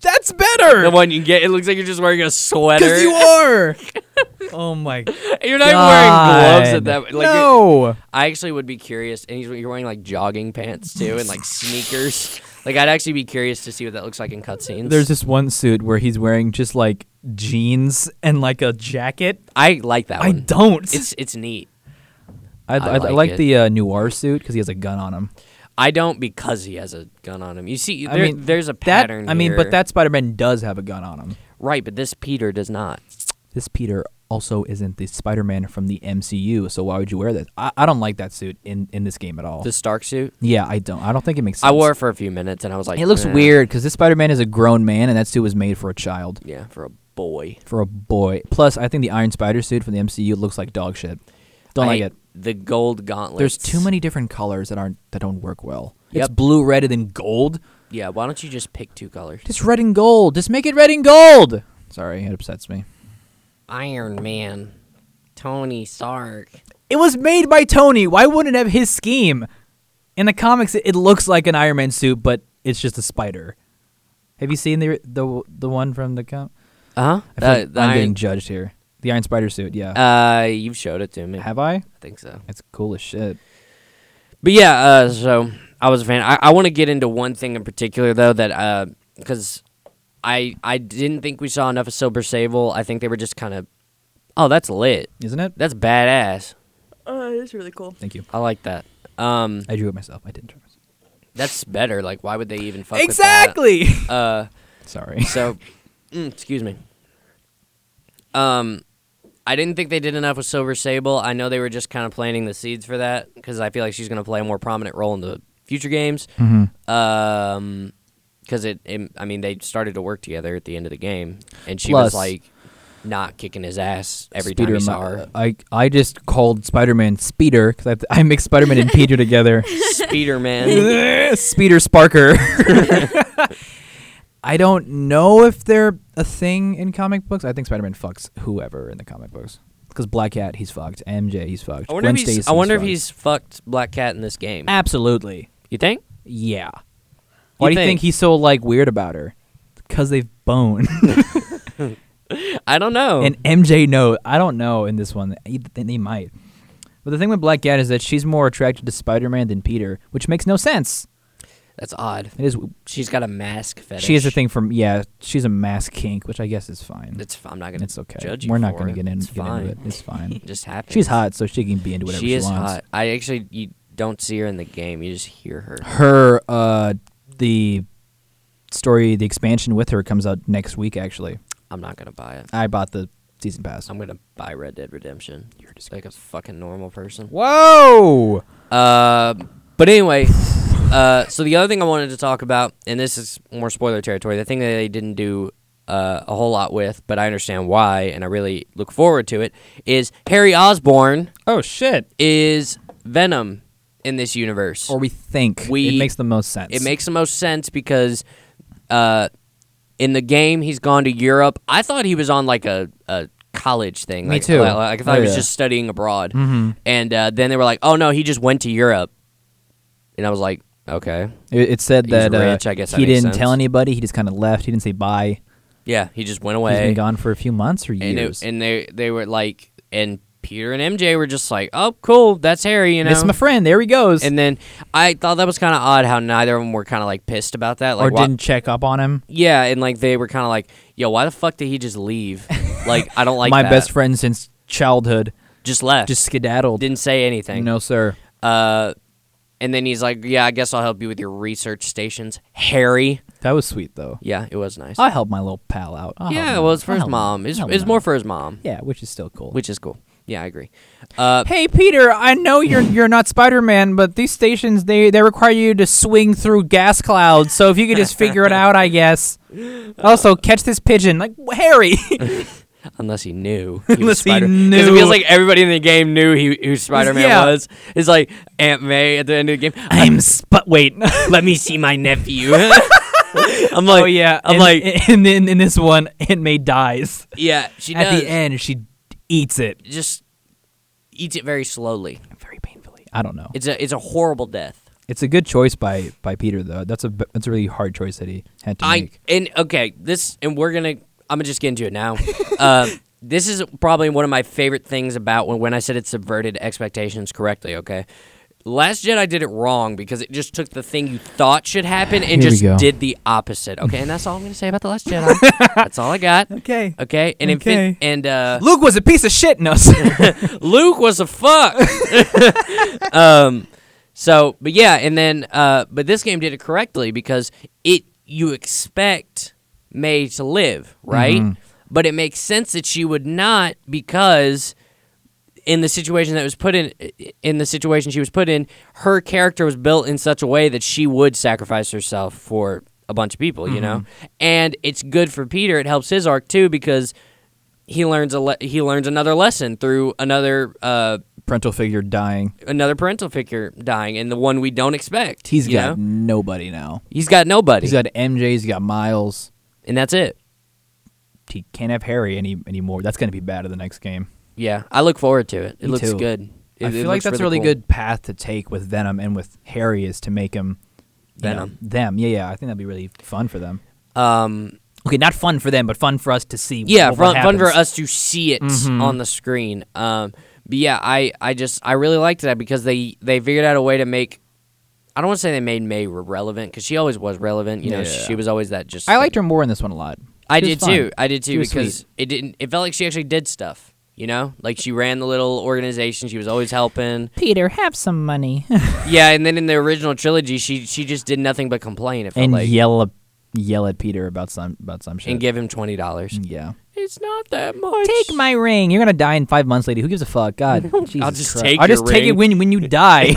Speaker 1: That's
Speaker 2: The
Speaker 1: better
Speaker 2: one you get, it looks like you're just wearing a sweater.
Speaker 1: because you are. oh my god!
Speaker 2: You're not even wearing gloves at that. Like, you're-
Speaker 1: no,
Speaker 2: I actually would be curious, and he's, you're wearing like jogging pants too, and like sneakers. Like I'd actually be curious to see what that looks like in cutscenes.
Speaker 1: there's this one suit where he's wearing just like jeans and like a jacket.
Speaker 2: I like that
Speaker 1: I
Speaker 2: one.
Speaker 1: don't.
Speaker 2: Oh, It's it's neat.
Speaker 1: I, I, I
Speaker 2: like
Speaker 1: like,
Speaker 2: it.
Speaker 1: the uh, noir suit because he has a gun on him.
Speaker 2: I don't because he has a gun on him. You see,
Speaker 1: I
Speaker 2: there-
Speaker 1: mean,
Speaker 2: there's a
Speaker 1: That
Speaker 2: pattern.
Speaker 1: I mean,
Speaker 2: here.
Speaker 1: but that Spider-Man does have a gun on him.
Speaker 2: right, but this Peter does not.
Speaker 1: this Peter also isn't the Spider-Man from the MCU, so why would you wear this? I, I don't like that suit in, in this game at all.
Speaker 2: The Stark suit.
Speaker 1: yeah, I don't. I don't think it makes sense.
Speaker 2: I wore it for a few minutes, and I was like,
Speaker 1: It looks
Speaker 2: "Eh."
Speaker 1: weird because this Spider-Man is a grown man, and that suit was made for a child,
Speaker 2: Yeah, for a boy.
Speaker 1: for a boy. Plus, I think the Iron Spider suit from the MCU looks like dog shit. Don't like
Speaker 2: I-
Speaker 1: it.
Speaker 2: The gold gauntlets.
Speaker 1: There's too many different colors that aren't that don't work well. It's
Speaker 2: Yep.
Speaker 1: blue, red, and then gold.
Speaker 2: Yeah, why don't you just pick two colors?
Speaker 1: Just red and gold. Just make it red and gold. Sorry, it upsets me.
Speaker 2: Iron Man, Tony Stark.
Speaker 1: It was made by Tony. Why wouldn't it have his scheme? In the comics, it, it looks like an Iron Man suit, but it's just a spider. Have you seen the the the one from the com?
Speaker 2: Uh-huh.
Speaker 1: I feel
Speaker 2: Uh,
Speaker 1: like
Speaker 2: the
Speaker 1: I'm
Speaker 2: Iron-
Speaker 1: getting judged here. The Iron Spider suit, yeah.
Speaker 2: Uh, you've showed it to me.
Speaker 1: Have I?
Speaker 2: I think so.
Speaker 1: It's cool as shit.
Speaker 2: But yeah, uh, so I was a fan. I, I want to get into one thing in particular though that because I I didn't think we saw enough of Silver Sable. I think they were just kind of, oh, that's lit.
Speaker 1: Isn't it?
Speaker 2: That's badass.
Speaker 3: Oh, it's really cool.
Speaker 1: Thank you.
Speaker 2: I like that. Um,
Speaker 1: I drew it myself. I didn't draw it.
Speaker 2: that's better. Like, why would they even fuck
Speaker 1: Exactly.
Speaker 2: With that? Uh,
Speaker 1: Sorry.
Speaker 2: so, mm, excuse me. Um, I didn't think they did enough with Silver Sable. I know they were just kind of planting the seeds for that because I feel like she's going to play a more prominent role in the future games.
Speaker 1: Mm-hmm.
Speaker 2: Um, because it, it, I mean, they started to work together at the end of the game, and she was
Speaker 1: Plus-
Speaker 2: like not kicking his ass every
Speaker 1: Speeder,
Speaker 2: time he
Speaker 1: my-
Speaker 2: saw her.
Speaker 1: I I just called Spider Man Speeder because I, I mixed Spider Man and Peter together.
Speaker 2: Speeder man.
Speaker 1: Speeder Sparker. I don't know if they're a thing in comic books. I think Spider-Man fucks whoever in the comic books. Because Black Cat, he's fucked. MJ, he's fucked.
Speaker 2: I wonder,
Speaker 1: Gwen
Speaker 2: if he's,
Speaker 1: Stacy's
Speaker 2: I wonder if
Speaker 1: fucked.
Speaker 2: he's fucked Black Cat in this game.
Speaker 1: absolutely.
Speaker 2: You think?
Speaker 1: Yeah. Why do you
Speaker 2: think?
Speaker 1: think he's so like weird about her? Because they've boned.
Speaker 2: I don't know.
Speaker 1: and MJ, no, I don't know in this one. They, they might. But the thing with Black Cat is that she's more attracted to Spider-Man than Peter, which makes no sense.
Speaker 2: That's odd.
Speaker 1: It is.
Speaker 2: She's got a mask fetish.
Speaker 1: She has a thing from yeah. She's a mass kink, which I guess is fine.
Speaker 2: It's, I'm not gonna.
Speaker 1: It's okay.
Speaker 2: Judge you
Speaker 1: We're not
Speaker 2: for
Speaker 1: going to
Speaker 2: it.
Speaker 1: get, in,
Speaker 2: It's
Speaker 1: get
Speaker 2: fine.
Speaker 1: into it. It's fine.
Speaker 2: It just happens.
Speaker 1: She's hot, so she can be into whatever she,
Speaker 2: she is
Speaker 1: wants.
Speaker 2: hot. I actually you don't see her in the game. You just hear her.
Speaker 1: Her, uh, the story, the expansion with her comes out next week. Actually,
Speaker 2: I'm not gonna buy it.
Speaker 1: I bought the season pass.
Speaker 2: I'm gonna buy Red Dead Redemption. You're just like a fucking normal person.
Speaker 1: Whoa!
Speaker 2: Uh, but anyway, uh, so the other thing I wanted to talk about, and this is more spoiler territory, the thing that they didn't do uh, a whole lot with, but I understand why, and I really look forward to it, is Harry Osborn
Speaker 1: Oh shit!
Speaker 2: is Venom in this universe.
Speaker 1: Or we think
Speaker 2: We-
Speaker 1: it makes the most sense.
Speaker 2: It makes the most sense because uh, in the game he's gone to Europe. I thought he was on like a, a college thing.
Speaker 1: Me
Speaker 2: like,
Speaker 1: too.
Speaker 2: Like, like, I thought
Speaker 1: Oh,
Speaker 2: he was
Speaker 1: yeah. Mm-hmm.
Speaker 2: just studying abroad. And uh, then they were like, "Oh no, he just went to Europe," and I was like, "Okay,
Speaker 1: It, it said
Speaker 2: He's
Speaker 1: that uh,
Speaker 2: rich, I guess that
Speaker 1: he
Speaker 2: makes
Speaker 1: didn't
Speaker 2: sense.
Speaker 1: tell anybody. He just kind of left. He didn't say bye.
Speaker 2: yeah, he just went
Speaker 1: He's
Speaker 2: away."
Speaker 1: been gone for a few months or
Speaker 2: and, it-
Speaker 1: years.
Speaker 2: and they they were like, and Peter and MJ were just like, "Oh, cool, that's Harry," you know.
Speaker 1: Miss my friend. There he goes.
Speaker 2: and then I thought that was kind of odd how neither of them were kind of like pissed about that. Like,
Speaker 1: or
Speaker 2: why-
Speaker 1: didn't check up on him.
Speaker 2: Yeah, and like they were kind of like, "Yo, why the fuck did he just leave? like, I don't like
Speaker 1: my
Speaker 2: that.
Speaker 1: best friend since childhood
Speaker 2: just left,
Speaker 1: just skedaddled.
Speaker 2: didn't say anything."
Speaker 1: no sir.
Speaker 2: Uh, and then he's like, "Yeah, I guess I'll help you with your research stations, Harry."
Speaker 1: That was sweet though.
Speaker 2: Yeah, it was nice.
Speaker 1: I help my little pal out. I help
Speaker 2: yeah,
Speaker 1: him
Speaker 2: well,
Speaker 1: out.
Speaker 2: it's for
Speaker 1: I
Speaker 2: his
Speaker 1: help him out.
Speaker 2: mom. It's,
Speaker 1: I help
Speaker 2: it's
Speaker 1: him
Speaker 2: more
Speaker 1: out.
Speaker 2: for his mom,
Speaker 1: Yeah, which is still cool.
Speaker 2: which is cool. Yeah, I agree. Uh,
Speaker 1: Hey Peter, I know you're you're not Spider-Man, but these stations they they require you to swing through gas clouds. So if you could just figure it out, I guess. Also, catch this pigeon, like Harry.
Speaker 2: unless he knew, he
Speaker 1: Unless he
Speaker 2: because it
Speaker 1: knew.
Speaker 2: feels like everybody in the game knew he, who Spider Man
Speaker 1: Yeah.
Speaker 2: was. It's like Aunt May at the end of the game.
Speaker 1: I'm but wait.
Speaker 2: Let me see my nephew. I'm like,
Speaker 1: oh yeah,
Speaker 2: I'm
Speaker 1: and-
Speaker 2: like,
Speaker 1: and then in this one, Aunt May dies
Speaker 2: yeah. She
Speaker 1: at
Speaker 2: does.
Speaker 1: the end. She eats it
Speaker 2: just eats it very slowly.
Speaker 1: very painfully. I don't know.
Speaker 2: It's a it's a horrible death.
Speaker 1: It's a good choice by by Peter though. That's a b- that's a really hard choice that he had to
Speaker 2: I
Speaker 1: make.
Speaker 2: and okay, this and we're gonna. I'm gonna just get into it now. uh, this is probably one of my favorite things about when when I said it subverted expectations correctly. Okay, Last Jedi did it wrong because it just took the thing you thought should happen and
Speaker 1: Here we
Speaker 2: just
Speaker 1: go.
Speaker 2: did the opposite. Okay, and that's all I'm gonna say about the Last Jedi. that's all I got.
Speaker 1: Okay.
Speaker 2: Okay, and
Speaker 1: Okay.
Speaker 2: Infin- and uh,
Speaker 1: Luke was a piece of shit. No.
Speaker 2: Luke was a fuck. um, so, but yeah, and then, uh, but this game did it correctly because it you expect May to live, right? But it makes sense that she would not because in the situation that was put in, in the situation she was put in, her character was built in such a way that she would sacrifice herself for a bunch of people, you know.
Speaker 1: Mm-hmm.
Speaker 2: And it's good for Peter; it helps his arc too because he learns a le- he learns another lesson through another uh,
Speaker 1: Parental figure dying.
Speaker 2: another parental figure dying and the one we don't expect.
Speaker 1: He's
Speaker 2: you
Speaker 1: got
Speaker 2: know?
Speaker 1: nobody now.
Speaker 2: he's got nobody,
Speaker 1: He's got MJ. He's got Miles.
Speaker 2: and that's it.
Speaker 1: He can't have Harry any anymore. That's gonna be bad in the next game.
Speaker 2: Yeah, I look forward to it. It
Speaker 1: Me
Speaker 2: looks
Speaker 1: too.
Speaker 2: good. It,
Speaker 1: I
Speaker 2: it
Speaker 1: feel like
Speaker 2: looks
Speaker 1: that's a really
Speaker 2: cool.
Speaker 1: good path to take with Venom and with Harry is to make him you know,
Speaker 2: Venom.
Speaker 1: them. Yeah, yeah. I think that'd be really fun for them.
Speaker 2: Um,
Speaker 1: Okay, not fun for them, but fun for us to see.
Speaker 2: yeah,
Speaker 1: what
Speaker 2: fun, fun for
Speaker 1: happens. Mm-hmm.
Speaker 2: us to see it on the screen. Um, but yeah, I, I just I really liked that because they they figured out a way to make. I don't want to say they made May relevant because she always was relevant. You know,
Speaker 1: Yeah.
Speaker 2: she was always that just.
Speaker 1: I liked her more in this one a lot.
Speaker 2: I
Speaker 1: She was
Speaker 2: did
Speaker 1: fun.
Speaker 2: too. I did
Speaker 1: She
Speaker 2: too
Speaker 1: was
Speaker 2: because
Speaker 1: sweet.
Speaker 2: it didn't. It felt like she actually did stuff. You know, like she ran the little organization. She was always helping.
Speaker 1: Peter, have some money.
Speaker 2: yeah, and then in the original trilogy, she she just did nothing but complain. It felt
Speaker 1: and
Speaker 2: like
Speaker 1: yell a- yell at Peter about some about some shit.
Speaker 2: and give him twenty dollars.
Speaker 1: yeah.
Speaker 2: It's not that much.
Speaker 1: Mm. Take my ring. You're gonna die in five months, lady. Who gives a fuck? God, Jesus
Speaker 2: just
Speaker 1: Christ.
Speaker 2: take
Speaker 1: I'll
Speaker 2: your
Speaker 1: just take it
Speaker 2: ring.
Speaker 1: when when you die.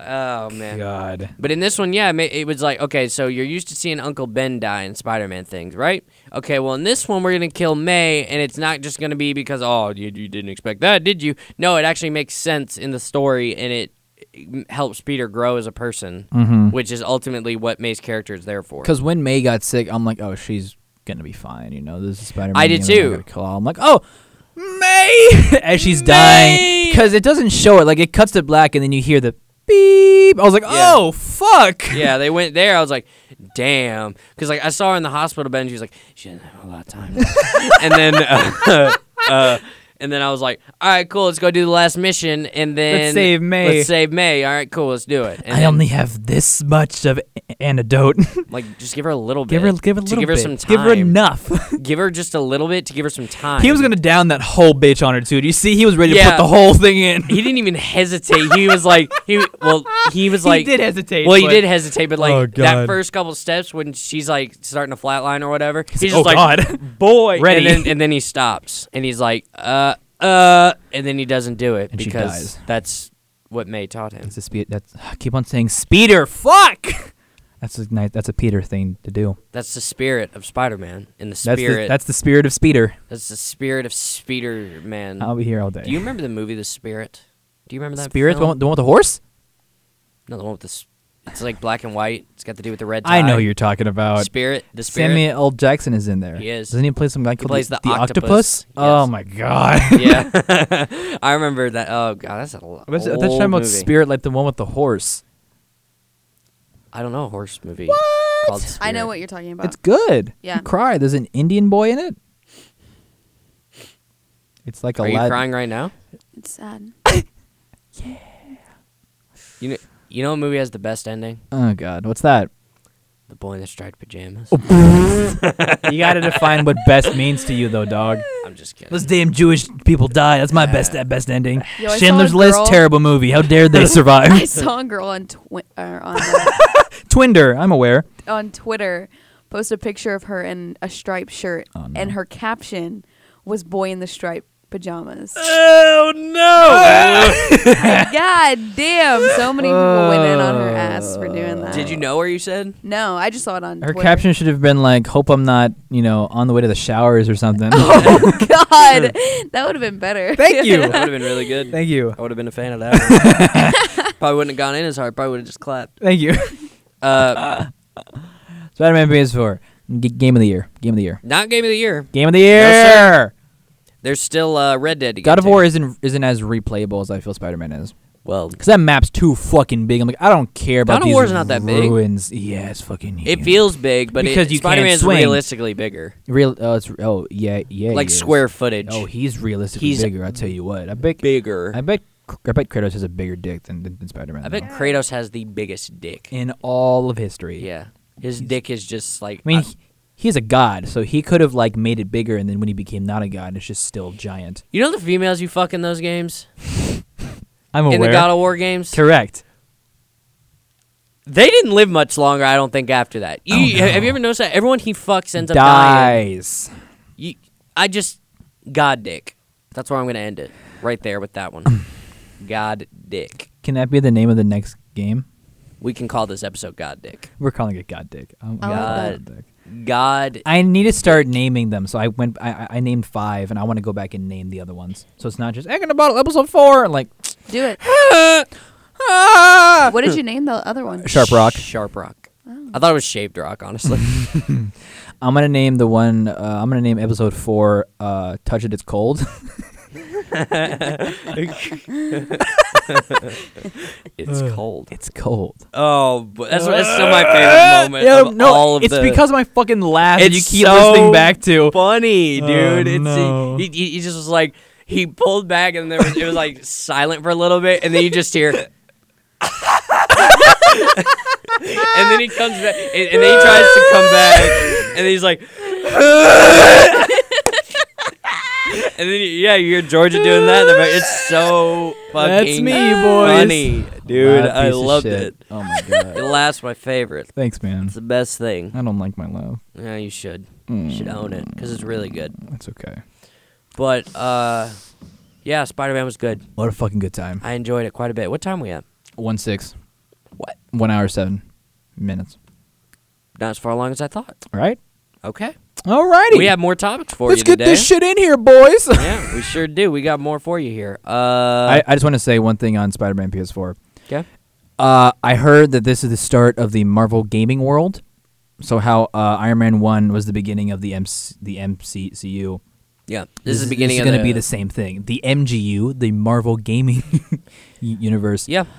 Speaker 2: Oh man.
Speaker 1: God.
Speaker 2: But in this one, yeah, it ma- it was like, okay, so you're used to seeing Uncle Ben die in Spider Man things, right? Okay, well, in this one, we're going to kill May, and it's not just going to be because, oh, you, you didn't expect that, did you? No, it actually makes sense in the story, and it, it helps Peter grow as a person, which is ultimately what May's character is there for.
Speaker 1: Because when May got sick, I'm like, oh, she's gonna be fine. You know, this is Spider-Man.
Speaker 2: I
Speaker 1: game,
Speaker 2: did
Speaker 1: I'm
Speaker 2: too.
Speaker 1: not gonna Call. I'm like, oh, May, as she's dying,
Speaker 2: May!
Speaker 1: because it doesn't show it. Like it cuts to black, and then you hear the beep. I was like,
Speaker 2: Yeah.
Speaker 1: oh, fuck.
Speaker 2: yeah, they went there. I was like, damn. Because, like, I saw her in the hospital bed, and she was like, she doesn't have a lot of time. and then. Uh, uh, and then I was like, "All right, cool. Let's go do the last mission, and then
Speaker 1: save May.
Speaker 2: Let's save May. All right, cool. Let's do it." And
Speaker 1: I
Speaker 2: then,
Speaker 1: only have this much of a- antidote.
Speaker 2: like just give her a little bit.
Speaker 1: give her, give her a little
Speaker 2: to give her
Speaker 1: bit.
Speaker 2: some time.
Speaker 1: Give her enough.
Speaker 2: Give her just a little bit to give her some time.
Speaker 1: He was gonna down that whole bitch on her too. Do you see? He was ready to
Speaker 2: Yeah.
Speaker 1: put the whole thing in.
Speaker 2: He didn't even hesitate. He was like, he well, he was like,
Speaker 1: did hesitate,
Speaker 2: Well, he
Speaker 1: but-
Speaker 2: did hesitate, but like
Speaker 1: Oh,
Speaker 2: that
Speaker 1: God.
Speaker 2: first couple steps when she's like starting to flatline or whatever, he's,
Speaker 1: oh
Speaker 2: just like,
Speaker 1: God,
Speaker 2: boy,
Speaker 1: Ready.
Speaker 2: and then, and then he stops and he's like, uh, uh, and then he doesn't do it
Speaker 1: And she
Speaker 2: because
Speaker 1: dies.
Speaker 2: that's what May taught him.
Speaker 1: It's a speed. That's I keep on saying speeder. Fuck. That's a nice. That's a Peter thing to do.
Speaker 2: That's the spirit of Spider-Man and the
Speaker 1: That's
Speaker 2: spirit.
Speaker 1: the, that's the spirit of speeder.
Speaker 2: that's the spirit of Spider Man.
Speaker 1: I'll be here all day.
Speaker 2: Do you remember the movie The Spirit? Do you remember that
Speaker 1: spirit? The
Speaker 2: film?
Speaker 1: one, the one with the horse?
Speaker 2: No, the one with this. It's like black and white. It's got to do with the red tie.
Speaker 1: I know you're talking about.
Speaker 2: Spirit. The spirit.
Speaker 1: Samuel L. Jackson is in there.
Speaker 2: He is.
Speaker 1: Doesn't he play some guy called
Speaker 2: plays
Speaker 1: the,
Speaker 2: the
Speaker 1: octopus?
Speaker 2: octopus,
Speaker 1: Oh
Speaker 2: yes.
Speaker 1: my god.
Speaker 2: yeah, I remember that. Oh god, that's a l-
Speaker 1: What's- I thought
Speaker 2: old
Speaker 1: you were talking about
Speaker 2: movie.
Speaker 1: spirit, like the one with the horse.
Speaker 2: I don't know a horse movie. What?
Speaker 3: I know what you're talking about.
Speaker 1: It's good.
Speaker 3: Yeah.
Speaker 1: You cry. There's an Indian boy in it. It's like a.
Speaker 2: Are you
Speaker 1: Aladdin-
Speaker 2: crying right now?
Speaker 3: it's sad.
Speaker 2: You know, you know, what movie has the best ending?
Speaker 1: Oh god, what's that?
Speaker 2: The Boy in the Striped Pajamas.
Speaker 1: Oh. you gotta define what best means to you, though, dog.
Speaker 2: I'm just kidding.
Speaker 1: Those damn Jewish people die. That's my best that best ending.
Speaker 3: Yo, I saw a
Speaker 1: Schindler's List,
Speaker 3: girl-
Speaker 1: terrible movie. How dare they survive?
Speaker 3: I saw a girl on twi- uh, on, uh,
Speaker 1: Twinder, I'm aware.
Speaker 3: on Twitter post a picture of her in a striped shirt,
Speaker 1: Oh, no.
Speaker 3: and her caption was "Boy in the Striped pajamas.
Speaker 2: Oh no!
Speaker 3: God damn! So many people went in on her ass for doing that.
Speaker 2: Did you know her? You said.
Speaker 3: No, I just saw it on
Speaker 1: Her
Speaker 3: Twitter.
Speaker 1: caption should have been like, "Hope I'm not, you know, on the way to the showers or something."
Speaker 3: Oh God, that would have been better.
Speaker 1: Thank you.
Speaker 2: That would have been really good.
Speaker 1: Thank you.
Speaker 2: I would have been a fan of that. one. Probably wouldn't have gone in as hard. Probably would have just clapped.
Speaker 1: Thank you.
Speaker 2: Uh,
Speaker 1: Spider-Man PS4 G- game of the year. Game of the year.
Speaker 2: not game of the year.
Speaker 1: Game of the year.
Speaker 2: There's still uh, Red Dead. To
Speaker 1: God
Speaker 2: get
Speaker 1: of War
Speaker 2: to.
Speaker 1: isn't isn't as replayable as I feel Spider-Man is.
Speaker 2: well.
Speaker 1: Cause that map's too fucking big. I'm like, I don't care about
Speaker 2: God of
Speaker 1: these
Speaker 2: War's not that big.
Speaker 1: ruins. Yeah, it's fucking.
Speaker 2: It
Speaker 1: huge.
Speaker 2: feels big, but
Speaker 1: Because
Speaker 2: it,
Speaker 1: you can't
Speaker 2: Spider-Man is
Speaker 1: swing.
Speaker 2: realistically bigger,
Speaker 1: real. Oh, it's oh yeah yeah.
Speaker 2: like
Speaker 1: he is.
Speaker 2: square footage.
Speaker 1: Oh, he's realistically
Speaker 2: He's
Speaker 1: bigger. I tell you what. I bet.
Speaker 2: bigger.
Speaker 1: I bet. I bet Kratos has a bigger dick than than, than Spider-Man.
Speaker 2: I
Speaker 1: though.
Speaker 2: bet Kratos has the biggest dick.
Speaker 1: in all of history.
Speaker 2: Yeah, his dick is just like.
Speaker 1: I mean,
Speaker 2: uh,
Speaker 1: he, he's a god, so he could have like made it bigger, and then when he became not a god, it's just still giant.
Speaker 2: you know the females you fuck in those games,
Speaker 1: I'm aware.
Speaker 2: in the God of War games.
Speaker 1: Correct.
Speaker 2: They didn't live much longer, I don't think, after that. You,
Speaker 1: Oh,
Speaker 2: Have you ever noticed that everyone he fucks ends up dying?
Speaker 1: Dies.
Speaker 2: You, I just God dick. That's where I'm gonna end it. Right there with that one. God dick.
Speaker 1: Can that be the name of the next game?
Speaker 2: We can call this episode God dick.
Speaker 1: We're calling it God Dick. I'm- I'm calling it
Speaker 2: God.
Speaker 1: Dick.
Speaker 2: God.
Speaker 1: I need to start naming them. So I went. I, I- I named five, and I want to go back and name the other ones. So it's not just egg in a bottle, episode four. Like ah."
Speaker 3: Do it.
Speaker 2: Ah!
Speaker 3: What did you name the other one?
Speaker 1: Sharp Rock.
Speaker 2: Sharp rock. I thought it was shaved rock, honestly.
Speaker 1: I'm gonna name the one. Uh, I'm gonna name episode four. Uh, Touch it, it's cold.
Speaker 2: it's cold.
Speaker 1: it's cold.
Speaker 2: Oh, but that's, that's still my favorite moment
Speaker 1: Yeah,
Speaker 2: of all of
Speaker 1: it's
Speaker 2: the.
Speaker 1: because of my fucking laugh that you
Speaker 2: It's
Speaker 1: keep
Speaker 2: so
Speaker 1: listening back to. oh,
Speaker 2: funny, dude. it's
Speaker 1: no.
Speaker 2: he, he, he just was like he pulled back and there was, it was like silent for a little bit, and then you just hear. and then he comes back, and, and then he tries to come back, and he's like. And then yeah, you hear Georgia doing that. in the back. It's so
Speaker 1: That's
Speaker 2: fucking
Speaker 1: me, boys.
Speaker 2: funny, dude.
Speaker 1: That
Speaker 2: I
Speaker 1: piece of
Speaker 2: loved
Speaker 1: shit.
Speaker 2: it.
Speaker 1: Oh my
Speaker 2: The
Speaker 1: god.
Speaker 2: last my favorite.
Speaker 1: Thanks, man.
Speaker 2: It's the best thing.
Speaker 1: I don't like my laugh.
Speaker 2: Yeah, you should.
Speaker 1: Hmm.
Speaker 2: You should own it because it's really good.
Speaker 1: That's okay.
Speaker 2: But uh, yeah, Spider Man was good.
Speaker 1: What a fucking good time.
Speaker 2: I enjoyed it quite a bit. What time we at?
Speaker 1: One six.
Speaker 2: What?
Speaker 1: One hour seven minutes.
Speaker 2: Not as far along as I thought.
Speaker 1: All right.
Speaker 2: Okay,
Speaker 1: All righty.
Speaker 2: we have more topics for
Speaker 1: Let's
Speaker 2: you
Speaker 1: get
Speaker 2: today.
Speaker 1: this shit in here, boys.
Speaker 2: yeah, we sure do. We got more for you here. Uh,
Speaker 1: I, I just want to say one thing on Spider-Man PS4.
Speaker 2: okay.
Speaker 1: Uh, I heard that this is the start of the Marvel gaming world. So how uh, Iron Man One was the beginning of the MC, the MCU.
Speaker 2: Yeah, this, is the beginning
Speaker 1: This
Speaker 2: of
Speaker 1: is going
Speaker 2: the,
Speaker 1: to be the same thing. The MGU, the Marvel gaming u- universe.
Speaker 2: Yeah, can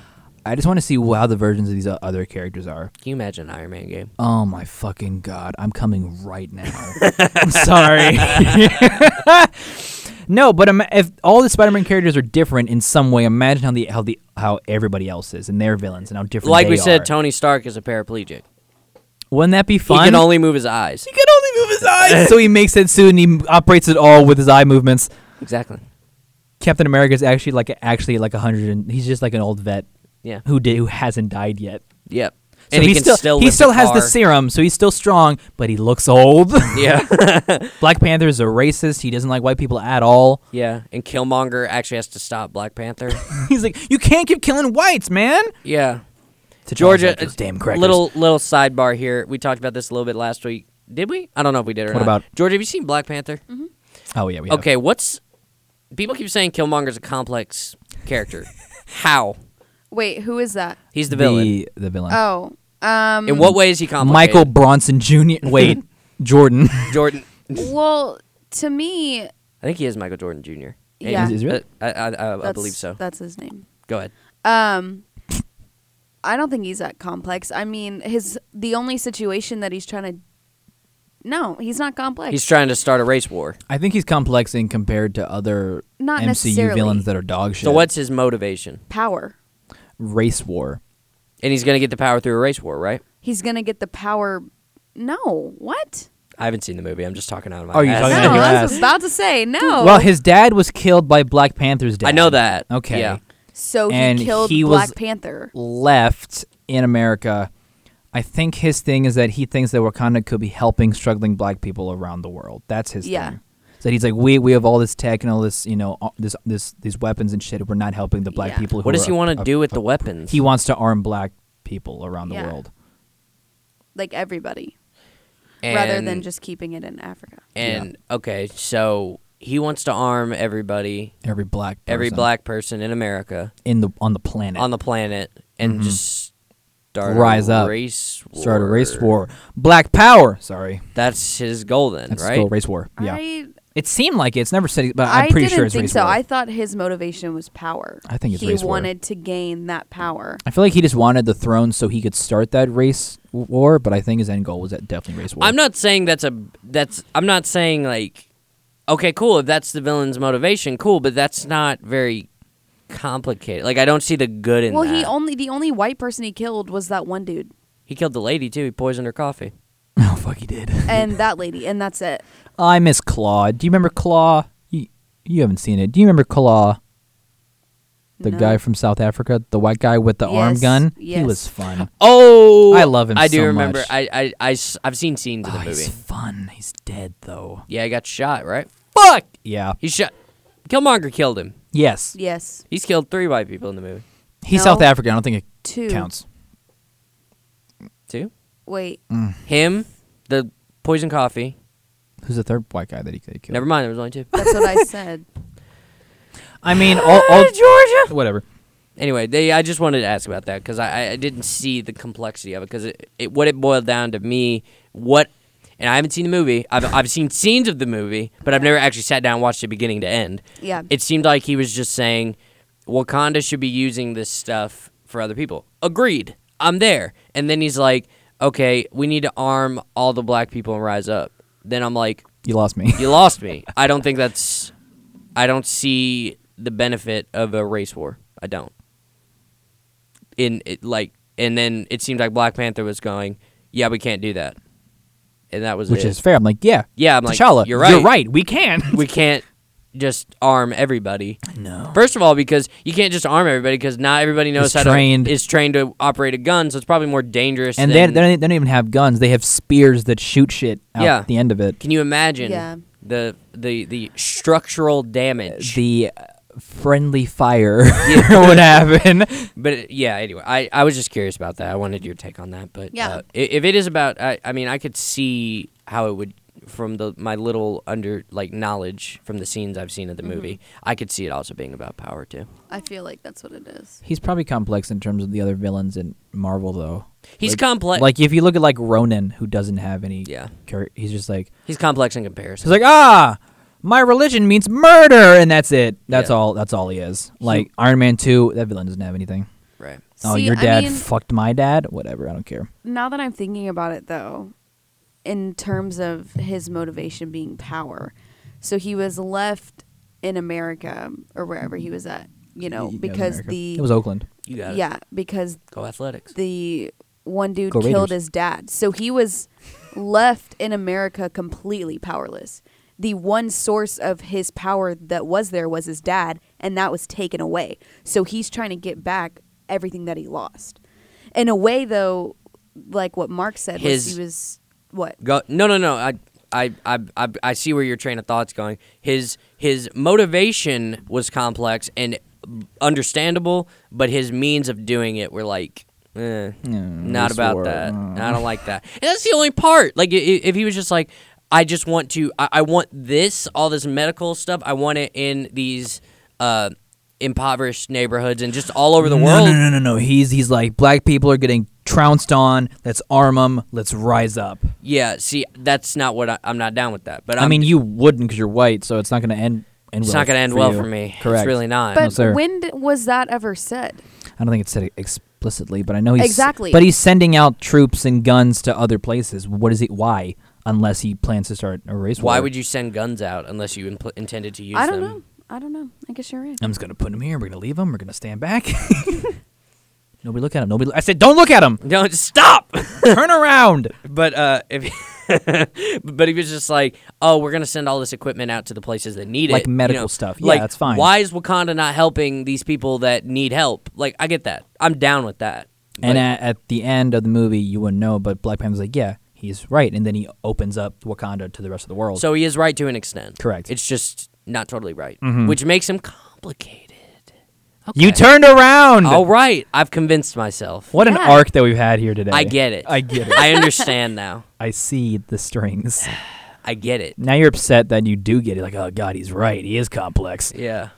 Speaker 1: I just want to see how the versions of these o- other characters are.
Speaker 2: you imagine an Iron Man game?
Speaker 1: Oh my fucking god! I'm coming right now. I'm sorry. no, but ima- if all the Spider-Man characters are different in some way, imagine how the how the how everybody else is and their villains and how different.
Speaker 2: Like
Speaker 1: they
Speaker 2: we said,
Speaker 1: are.
Speaker 2: Tony Stark is a paraplegic.
Speaker 1: wouldn't that be fun?
Speaker 2: He can only move his eyes.
Speaker 1: He can only move his eyes. so he makes that suit and he m- operates it all with his eye movements.
Speaker 2: Exactly.
Speaker 1: Captain America is actually like actually like a hundred and he's just like an old vet
Speaker 2: Yeah.
Speaker 1: who did who hasn't died yet.
Speaker 2: Yep.
Speaker 1: So
Speaker 2: and he,
Speaker 1: he's
Speaker 2: can
Speaker 1: still,
Speaker 2: still
Speaker 1: he
Speaker 2: lift
Speaker 1: still
Speaker 2: a
Speaker 1: has the
Speaker 2: car.
Speaker 1: serum, so he's still strong, but he looks old.
Speaker 2: Yeah.
Speaker 1: Black Panther is a racist. He doesn't like white people at all.
Speaker 2: yeah. And Killmonger actually has to stop Black Panther.
Speaker 1: He's like, you can't keep killing whites, man.
Speaker 2: yeah.
Speaker 1: To
Speaker 2: Georgia,
Speaker 1: those
Speaker 2: uh,
Speaker 1: damn crackers.
Speaker 2: Little little sidebar here. We talked about this a little bit last week. Did we? I don't know if we did or
Speaker 1: What
Speaker 2: not.
Speaker 1: about-
Speaker 2: Georgia? Have you seen Black Panther?
Speaker 1: Oh yeah, we have.
Speaker 2: Okay, what's people keep saying Killmonger's a complex character. How?
Speaker 3: Wait, who is that?
Speaker 2: He's the villain. Oh,
Speaker 1: the the villain.
Speaker 3: Oh, um,
Speaker 2: In what way is he complicated?
Speaker 1: Michael Bronson Jr. Wait, Jordan.
Speaker 2: Jordan.
Speaker 3: well, to me,
Speaker 2: I think he is Michael Jordan Jr.
Speaker 3: Yeah. Is-
Speaker 1: is he really?
Speaker 2: Uh, I, I, I, I
Speaker 3: that's-
Speaker 2: believe so.
Speaker 3: That's his name.
Speaker 2: Go ahead.
Speaker 3: Um, I don't think he's that complex. I mean, his the only situation that he's trying to. No, he's not complex.
Speaker 2: He's trying to start a race war.
Speaker 1: I think he's complex in compared to other
Speaker 3: Not
Speaker 1: MCU
Speaker 3: necessarily.
Speaker 1: villains that are dog shit.
Speaker 2: So what's his motivation?
Speaker 3: power.
Speaker 1: race war?
Speaker 2: And he's going to get the power through a race war, right?
Speaker 3: He's gonna get the power. No, what?
Speaker 2: I haven't seen the movie. I'm just talking out of my
Speaker 1: Oh, you're
Speaker 2: ass.
Speaker 1: talking
Speaker 3: No,
Speaker 1: out of your
Speaker 3: I
Speaker 1: ass.
Speaker 3: was about to say no.
Speaker 1: Well, his dad was killed by Black Panther's dad.
Speaker 2: I know that.
Speaker 1: Okay.
Speaker 2: Yeah.
Speaker 3: so he
Speaker 1: and
Speaker 3: killed
Speaker 1: he
Speaker 3: Black
Speaker 1: was-
Speaker 3: Panther.
Speaker 1: left in America, I think his thing is that he thinks that Wakanda could be helping struggling black people around the world. That's his
Speaker 3: Yeah.
Speaker 1: thing. So he's like, we we have all this tech and all this, you know, all- this this these weapons and shit. We're not helping the black
Speaker 3: Yeah.
Speaker 1: people. Who
Speaker 2: What does he want to
Speaker 1: to
Speaker 2: do with the weapons?
Speaker 1: He wants to arm black people around the
Speaker 3: Yeah.
Speaker 1: world.
Speaker 3: like everybody, rather than
Speaker 2: And-
Speaker 3: just keeping it in Africa.
Speaker 2: And okay, so he wants to arm everybody,
Speaker 1: Every black person
Speaker 2: every black person in America
Speaker 1: in the on the planet
Speaker 2: on the planet, and just start
Speaker 1: Mm-hmm. Rise
Speaker 2: a
Speaker 1: up.
Speaker 2: race war.
Speaker 1: start a race war. Black power. Sorry,
Speaker 2: That's his goal then,
Speaker 1: that's
Speaker 2: right?
Speaker 1: still a race war. Yeah,
Speaker 3: I
Speaker 1: it seemed like it. it's never said, but
Speaker 3: I
Speaker 1: I'm pretty
Speaker 3: didn't
Speaker 1: sure it's
Speaker 3: think
Speaker 1: race
Speaker 3: so.
Speaker 1: war.
Speaker 3: I thought his motivation was power.
Speaker 1: I think it's
Speaker 3: he
Speaker 1: race war.
Speaker 3: wanted to gain that power.
Speaker 1: I feel like he just wanted the throne so he could start that race w- war, but I think his end goal was that definitely race war.
Speaker 2: I'm not saying that's a that's I'm not saying like okay, cool, if that's the villain's motivation, cool, but that's not very complicated. Like I don't see the good in
Speaker 3: Well,
Speaker 2: that.
Speaker 3: he only the only white person he killed was that one dude
Speaker 2: He killed the lady too. He poisoned her coffee.
Speaker 1: Oh fuck, he did.
Speaker 3: and that lady, and that's it.
Speaker 1: I miss Claw. Do you remember Claw? You, you haven't seen it. Do you remember Claw? The
Speaker 3: No.
Speaker 1: guy from South Africa, the white guy with the arm
Speaker 3: Yes,
Speaker 1: gun. He
Speaker 3: yes.
Speaker 1: was fun.
Speaker 2: Oh,
Speaker 1: I love him
Speaker 2: I do
Speaker 1: so
Speaker 2: remember.
Speaker 1: much.
Speaker 2: I I have seen scenes of
Speaker 1: Oh,
Speaker 2: the
Speaker 1: he's
Speaker 2: movie.
Speaker 1: fun. He's dead though.
Speaker 2: Yeah, he got shot, right?
Speaker 1: Fuck. Yeah.
Speaker 2: He shot. Killmonger killed him.
Speaker 1: Yes.
Speaker 3: Yes,
Speaker 2: He's killed three white people in the movie.
Speaker 1: He's
Speaker 3: No.
Speaker 1: South African. I don't think it
Speaker 3: two
Speaker 1: counts.
Speaker 2: Two.
Speaker 3: Wait,
Speaker 2: Him, the poison coffee.
Speaker 1: Who's the third white guy that he, that he killed?
Speaker 2: Never mind, there was only two.
Speaker 3: that's what I said.
Speaker 1: I mean, all, all
Speaker 2: Georgia.
Speaker 1: whatever.
Speaker 2: Anyway, they. I just wanted to ask about that because I, I- I didn't see the complexity of it because it, it what it boiled down to me what. And I haven't seen the movie. I've, I've seen scenes of the movie, but I've
Speaker 3: Yeah.
Speaker 2: never actually sat down and watched it beginning to end.
Speaker 3: Yeah,
Speaker 2: it seemed like he was just saying Wakanda should be using this stuff for other people. Agreed. I'm there. And then he's like, okay, we need to arm all the black people and rise up. Then I'm like,
Speaker 1: You lost me.
Speaker 2: you lost me. I don't think that's. I don't see the benefit of a race war. I don't. In it, like, and then it seemed like Black Panther was going, yeah, we can't do that, and that was
Speaker 1: Which
Speaker 2: it.
Speaker 1: is fair. I'm like, yeah,
Speaker 2: yeah. I'm like,
Speaker 1: T'Challa.
Speaker 2: you're right.
Speaker 1: You're right. We can.
Speaker 2: We can't just arm everybody.
Speaker 1: no.
Speaker 2: First of all, because you can't just arm everybody because not everybody knows
Speaker 1: Is
Speaker 2: how
Speaker 1: trained.
Speaker 2: to is trained to operate a gun, so it's probably more dangerous.
Speaker 1: And they,
Speaker 2: than,
Speaker 1: they, don't, they don't even have guns. They have spears that shoot shit out
Speaker 2: Yeah.
Speaker 1: the end of it.
Speaker 2: can you imagine
Speaker 3: Yeah.
Speaker 2: the the the structural damage?
Speaker 1: The uh, friendly fire would happen.
Speaker 2: but uh, yeah, anyway, I, I was just curious about that. I wanted your take on that, but
Speaker 3: Yeah.
Speaker 2: uh, i- if it is about, I, I mean, I could see how it would from the my little under like knowledge from the scenes I've seen of
Speaker 3: Mm-hmm.
Speaker 2: the movie. I could see it also being about power too.
Speaker 3: I feel like that's what it is.
Speaker 1: He's probably complex in terms of the other villains in Marvel, though.
Speaker 2: He's
Speaker 1: Like-
Speaker 2: complex.
Speaker 1: Like if you look at like Ronan, who doesn't have any.
Speaker 2: yeah,
Speaker 1: char- he's just like
Speaker 2: he's complex in comparison.
Speaker 1: he's like ah, my religion means murder, and that's it. That's
Speaker 2: Yeah.
Speaker 1: all. That's all he is. Like Iron Man two, that villain doesn't have anything.
Speaker 2: right.
Speaker 1: oh,
Speaker 3: See,
Speaker 1: your
Speaker 3: I
Speaker 1: dad
Speaker 3: mean-
Speaker 1: fucked my dad. Whatever. I don't care.
Speaker 3: Now that I'm thinking about it, though, in terms of his motivation being power, so he was left in America or wherever he was at, you
Speaker 1: It
Speaker 3: know,
Speaker 1: was
Speaker 3: Oh, because
Speaker 1: America.
Speaker 3: the
Speaker 1: it was Oakland.
Speaker 2: You got it.
Speaker 3: yeah, because
Speaker 2: Go athletics.
Speaker 3: the one dude
Speaker 1: Go
Speaker 3: killed
Speaker 1: Raiders.
Speaker 3: his dad. So he was left in America completely powerless. The one source of his power that was there was his dad, and that was taken away. So he's trying to get back everything that he lost. In a way, though, like what Mark said, was
Speaker 2: His-
Speaker 3: he was what?
Speaker 2: Go. No, no, no. I, I, I, I, I see where your train of thought's going. His his motivation was complex and understandable, but his means of doing it were like. Eh, not
Speaker 1: this
Speaker 2: about
Speaker 1: war,
Speaker 2: that.
Speaker 1: mm.
Speaker 2: I don't like that. And that's the only part. Like, i- i- if he was just like, I just want to, I, I want this, all this medical stuff. I want it in these uh, impoverished neighborhoods and just all over the
Speaker 1: no,
Speaker 2: world.
Speaker 1: No, no, no, no. He's he's like black people are getting trounced on. Let's arm them. Let's rise up.
Speaker 2: Yeah. See, that's not what I, I'm not down with that. But
Speaker 1: i
Speaker 2: I'm,
Speaker 1: mean, you wouldn't because you're white, so it's not going to end. end
Speaker 2: It's
Speaker 1: well
Speaker 2: not going to end
Speaker 1: for
Speaker 2: well
Speaker 1: you.
Speaker 2: for me.
Speaker 1: Correct.
Speaker 2: It's really not.
Speaker 1: no,
Speaker 3: But
Speaker 1: sir.
Speaker 3: when d- was that ever said?
Speaker 1: I don't think it's said explicitly, but I know he's
Speaker 3: Exactly.
Speaker 1: But he's sending out troops and guns to other places. What is it? Why? Unless he plans to start a race
Speaker 2: Why would you send guns out unless you impl- intended to use
Speaker 3: I don't
Speaker 2: them?
Speaker 3: know. I don't know. I guess you're right.
Speaker 1: I'm just going to put him here. We're going to leave him. We're going to stand back. Nobody look at him. Nobody. Look. I said, don't look at him.
Speaker 2: Don't stop.
Speaker 1: Turn around.
Speaker 2: but uh, if but he was just like, oh, we're gonna send all this equipment out to the places that need
Speaker 1: Like
Speaker 2: it, you
Speaker 1: medical
Speaker 2: know?
Speaker 1: stuff. Yeah,
Speaker 2: like,
Speaker 1: that's fine.
Speaker 2: Why is Wakanda not helping these people that need help? Like, I get that. I'm down with that.
Speaker 1: And
Speaker 2: Like,
Speaker 1: at, at the end of the movie, you wouldn't know, but Black Panther's like, yeah, he's right, and then he opens up Wakanda to the rest of the world.
Speaker 2: So he is right to an extent.
Speaker 1: Correct. Mm-hmm.
Speaker 2: It's just not totally right, which makes him complicated.
Speaker 1: you turned around.
Speaker 2: All right, I've convinced myself.
Speaker 1: What an
Speaker 3: Yeah.
Speaker 1: arc that we've had here today.
Speaker 2: I get it.
Speaker 1: I get it.
Speaker 2: I understand now.
Speaker 1: I see the strings.
Speaker 2: I get it.
Speaker 1: Now you're upset that you do get it. Like, oh god, he's right. He is complex.
Speaker 2: Yeah.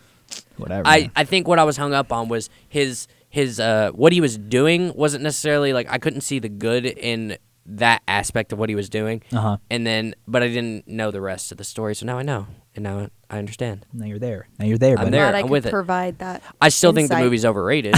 Speaker 1: Whatever.
Speaker 2: I,
Speaker 1: man.
Speaker 2: I think what I was hung up on was his his uh what he was doing wasn't necessarily like I couldn't see the good in that aspect of what he was doing.
Speaker 1: Uh-huh.
Speaker 2: And then but I didn't know the rest of the story, so now I know. And now I understand.
Speaker 1: now you're there. Now you're there.
Speaker 2: I'm
Speaker 1: buddy.
Speaker 2: there.
Speaker 3: Glad I
Speaker 2: I'm
Speaker 3: could
Speaker 2: with it.
Speaker 3: provide that.
Speaker 2: I still think the
Speaker 3: insight.
Speaker 2: movie's overrated.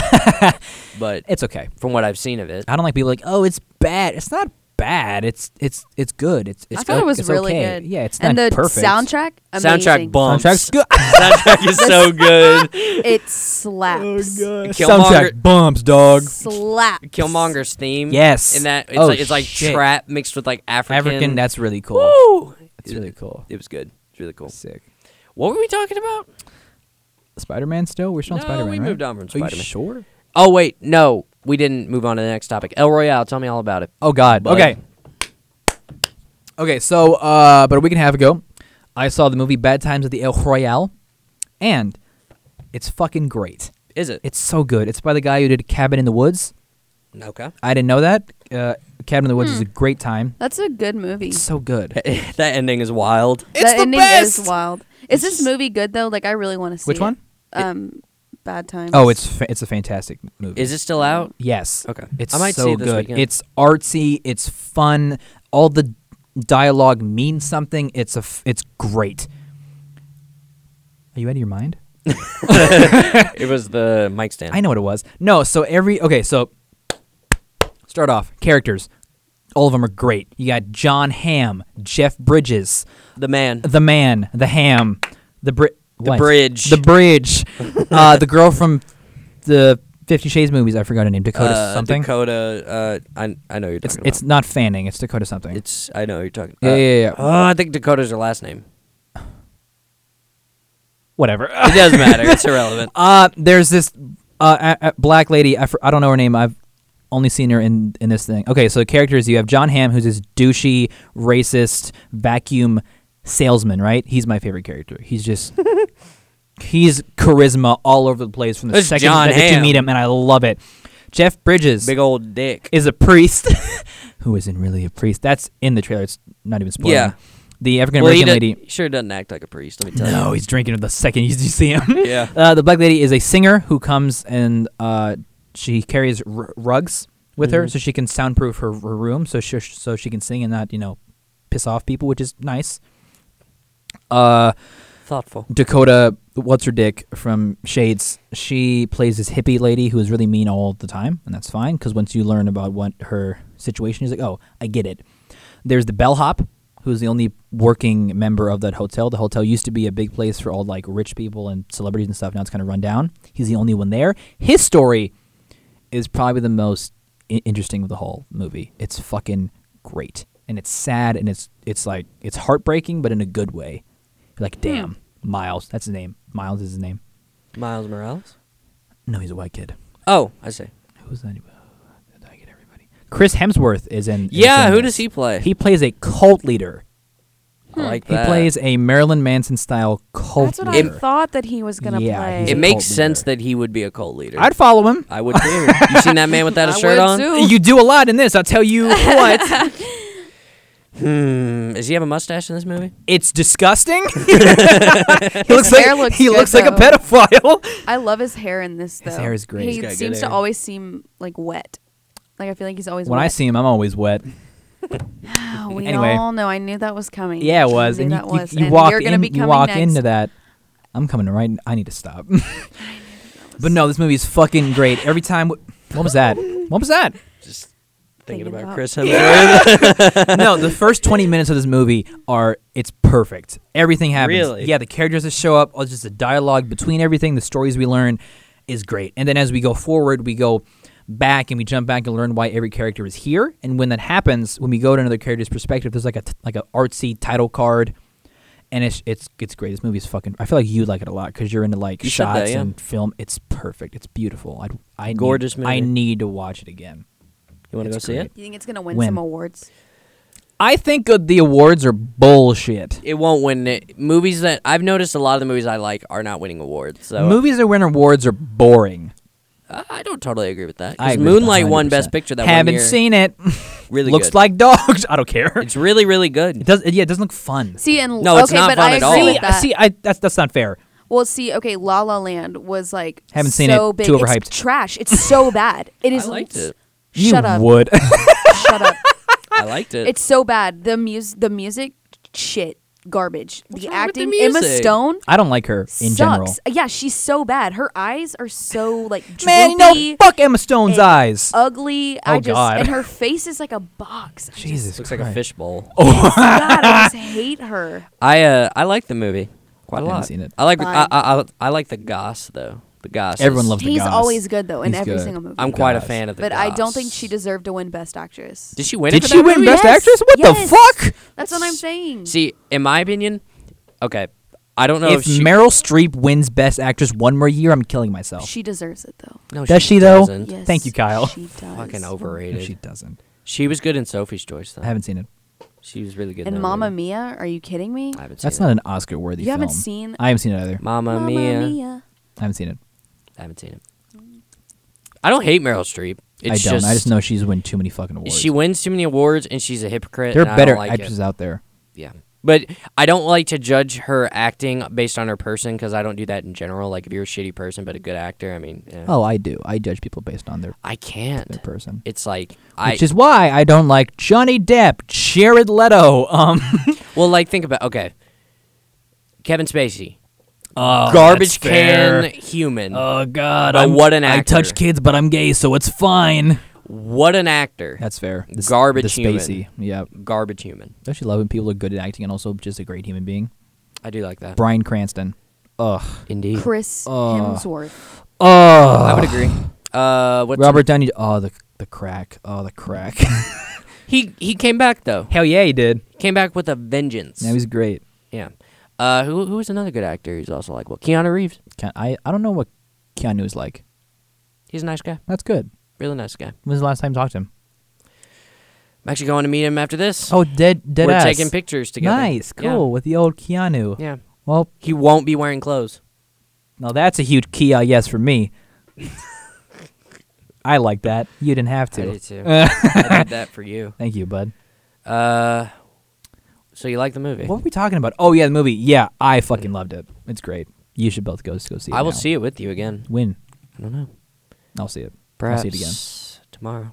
Speaker 2: but
Speaker 1: It's okay.
Speaker 2: from what I've seen of it.
Speaker 1: I don't like people like, oh, it's bad. It's not bad. It's it's it's good. It's it's
Speaker 3: I thought
Speaker 1: o-
Speaker 3: it was
Speaker 1: it's
Speaker 3: really
Speaker 1: okay.
Speaker 3: good.
Speaker 1: Yeah, it's
Speaker 3: and
Speaker 1: not
Speaker 3: the
Speaker 1: perfect.
Speaker 3: soundtrack. Amazing.
Speaker 2: Soundtrack bumps.
Speaker 1: Soundtrack's good.
Speaker 2: Soundtrack is so good.
Speaker 3: It slaps.
Speaker 2: Killmonger-
Speaker 1: Soundtrack bumps, dog.
Speaker 3: Slaps.
Speaker 2: Killmonger's theme.
Speaker 1: Yes.
Speaker 2: And that it's
Speaker 1: Oh,
Speaker 2: like it's like
Speaker 1: shit.
Speaker 2: trap mixed with like African.
Speaker 1: African. That's really cool.
Speaker 2: Woo!
Speaker 1: It's really cool.
Speaker 2: It was good. It's really cool.
Speaker 1: Sick.
Speaker 2: What were we talking about?
Speaker 1: Spider Man still? We're still on
Speaker 2: No,
Speaker 1: Spider Man.
Speaker 2: we
Speaker 1: right?
Speaker 2: moved on
Speaker 1: Are
Speaker 2: from
Speaker 1: you
Speaker 2: Spider-Man.
Speaker 1: sure?
Speaker 2: Oh wait, no, we didn't move on to the next topic. El Royale, tell me all about it.
Speaker 1: Oh God.
Speaker 2: But-
Speaker 1: okay. Okay. So, uh, about a week and a half ago, I saw the movie Bad Times at the El Royale, and it's fucking great.
Speaker 2: Is it?
Speaker 1: It's so good. It's by the guy who did Cabin in the Woods.
Speaker 2: okay.
Speaker 1: I didn't know that. Uh, Cabin in the Woods
Speaker 2: Hmm.
Speaker 1: is a great time.
Speaker 3: That's a good movie.
Speaker 1: It's so good.
Speaker 2: that ending is wild.
Speaker 3: the, ending is wild. Is this movie good though? Like I really want to see.
Speaker 1: Which
Speaker 3: it.
Speaker 1: one?
Speaker 3: Um, Bad Times.
Speaker 1: Oh, it's fa- it's a fantastic movie.
Speaker 2: Is it still out?
Speaker 1: Yes.
Speaker 2: Okay.
Speaker 1: It's
Speaker 2: I might
Speaker 1: so
Speaker 2: see it this
Speaker 1: good.
Speaker 2: weekend.
Speaker 1: It's artsy. It's fun. All the dialogue means something. It's a. F- it's great. Are you out of your mind?
Speaker 2: It was the mic stand.
Speaker 1: I know what it was. No, so every okay, so start off characters. All of them are great. You got John Ham, Jeff Bridges,
Speaker 2: The man.
Speaker 1: the man, the ham, the bri- what?
Speaker 2: bridge.
Speaker 1: the bridge, uh, the girl from the Fifty Shades movies. I forgot her name. Dakota
Speaker 2: Uh,
Speaker 1: something.
Speaker 2: Dakota. Uh, I I know who you're
Speaker 1: It's
Speaker 2: talking
Speaker 1: it's
Speaker 2: about.
Speaker 1: not Fanning. It's Dakota something.
Speaker 2: It's I know who you're talking.
Speaker 1: Yeah,
Speaker 2: uh,
Speaker 1: yeah, yeah.
Speaker 2: Oh, I think Dakota's her last name.
Speaker 1: whatever.
Speaker 2: It doesn't matter. it's irrelevant.
Speaker 1: Uh, there's this uh, a, a black lady. I, fr- I don't know her name. I've only seen her in in this thing. Okay, so the characters you have John Hamm, who's this douchey, racist vacuum salesman. Right? He's my favorite character. He's just. He's charisma all over the place from the
Speaker 2: It's
Speaker 1: second
Speaker 2: John
Speaker 1: that you
Speaker 2: Hamm.
Speaker 1: meet him, and I love it. Jeff Bridges
Speaker 2: Big old dick.
Speaker 1: is a priest, who isn't really a priest. That's in the trailer. It's not even spoiling.
Speaker 2: Yeah.
Speaker 1: the African
Speaker 2: well, he
Speaker 1: American
Speaker 2: does-
Speaker 1: lady.
Speaker 2: he sure doesn't act like a priest. Let me tell
Speaker 1: No,
Speaker 2: you.
Speaker 1: he's drinking the second you you see him.
Speaker 2: Yeah.
Speaker 1: Uh, the black lady is a singer who comes and uh, she carries r- rugs with her so she can soundproof her, her room so she, so she can sing and not, you know, piss off people, which is nice. Uh,
Speaker 2: Thoughtful.
Speaker 1: Dakota, what's her dick from Shades? She plays this hippie lady who is really mean all the time, and that's fine because once you learn about what her situation is, like, oh, I get it. There's the bellhop, who's the only working member of that hotel. The hotel used to be a big place for all like rich people and celebrities and stuff. Now it's kind of run down. He's the only one there. His story is probably the most I- interesting of the whole movie. It's fucking great, and it's sad, and it's it's like it's heartbreaking, but in a good way. You're
Speaker 2: Hmm.
Speaker 1: like, damn, Miles, that's his name. Miles is his name.
Speaker 2: Miles Morales.
Speaker 1: No, he's a white kid.
Speaker 2: Oh, I see.
Speaker 1: Who's that? Did I get everybody? Chris Hemsworth is in. is
Speaker 2: Yeah,
Speaker 1: in
Speaker 2: who
Speaker 1: this.
Speaker 2: does he play?
Speaker 1: He plays a cult leader.
Speaker 2: I like
Speaker 1: Hmm. He
Speaker 2: that.
Speaker 1: plays a Marilyn Manson style cult
Speaker 3: That's what
Speaker 1: leader.
Speaker 3: I thought that he was gonna
Speaker 1: Yeah,
Speaker 3: play.
Speaker 1: he's
Speaker 2: It
Speaker 1: a
Speaker 2: makes
Speaker 1: cult
Speaker 2: sense
Speaker 1: leader.
Speaker 2: that he would be a cult leader.
Speaker 1: I'd follow him.
Speaker 2: I would too. you seen that man without a
Speaker 3: I
Speaker 2: shirt
Speaker 3: would
Speaker 2: on?
Speaker 3: too.
Speaker 1: You do a lot in this. I'll tell you what.
Speaker 2: Hmm. Does he have a mustache in this movie?
Speaker 1: it's disgusting. he looks
Speaker 3: hair
Speaker 1: like
Speaker 3: looks
Speaker 1: he
Speaker 3: good,
Speaker 1: looks like a
Speaker 3: though.
Speaker 1: pedophile.
Speaker 3: I love his hair in this though.
Speaker 1: His hair is great. He's
Speaker 3: He
Speaker 2: got good
Speaker 3: seems to
Speaker 2: hair.
Speaker 3: always seem like wet. Like I feel like he's always
Speaker 1: When
Speaker 3: wet.
Speaker 1: I see him, I'm always wet.
Speaker 3: Oh, we
Speaker 1: Anyway.
Speaker 3: all know. I knew that was coming.
Speaker 1: Yeah, it
Speaker 3: I
Speaker 1: was.
Speaker 3: knew
Speaker 1: And you,
Speaker 3: that
Speaker 1: you-
Speaker 3: was.
Speaker 1: you,
Speaker 3: And
Speaker 1: walk
Speaker 3: you're gonna
Speaker 1: in,
Speaker 3: be
Speaker 1: you
Speaker 3: coming
Speaker 1: walk
Speaker 3: next.
Speaker 1: into that. I'm coming right. I need to stop. but no, this movie is fucking great. Every time. w- What was that? What was that?
Speaker 2: Just
Speaker 3: Thinking about-
Speaker 2: Hemsworth.
Speaker 1: no, the first 20 minutes of this movie are it's perfect. Everything happens.
Speaker 2: Really?
Speaker 1: Yeah, the characters that show up, all just the dialogue between everything, the stories we learn is great. And then as we go forward, we go back and we jump back and learn why every character is here. And when that happens, when we go to another character's perspective, there's like a t- like a artsy title card. And it's, it's it's great. This movie is fucking. I feel like you like it a lot because you're into like
Speaker 2: You said that,
Speaker 1: shots
Speaker 2: yeah.
Speaker 1: and film. It's perfect. It's beautiful. I I
Speaker 2: Gorgeous
Speaker 1: need,
Speaker 2: movie.
Speaker 1: I need to watch it again.
Speaker 2: You want to go
Speaker 1: It's
Speaker 2: see
Speaker 1: great.
Speaker 2: it?
Speaker 3: You think it's gonna win
Speaker 1: Win.
Speaker 3: some awards?
Speaker 1: I think uh, the awards are bullshit.
Speaker 2: It won't win it. Movies that I've noticed a lot of the movies I like are not winning awards. So
Speaker 1: Movies that win awards are boring.
Speaker 2: I- I don't totally agree with that.
Speaker 1: I
Speaker 2: 'cause
Speaker 1: agree with
Speaker 2: Moonlight won
Speaker 1: 100%.
Speaker 2: Best Picture that
Speaker 1: Haven't
Speaker 2: one year.
Speaker 1: seen it.
Speaker 2: Really
Speaker 1: looks
Speaker 2: good.
Speaker 1: like dogs. I don't care.
Speaker 2: It's really really
Speaker 1: It
Speaker 2: good.
Speaker 1: does. Yeah, it doesn't look fun.
Speaker 3: See, and
Speaker 2: No, it's
Speaker 3: okay,
Speaker 2: not
Speaker 3: but
Speaker 2: fun
Speaker 3: I
Speaker 2: at
Speaker 3: agree
Speaker 2: all.
Speaker 1: See,
Speaker 3: with that.
Speaker 1: see, I that's that's not fair.
Speaker 3: Well, see, okay, La La Land was like
Speaker 1: Haven't
Speaker 3: so
Speaker 1: seen it,
Speaker 3: Big.
Speaker 1: too
Speaker 3: It's
Speaker 1: overhyped.
Speaker 3: trash. It's so bad. It is.
Speaker 2: liked it.
Speaker 1: You
Speaker 3: Shut up.
Speaker 1: would.
Speaker 3: Shut up.
Speaker 2: I liked it.
Speaker 3: It's so bad. The mus the music shit garbage.
Speaker 2: What's
Speaker 3: the
Speaker 2: wrong with the
Speaker 3: acting Emma
Speaker 2: music?
Speaker 3: Stone
Speaker 1: I don't like her in
Speaker 3: sucks.
Speaker 1: general.
Speaker 3: Yeah, she's so bad. Her eyes are so like droopy,
Speaker 1: Man, you know, fuck Emma Stone's
Speaker 3: and
Speaker 1: eyes.
Speaker 3: ugly. I
Speaker 1: Oh,
Speaker 3: just
Speaker 1: God.
Speaker 3: and her face is like a box. I just-
Speaker 1: Jesus,
Speaker 2: looks like a
Speaker 1: Christ.
Speaker 2: fishbowl.
Speaker 1: Oh.
Speaker 3: God, I just hate her.
Speaker 2: I uh I like the movie quite
Speaker 1: I
Speaker 2: a
Speaker 1: haven't
Speaker 2: lot.
Speaker 1: seen it.
Speaker 2: I like I,
Speaker 3: Fine.
Speaker 2: I I- I like the Goss though. The Goss.
Speaker 1: Everyone loves-
Speaker 2: is-
Speaker 1: Love the
Speaker 3: He's
Speaker 1: goss.
Speaker 3: always good though in
Speaker 1: He's
Speaker 3: every
Speaker 1: good.
Speaker 3: single movie.
Speaker 2: I'm quite a
Speaker 1: Goss.
Speaker 2: fan of the.
Speaker 3: but I don't
Speaker 2: Goss.
Speaker 3: think she deserved to win Best Actress.
Speaker 2: Did she win? it
Speaker 1: Did
Speaker 2: for
Speaker 1: she
Speaker 2: that
Speaker 1: win
Speaker 2: movie?
Speaker 1: Best
Speaker 3: Yes,
Speaker 1: Actress? What
Speaker 3: yes.
Speaker 1: the fuck?
Speaker 3: That's what I'm saying.
Speaker 2: See, in my opinion, okay, I don't know if,
Speaker 1: If
Speaker 2: she.
Speaker 1: Meryl Streep wins Best Actress one more year, I'm killing myself.
Speaker 3: she deserves it though.
Speaker 2: no,
Speaker 1: Does she, though?
Speaker 2: doesn't.
Speaker 3: Yes,
Speaker 1: Oh. Thank you, Kyle.
Speaker 3: She does.
Speaker 2: Fucking
Speaker 1: No,
Speaker 2: overrated.
Speaker 1: she
Speaker 2: She,
Speaker 1: doesn't.
Speaker 2: was good in Sophie's Choice though.
Speaker 1: I haven't seen it.
Speaker 2: She was really good. in
Speaker 3: And
Speaker 2: that
Speaker 3: Mamma
Speaker 2: movie.
Speaker 3: Mia? Are you kidding me?
Speaker 2: I haven't seen
Speaker 1: That's not an Oscar-worthy.
Speaker 3: You haven't
Speaker 1: film.
Speaker 3: seen-
Speaker 1: I haven't seen it either.
Speaker 2: Mama,
Speaker 3: Mamma
Speaker 2: Mia.
Speaker 3: Mia.
Speaker 1: I haven't seen it.
Speaker 2: I haven't seen it. I don't hate Meryl Streep. It's
Speaker 1: I don't.
Speaker 2: Just,
Speaker 1: I just know she's won too many fucking awards.
Speaker 2: she wins too many awards and she's a hypocrite.
Speaker 1: there
Speaker 2: and
Speaker 1: are better
Speaker 2: I don't like it.
Speaker 1: actresses out there.
Speaker 2: Yeah. But I don't like to judge her acting based on her person because I don't do that in general. Like, if you're a shitty person but a good actor, I mean, eh.
Speaker 1: Oh, I do. I judge people based on their
Speaker 2: I can't.
Speaker 1: their person.
Speaker 2: It's like, I.
Speaker 1: Which is why I don't like Johnny Depp, Jared Leto, um,
Speaker 2: well, like, think about, okay. Kevin Spacey.
Speaker 1: Oh, that's
Speaker 2: Oh, garbage
Speaker 1: fair.
Speaker 2: can human.
Speaker 1: Oh God!
Speaker 2: But
Speaker 1: I'm-
Speaker 2: what an
Speaker 1: I
Speaker 2: actor.
Speaker 1: touch kids, but I'm gay, so it's fine.
Speaker 2: what an actor.
Speaker 1: That's fair. This,
Speaker 2: Garbage
Speaker 1: The
Speaker 2: human.
Speaker 1: spacey. Yeah.
Speaker 2: garbage human.
Speaker 1: Don't you love when people are good at acting and also just a great human being?
Speaker 2: I do like that.
Speaker 1: Brian Cranston. Ugh.
Speaker 2: Indeed.
Speaker 3: Chris Hemsworth.
Speaker 1: Ugh.
Speaker 2: I would agree. Uh, what's
Speaker 1: Robert Downey. Oh, the the crack. Oh, the crack.
Speaker 2: He he came back though.
Speaker 1: Hell yeah, he did.
Speaker 2: Came back with a vengeance.
Speaker 1: Now he's great.
Speaker 2: yeah. Uh, who who is another good actor? He's also like well, Keanu Reeves.
Speaker 1: Can, I I don't know what Keanu is like.
Speaker 2: He's a nice guy.
Speaker 1: That's good.
Speaker 2: Really nice guy.
Speaker 1: When was the last time you talked to him?
Speaker 2: I'm actually going to meet him after this.
Speaker 1: Oh, dead dead
Speaker 2: we're
Speaker 1: ass.
Speaker 2: taking pictures together.
Speaker 1: Nice,
Speaker 2: Yeah.
Speaker 1: cool with the old Keanu.
Speaker 2: Yeah.
Speaker 1: Well,
Speaker 2: He won't be wearing clothes.
Speaker 1: now that's a huge Kia yes for me. I like that. You didn't have
Speaker 2: I
Speaker 1: to.
Speaker 2: did too. I did that for you.
Speaker 1: Thank you, bud.
Speaker 2: Uh, so you like the movie?
Speaker 1: What were we talking about? Oh yeah, the movie. Yeah, I fucking loved it. It's great. You should both go go see it.
Speaker 2: I will
Speaker 1: now.
Speaker 2: see it with you again.
Speaker 1: When?
Speaker 2: I don't know.
Speaker 1: I'll see it.
Speaker 2: Perhaps
Speaker 1: I'll see it again.
Speaker 2: tomorrow.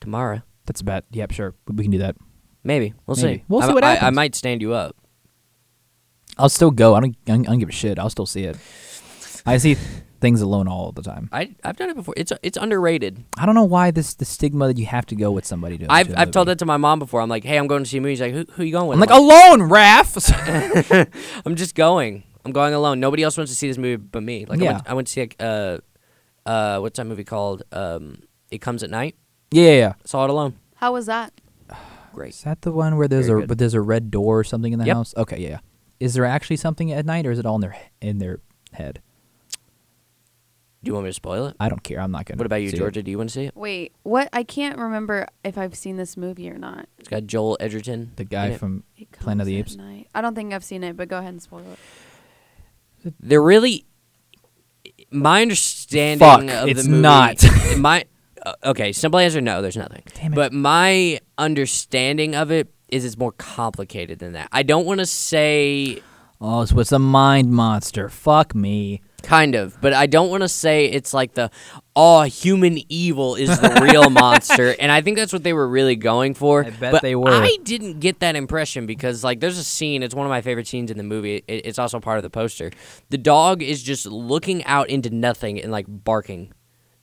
Speaker 2: Tomorrow,
Speaker 1: That's about. Yep, sure. We- We can do that.
Speaker 2: maybe. We'll see.
Speaker 1: Maybe. We'll
Speaker 2: I-
Speaker 1: see what
Speaker 2: I, I
Speaker 1: happens.
Speaker 2: might stand you up.
Speaker 1: I'll still go. I don't. I don't, I don't give a shit. I'll still see it. I see things alone all the time.
Speaker 2: I I've done it before. It's it's underrated.
Speaker 1: I don't know why this the stigma that you have to go with somebody to.
Speaker 2: I've
Speaker 1: to a
Speaker 2: I've told
Speaker 1: movie.
Speaker 2: that to my mom before. I'm like, hey, I'm going to see a movie. She's like, who who you going with?
Speaker 1: I'm like "Oh." alone, Raph.
Speaker 2: I'm just going. I'm going alone. Nobody else wants to see this movie but me. Like I,
Speaker 1: Yeah.
Speaker 2: went, I went to see like, uh uh what's that movie called? Um, It Comes at Night.
Speaker 1: Yeah, yeah, yeah.
Speaker 2: Saw it alone.
Speaker 3: How was that?
Speaker 2: Great.
Speaker 1: Is that the one where there's
Speaker 2: Very
Speaker 1: a
Speaker 2: good.
Speaker 1: but there's a red door or something in the
Speaker 2: Yep.
Speaker 1: house? Okay, yeah, yeah. Is there actually something at night, or is it all in their in their head?
Speaker 2: Do you want me to spoil it?
Speaker 1: I don't care. I'm not gonna.
Speaker 2: What about you,
Speaker 1: see it.
Speaker 2: Georgia? Do you want to see it?
Speaker 3: Wait, what? I can't remember if I've seen this movie or not.
Speaker 2: It's got Joel Edgerton.
Speaker 1: The
Speaker 2: in
Speaker 1: guy
Speaker 2: it.
Speaker 1: from
Speaker 3: It
Speaker 1: Planet of the Apes.
Speaker 3: Comes at Night. I don't think I've seen it, but go ahead and spoil it.
Speaker 2: They're really. My understanding
Speaker 1: Fuck,
Speaker 2: of
Speaker 1: it's
Speaker 2: the movie.
Speaker 1: not.
Speaker 2: my uh, okay. Simple answer: No, there's nothing.
Speaker 1: Damn it.
Speaker 2: But my understanding of it is it's more complicated than that. I don't want to say
Speaker 1: Oh, so it's a mind monster. Fuck me.
Speaker 2: Kind of, but I don't want to say it's like the oh human evil is the real monster, and I think that's what they were really going for.
Speaker 1: I bet
Speaker 2: but
Speaker 1: they were.
Speaker 2: I didn't get that impression because like there's a scene. It's one of my favorite scenes in the movie. It, it's also part of the poster. The dog is just looking out into nothing and like barking,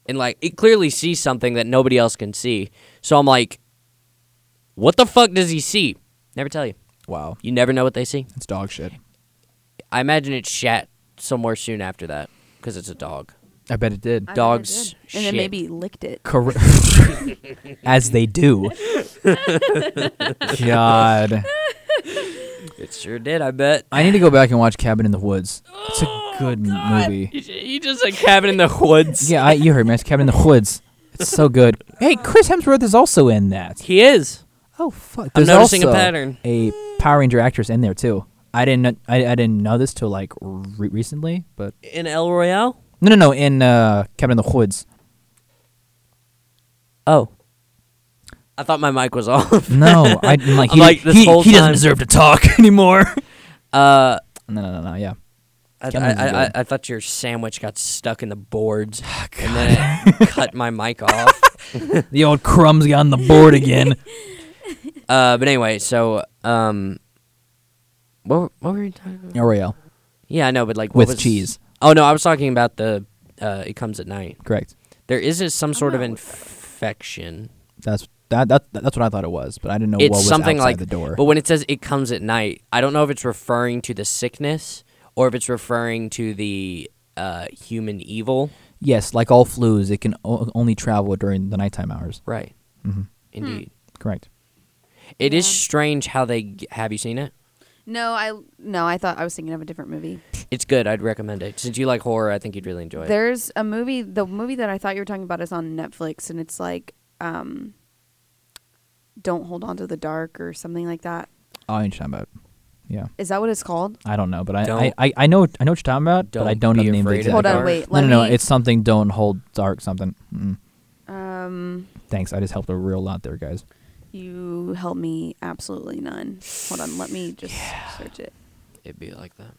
Speaker 2: and like it clearly sees something that nobody else can see. So I'm like, what the fuck does he see? Never tell you.
Speaker 1: Wow,
Speaker 2: You never know what they see.
Speaker 1: it's dog shit.
Speaker 2: I imagine it shat somewhere soon after that because it's a dog.
Speaker 1: I bet it did.
Speaker 3: I bet it
Speaker 2: Dog's
Speaker 3: did. And then
Speaker 2: shit.
Speaker 3: maybe licked it.
Speaker 1: Cor- as they do. God,
Speaker 2: It sure did, I bet.
Speaker 1: I need to go back and watch Cabin in the Woods. It's a good movie.
Speaker 2: You just like cabin in the woods.
Speaker 1: Yeah, I, you heard me. It's Cabin in the Woods. It's so good. Hey, Chris Hemsworth is also in that.
Speaker 2: He is.
Speaker 1: Oh fuck!
Speaker 2: I'm
Speaker 1: There's
Speaker 2: noticing a
Speaker 1: also
Speaker 2: pattern.
Speaker 1: A Power Ranger actress in there too. I didn't. I, I didn't know this till like re- recently, but
Speaker 2: In El Royale?
Speaker 1: no, no, no. In uh, Cabin in the Woods.
Speaker 2: Oh. I thought my mic was off.
Speaker 1: No, I am like
Speaker 2: I'm
Speaker 1: he,
Speaker 2: like, this
Speaker 1: he,
Speaker 2: whole
Speaker 1: he doesn't
Speaker 2: time-
Speaker 1: deserve to talk anymore.
Speaker 2: Uh,
Speaker 1: No, no, no, no. Yeah.
Speaker 2: I,
Speaker 1: Kevin's
Speaker 2: I, I,
Speaker 1: good.
Speaker 2: I, I thought your sandwich got stuck in the boards,
Speaker 1: Oh,
Speaker 2: and then it cut my mic off.
Speaker 1: The old crumbs got on the board again.
Speaker 2: Uh, but anyway, so um, what what were you talking about?
Speaker 1: Oreo
Speaker 2: Yeah, I know, but like what
Speaker 1: with
Speaker 2: was-
Speaker 1: cheese.
Speaker 2: Oh no, I was talking about the uh, it comes at night.
Speaker 1: Correct.
Speaker 2: There is a- some sort of
Speaker 3: not-
Speaker 2: infection,
Speaker 1: That's that, that. That's what I thought it was, but I didn't know
Speaker 2: It's
Speaker 1: what was
Speaker 2: something
Speaker 1: outside
Speaker 2: like-
Speaker 1: the door.
Speaker 2: but when it says it comes at night, I don't know if it's referring to the sickness or if it's referring to the uh, human evil.
Speaker 1: yes, like all flus, it can o- only travel during the nighttime hours.
Speaker 2: Right.
Speaker 1: Mhm.
Speaker 2: Indeed.
Speaker 1: Correct.
Speaker 2: It is
Speaker 3: Hmm. Yeah.
Speaker 2: strange how they g- have you seen it?
Speaker 3: No, I no, I thought I was thinking of a different movie.
Speaker 2: It's good. I'd recommend it. Since you like horror, I think you'd really enjoy it.
Speaker 3: There's a movie. The movie that I thought you were talking about is on Netflix, and it's like, um, don't hold on to the dark or something like that.
Speaker 1: Oh, I know what you're talking about. Yeah,
Speaker 3: Is that what it's called?
Speaker 1: I don't know, but I, I,
Speaker 2: Don't-
Speaker 1: I, I know I know what you're talking about, but I
Speaker 2: Don't
Speaker 1: don't know
Speaker 2: be
Speaker 1: the name of the
Speaker 2: afraid of
Speaker 1: exact.
Speaker 3: Hold on,
Speaker 2: dark.
Speaker 3: wait.
Speaker 1: no,
Speaker 3: Let
Speaker 1: no, no.
Speaker 3: me-
Speaker 1: It's something. Don't hold dark. Something. Mm.
Speaker 3: um.
Speaker 1: Thanks. I just helped a real lot there, guys.
Speaker 3: You help me absolutely none. Hold on, let me just search it.
Speaker 2: It'd be like that.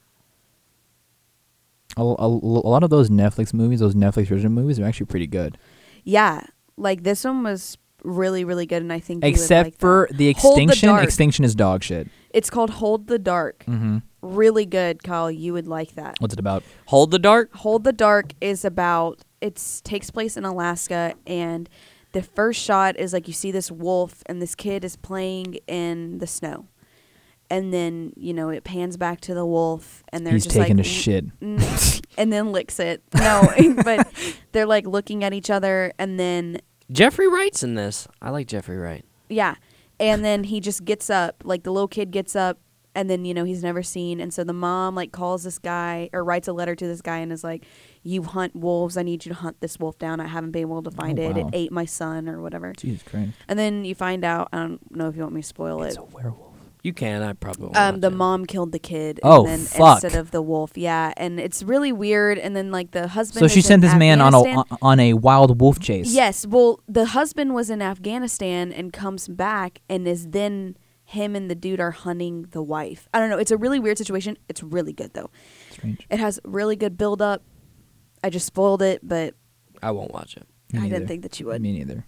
Speaker 1: A, a, a lot of those Netflix movies, those Netflix original movies, are actually pretty good.
Speaker 3: Yeah, like this one was really, really good, and I think you would
Speaker 1: Except
Speaker 3: like
Speaker 1: for
Speaker 3: that.
Speaker 1: the
Speaker 3: Hold
Speaker 1: extinction.
Speaker 3: dark.
Speaker 1: extinction is dog shit.
Speaker 3: It's called Hold the Dark.
Speaker 1: Mm-hmm.
Speaker 3: Really good, Kyle. You would like that.
Speaker 1: What's it about?
Speaker 2: Hold the dark.
Speaker 3: Hold the Dark is about it's takes place in Alaska and the first shot is like you see this wolf and this kid is playing in the snow. And then, you know, it pans back to the wolf and they're
Speaker 1: He's
Speaker 3: just
Speaker 1: taking
Speaker 3: like
Speaker 1: a shit.
Speaker 3: "Mm," and then licks it. No, but they're like looking at each other and then
Speaker 2: Jeffrey Wright's in this. I like Jeffrey Wright.
Speaker 3: yeah. And then he just gets up, like the little kid gets up and then, you know, he's never seen. And so the mom like calls this guy or writes a letter to this guy and is like, You hunt wolves, I need you to hunt this wolf down. I haven't been able to find
Speaker 1: Oh,
Speaker 3: it.
Speaker 1: wow.
Speaker 3: It ate my son or whatever.
Speaker 1: Jesus Christ.
Speaker 3: And then you find out I don't know if you want me to spoil
Speaker 1: It's
Speaker 3: it.
Speaker 1: a werewolf.
Speaker 2: You can. I probably. won't
Speaker 3: Um,
Speaker 2: watch
Speaker 3: the
Speaker 2: it.
Speaker 3: mom killed the kid.
Speaker 1: Oh,
Speaker 3: and then
Speaker 1: fuck.
Speaker 3: Instead of the wolf, yeah, and it's really weird. And then like the husband.
Speaker 1: So she
Speaker 3: is
Speaker 1: sent
Speaker 3: in
Speaker 1: this man on
Speaker 3: Afghanistan.
Speaker 1: a on a wild wolf chase.
Speaker 3: Yes. Well, the husband was in Afghanistan and comes back and is then him and the dude are hunting the wife. I don't know. It's a really weird situation. It's really good though.
Speaker 1: Strange.
Speaker 3: It has really good build up. I just spoiled it, but
Speaker 2: I won't watch it.
Speaker 1: Me
Speaker 3: I didn't
Speaker 1: neither.
Speaker 3: think that you would.
Speaker 1: Me neither.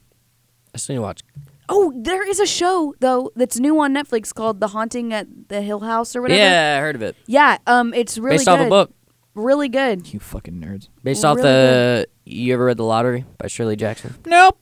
Speaker 2: I still need to watch.
Speaker 3: Oh, there is a show though that's new on Netflix called The Haunting at the Hill House or whatever.
Speaker 2: Yeah, I heard of it.
Speaker 3: Yeah, um it's really
Speaker 2: Based
Speaker 3: good.
Speaker 2: off a book.
Speaker 3: Really good.
Speaker 1: You fucking nerds.
Speaker 2: Based off
Speaker 3: Really
Speaker 2: the.
Speaker 1: uh,
Speaker 2: You ever read The Lottery by Shirley Jackson?
Speaker 1: Nope.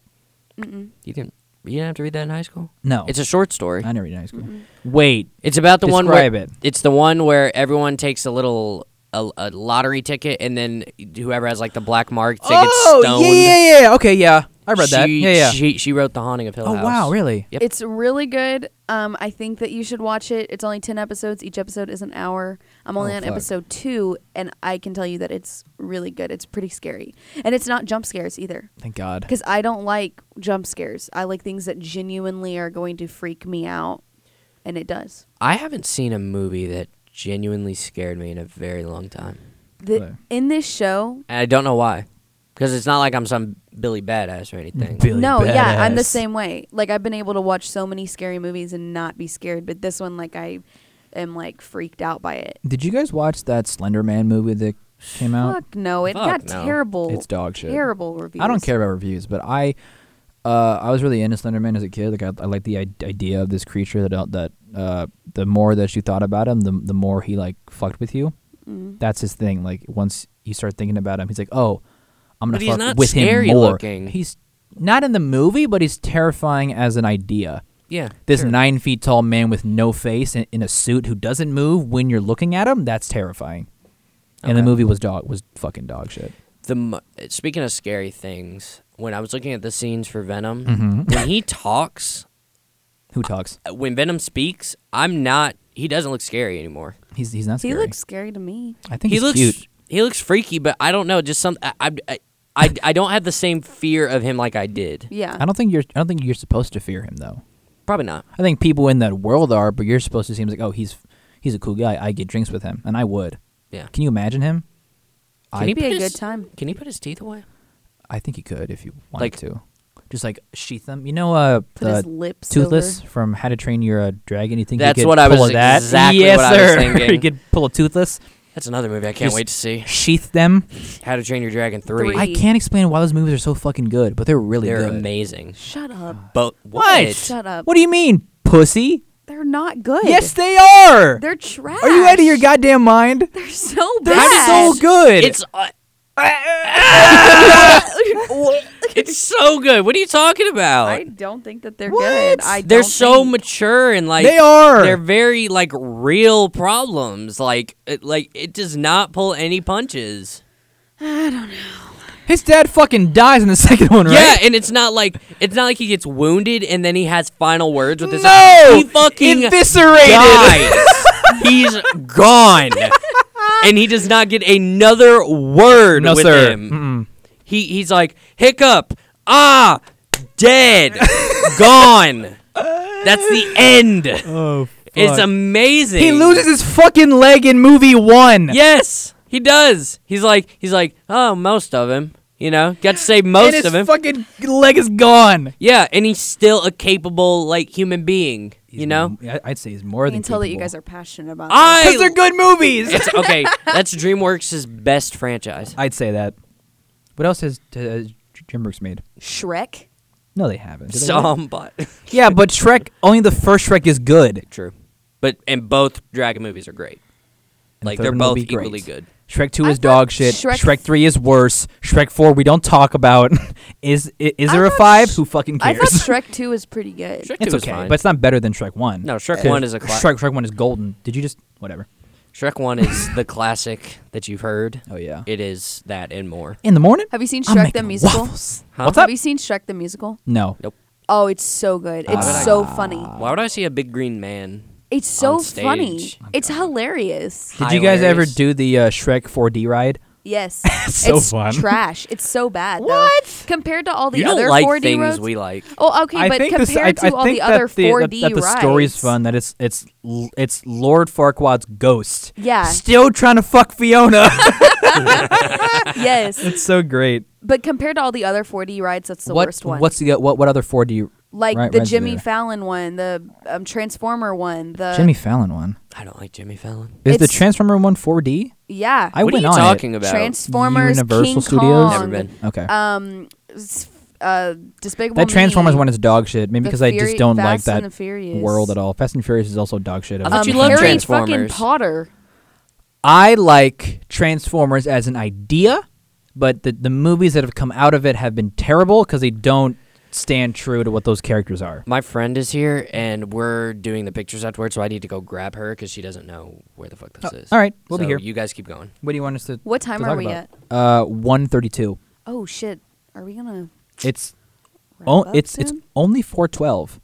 Speaker 2: You didn't. You didn't have to read that in high school.
Speaker 1: No.
Speaker 2: It's a short story.
Speaker 1: I never read in high school. Oh. Uh, Wait.
Speaker 2: It's about the one where
Speaker 1: Describe it.
Speaker 2: it's the one where everyone takes a little a, a lottery ticket, and then whoever has like the black mark ticket stoned.
Speaker 1: Oh, yeah, yeah. Okay, yeah. I
Speaker 2: She- She she wrote the haunting of Hill
Speaker 1: oh
Speaker 2: House.
Speaker 1: wow, really?
Speaker 2: Yep.
Speaker 3: It's really good. Um, I think that you should watch it. It's only ten episodes. Each episode is an hour. I'm only
Speaker 1: Oh,
Speaker 3: on
Speaker 1: fuck.
Speaker 3: episode two, and I can tell you that it's really good. It's pretty scary, and it's not jump scares either.
Speaker 1: Thank God.
Speaker 3: Because I don't like jump scares. I like things that genuinely are going to freak me out, and it does.
Speaker 2: I haven't seen a movie that genuinely scared me in a very long time,
Speaker 3: The,
Speaker 1: Hello.
Speaker 3: In this show,
Speaker 2: and I don't know why. Because it's not like I'm some Billy badass or anything.
Speaker 1: Billy
Speaker 3: no, yeah, I'm the
Speaker 1: Badass.
Speaker 3: same way. Like I've been able to watch so many scary movies and not be scared, but this one, like I am like freaked out by it.
Speaker 1: Did you guys watch that Slender Man movie that came out?
Speaker 3: Fuck no, it
Speaker 2: Fuck
Speaker 3: got
Speaker 2: no.
Speaker 3: terrible.
Speaker 1: It's dog shit.
Speaker 3: Terrible reviews.
Speaker 1: I don't care about reviews, but I uh, I was really into Slender Man as a kid. Like I, I like the I- idea of this creature that uh, that uh, the more that you thought about him, the the more he like fucked with you.
Speaker 3: Mm.
Speaker 1: That's his thing. Like once you start thinking about him, he's like, oh, I'm gonna
Speaker 2: But
Speaker 1: fuck
Speaker 2: he's not
Speaker 1: with him
Speaker 2: scary
Speaker 1: more.
Speaker 2: looking.
Speaker 1: He's not in the movie, but he's terrifying as an idea.
Speaker 2: Yeah.
Speaker 1: This
Speaker 2: sure.
Speaker 1: nine feet tall man with no face in, in a suit who doesn't move when you're looking at him, that's terrifying. And the
Speaker 2: Okay.
Speaker 1: movie was dog was fucking dog shit.
Speaker 2: The mo- speaking of scary things, when I was looking at the scenes for Venom,
Speaker 1: Mm-hmm.
Speaker 3: Mm-hmm.
Speaker 2: when he talks,
Speaker 1: Who talks?
Speaker 2: when Venom speaks, I'm not. He doesn't look scary anymore.
Speaker 1: He's he's not
Speaker 3: He
Speaker 1: scary.
Speaker 3: looks scary to me.
Speaker 1: I think
Speaker 2: he
Speaker 1: he's
Speaker 2: looks
Speaker 1: cute.
Speaker 2: he looks freaky, but I don't know. Just some. I, I, I- I, I don't have the same fear of him like I did.
Speaker 3: Yeah.
Speaker 1: I don't think you're. I don't think you're supposed to fear him though.
Speaker 2: Probably not.
Speaker 1: I think people in that world are, but you're supposed to seem like, oh, he's he's a cool guy. I get drinks with him, and I would.
Speaker 2: Yeah.
Speaker 1: Can you imagine him?
Speaker 2: Can
Speaker 1: I
Speaker 2: he
Speaker 3: It'd be a
Speaker 2: put
Speaker 3: good
Speaker 2: his-
Speaker 3: time.
Speaker 2: Can he put his teeth away?
Speaker 1: I think he could if you wanted
Speaker 2: Like-
Speaker 1: to. Just like sheath them. You know, uh,
Speaker 3: Put his
Speaker 1: the
Speaker 3: lips
Speaker 1: Toothless
Speaker 3: over.
Speaker 1: from How to Train Your uh, Dragon. You think
Speaker 2: That's
Speaker 1: he could
Speaker 2: what I
Speaker 1: pull
Speaker 2: was-
Speaker 1: a that?
Speaker 2: exactly
Speaker 1: yes,
Speaker 2: what I was
Speaker 1: sir.
Speaker 2: thinking.
Speaker 1: you could pull a Toothless,
Speaker 2: That's another movie I can't
Speaker 1: Just-
Speaker 2: wait to see.
Speaker 1: sheath them.
Speaker 2: How to Train Your Dragon three.
Speaker 3: Three.
Speaker 1: I can't explain why those movies are so fucking good, but they're really
Speaker 2: They're
Speaker 1: good.
Speaker 2: amazing.
Speaker 3: Shut up.
Speaker 2: But
Speaker 1: What?
Speaker 3: Shut up.
Speaker 1: What do you mean, pussy?
Speaker 3: They're not good.
Speaker 1: Yes, they are.
Speaker 3: They're trash.
Speaker 1: are you out of your goddamn mind?
Speaker 3: They're so
Speaker 1: They're
Speaker 3: bad.
Speaker 1: so good.
Speaker 2: It's uh, it's so good. What are you talking about?
Speaker 3: I don't think that they're
Speaker 1: What?
Speaker 3: good. I
Speaker 2: they're
Speaker 3: don't
Speaker 2: so
Speaker 3: think-
Speaker 2: mature and like
Speaker 1: they are.
Speaker 2: They're very like real problems. Like it, like it does not pull any punches.
Speaker 1: His dad fucking dies in the second one, right?
Speaker 2: Yeah, and it's not like it's not like he gets wounded and then he has final words with his.
Speaker 1: no,
Speaker 2: he fucking
Speaker 1: eviscerated.
Speaker 2: dies. He's gone, and he does not get another word
Speaker 1: No,
Speaker 2: with
Speaker 1: sir.
Speaker 2: him. He he's like hiccup, ah, dead, gone. That's the end.
Speaker 1: Oh,
Speaker 2: It's amazing.
Speaker 1: He loses his fucking leg in movie one.
Speaker 2: Yes, he does. He's like he's like oh most of him. You know, got to say
Speaker 1: and
Speaker 2: most
Speaker 1: his
Speaker 2: of him.
Speaker 1: fucking leg is gone.
Speaker 2: yeah, and he's still a capable like human being. you know,
Speaker 1: I'd say he's more
Speaker 3: I
Speaker 1: than.
Speaker 3: can tell that you guys are passionate about.
Speaker 2: I-
Speaker 1: Because they're good movies.
Speaker 2: it's okay. That's DreamWorks' best franchise.
Speaker 1: I'd say that. What else has uh, DreamWorks made?
Speaker 3: this. Shrek.
Speaker 1: No, they haven't. Did they?
Speaker 2: Some, but
Speaker 1: yeah, but Shrek. Only the first Shrek is good.
Speaker 2: true. But and both Dragon movies are great.
Speaker 1: And
Speaker 2: Like
Speaker 1: third
Speaker 2: they're
Speaker 1: one will
Speaker 2: both
Speaker 1: be great.
Speaker 2: equally good.
Speaker 1: Shrek Two
Speaker 3: I
Speaker 1: is
Speaker 3: thought
Speaker 1: dog shit.
Speaker 3: Shrek-
Speaker 1: Shrek, Three is worse. Shrek Four we don't talk about. is i- is
Speaker 3: I
Speaker 1: there a
Speaker 3: thought
Speaker 1: five?
Speaker 3: Sh-
Speaker 1: Who fucking
Speaker 3: I
Speaker 1: cares?
Speaker 3: thought Shrek Two was pretty good.
Speaker 2: Shrek
Speaker 1: it's
Speaker 2: two is
Speaker 1: okay,
Speaker 2: fine.
Speaker 1: but it's not better than Shrek One.
Speaker 2: no, Shrek
Speaker 1: Yeah.
Speaker 2: one is a cla- Shrek.
Speaker 1: Shrek Shrek One is golden. Did you just whatever?
Speaker 2: one is the classic that you've heard.
Speaker 1: Oh yeah.
Speaker 2: It is that and more.
Speaker 1: In the morning.
Speaker 3: Have you seen
Speaker 1: I'm
Speaker 3: Shrek the
Speaker 1: making
Speaker 3: musical?
Speaker 1: waffles.
Speaker 2: Huh?
Speaker 1: What's
Speaker 3: Have
Speaker 1: up?
Speaker 3: you seen Shrek the musical?
Speaker 1: No.
Speaker 2: Nope.
Speaker 3: Oh, it's so good. It's
Speaker 2: Ah.
Speaker 3: so funny.
Speaker 2: Why would I see a big green man?
Speaker 3: It's so
Speaker 2: On
Speaker 3: funny.
Speaker 2: stage.
Speaker 3: It's hilarious.
Speaker 1: Did you guys ever
Speaker 2: Hilarious.
Speaker 1: do the uh, Shrek 4D ride?
Speaker 3: Yes.
Speaker 1: so
Speaker 3: it's
Speaker 1: fun.
Speaker 3: trash. It's so bad.
Speaker 1: What?
Speaker 3: Though. Compared to all the
Speaker 2: you
Speaker 3: other
Speaker 2: don't like
Speaker 3: 4D
Speaker 2: things
Speaker 3: roads.
Speaker 2: we like.
Speaker 3: oh, okay,
Speaker 1: I
Speaker 3: but
Speaker 1: think
Speaker 3: compared
Speaker 1: this, I,
Speaker 3: to
Speaker 1: I
Speaker 3: all
Speaker 1: think
Speaker 3: the other
Speaker 1: that the,
Speaker 3: 4D
Speaker 1: that, that the
Speaker 3: rides.
Speaker 1: story's fun. That it's it's l- it's Lord Farquaad's ghost.
Speaker 3: Yeah.
Speaker 1: Still trying to fuck Fiona.
Speaker 3: yes,
Speaker 1: it's so great.
Speaker 3: but compared to all the other 4D rides, that's the
Speaker 1: what
Speaker 3: worst one.
Speaker 1: what's the what what other 4D?
Speaker 3: like
Speaker 1: right-
Speaker 3: the
Speaker 1: rides are
Speaker 3: Jimmy
Speaker 1: there?
Speaker 3: Fallon one, the um, Transformer one, the
Speaker 1: Jimmy Fallon one.
Speaker 2: I don't like Jimmy Fallon.
Speaker 1: Is the
Speaker 3: It's-
Speaker 1: Transformer one 4D?
Speaker 3: yeah,
Speaker 1: I
Speaker 2: what
Speaker 1: went
Speaker 2: are you
Speaker 1: on it.
Speaker 2: talking about?
Speaker 3: Transformers,
Speaker 1: Universal
Speaker 3: King
Speaker 1: Studios?
Speaker 2: Never
Speaker 3: Kong,
Speaker 2: been.
Speaker 1: Okay.
Speaker 3: Um, s- uh, Despicable
Speaker 1: that Transformers
Speaker 3: Me,
Speaker 1: one is dog shit. Maybe
Speaker 3: the
Speaker 1: because I just
Speaker 3: Fury-
Speaker 1: don't
Speaker 3: Fast
Speaker 1: like
Speaker 3: and the
Speaker 1: that
Speaker 3: Furious.
Speaker 1: world at all. Fast and Furious is also dog shit.
Speaker 2: thought
Speaker 1: was
Speaker 2: you
Speaker 1: a
Speaker 3: um,
Speaker 2: loved
Speaker 1: fan.
Speaker 3: Harry fucking
Speaker 2: Transformers.
Speaker 3: Potter.
Speaker 1: I like Transformers as an idea, but the, the movies that have come out of it have been terrible because they don't stand true to what those characters are.
Speaker 2: My friend is here, and we're doing the pictures afterwards, so I need to go grab her because she doesn't know where the fuck this
Speaker 1: Oh,
Speaker 2: is.
Speaker 1: all right, we'll be
Speaker 2: So
Speaker 1: here.
Speaker 2: You guys keep going.
Speaker 1: What do you want us to?
Speaker 3: What time
Speaker 1: to
Speaker 3: are
Speaker 1: talk
Speaker 3: we
Speaker 1: about? Uh, one thirty-two.
Speaker 3: Oh shit, are we gonna?
Speaker 1: It's
Speaker 3: Wrap
Speaker 1: o-
Speaker 3: up
Speaker 1: Oh, it's it's
Speaker 3: soon?
Speaker 1: only four twelve.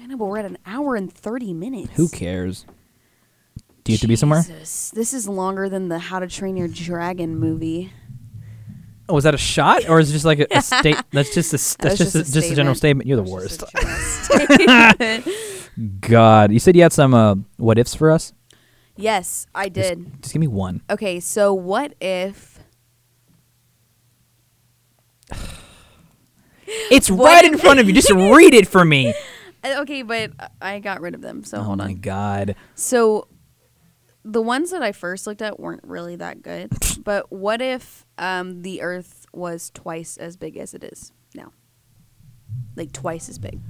Speaker 3: I know, but we're at an hour and thirty minutes.
Speaker 1: Who cares? Do you have to be somewhere?
Speaker 3: Jesus, This is longer than the How to Train Your Dragon movie.
Speaker 1: Oh, is that a shot or is it just like a, a state? That's just a s-
Speaker 3: That
Speaker 1: that's
Speaker 3: was
Speaker 1: just a, just a general statement. You're the
Speaker 3: That was
Speaker 1: worst.
Speaker 3: just a general statement.
Speaker 1: God, you said you had some uh, what ifs for us.
Speaker 3: yes, I
Speaker 1: Just-
Speaker 3: did.
Speaker 1: Just, give me one.
Speaker 3: Okay, so what if
Speaker 1: It's
Speaker 3: What
Speaker 1: right
Speaker 3: if-
Speaker 1: in front of you. Just read it for me.
Speaker 3: uh, Okay, but I got rid of them. So
Speaker 1: Oh
Speaker 3: hold on.
Speaker 1: my God.
Speaker 3: So the ones that I first looked at weren't really that good. but what if um, the Earth was twice as big as it is now? Like twice as big.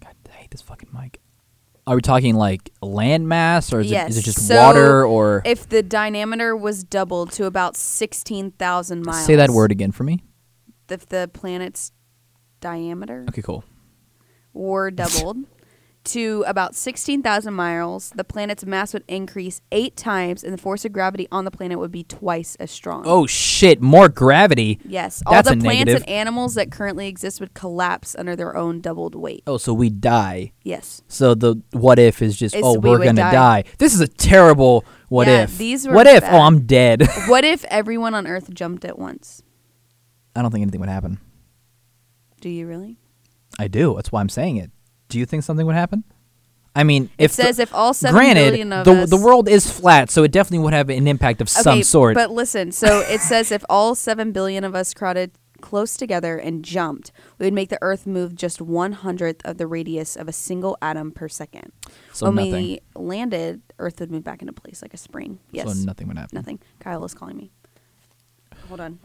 Speaker 1: God, I hate this fucking mic. Are we talking like landmass, or is,
Speaker 3: yes.
Speaker 1: it, is it just
Speaker 3: So
Speaker 1: water, or
Speaker 3: if the diameter was doubled to about sixteen thousand miles?
Speaker 1: say that word again for me?
Speaker 3: If the planet's diameter
Speaker 1: Okay, cool.
Speaker 3: were doubled to about 16,000 miles, the planet's mass would increase eight times, and the force of gravity on the planet would be twice as strong.
Speaker 1: Oh shit, more gravity.
Speaker 3: Yes, all
Speaker 1: that's
Speaker 3: the
Speaker 1: a
Speaker 3: plants
Speaker 1: negative.
Speaker 3: and animals that currently exist would collapse under their own doubled weight.
Speaker 1: Oh, so we die.
Speaker 3: Yes.
Speaker 1: So the what if is just
Speaker 3: Is
Speaker 1: oh
Speaker 3: we
Speaker 1: we're
Speaker 3: would
Speaker 1: gonna
Speaker 3: die.
Speaker 1: die. This is a terrible what
Speaker 3: Yeah,
Speaker 1: if.
Speaker 3: these were
Speaker 1: what if?
Speaker 3: bad.
Speaker 1: Oh, I'm dead.
Speaker 3: What if everyone on Earth jumped at once?
Speaker 1: I don't think anything would happen.
Speaker 3: Do you really?
Speaker 1: I do. That's why I'm saying it. Do you think something would happen? I mean,
Speaker 3: It
Speaker 1: if the-
Speaker 3: says if all seven billion
Speaker 1: granted,
Speaker 3: of
Speaker 1: the
Speaker 3: us,
Speaker 1: the world is flat, so it definitely would have an impact of
Speaker 3: Okay,
Speaker 1: some sort.
Speaker 3: But listen, so it says if all seven billion of us crowded close together and jumped, we would make the Earth move just one hundredth of the radius of a single atom per second.
Speaker 1: so
Speaker 3: when
Speaker 1: nothing.
Speaker 3: we landed, Earth would move back into place like a spring. Yes.
Speaker 1: So nothing would happen.
Speaker 3: Nothing. Kyle is calling me. Hold on.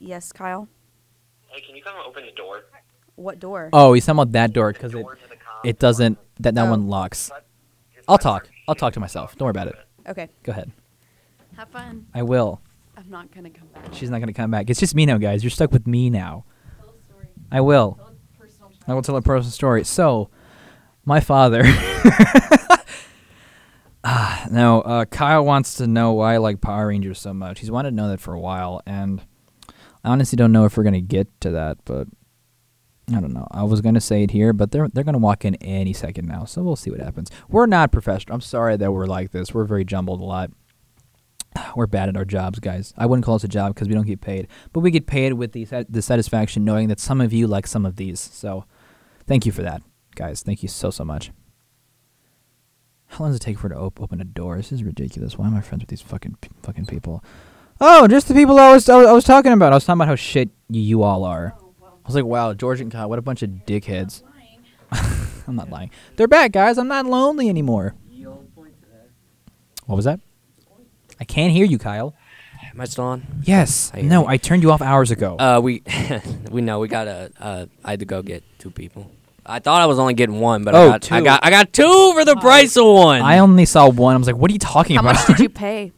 Speaker 3: Yes, Kyle.
Speaker 4: Hey, can you come open the door?
Speaker 3: What door?
Speaker 1: Oh, he's talking about that door because it
Speaker 4: Door to the com.
Speaker 1: it doesn't that that
Speaker 3: Oh.
Speaker 1: one locks.
Speaker 4: It's
Speaker 1: I'll
Speaker 4: not
Speaker 1: talk.
Speaker 4: working.
Speaker 1: I'll talk to myself. Don't worry about it.
Speaker 3: Okay.
Speaker 1: Go ahead.
Speaker 3: Have fun.
Speaker 1: I will.
Speaker 3: I'm not gonna come back.
Speaker 1: She's not gonna come back. It's just me now, guys. You're stuck with me now. I will. I will tell a personal story. So, my father. Ah, no, uh, Kyle wants to know why I like Power Rangers so much. He's wanted to know that for a while, and I honestly don't know if we're gonna get to that, but I don't know. I was gonna say it here, but they're they're gonna walk in any second now, so we'll see what happens. We're not professional. I'm sorry that we're like this. We're very jumbled a lot. We're bad at our jobs, guys. I wouldn't call us a job because we don't get paid, but we get paid with the sat- the satisfaction knowing that some of you like some of these. So, thank you for that, guys. Thank you so so much. How long does it take for her to op- open a door? This is ridiculous. Why am I friends with these fucking p- fucking people? Oh, just the people I was I was- I was talking about. I was talking about how shit you, you all are. I was like, Oh, wow, George and Kyle, what a bunch of dickheads. I'm not lying. They're back, guys. I'm not lonely anymore. What was that? I can't hear you, Kyle.
Speaker 2: Am I still on?
Speaker 1: Yes.
Speaker 2: I hear
Speaker 1: no,
Speaker 2: you.
Speaker 1: I turned you off hours ago.
Speaker 2: Uh, we we know we got to Uh, I had to go get two people. I thought I was only getting one, but
Speaker 1: Oh,
Speaker 2: I, got, I
Speaker 1: two.
Speaker 2: got I got two for the price of one.
Speaker 1: I only saw one. I was like, what are you talking
Speaker 3: How
Speaker 1: about?
Speaker 3: much did you pay?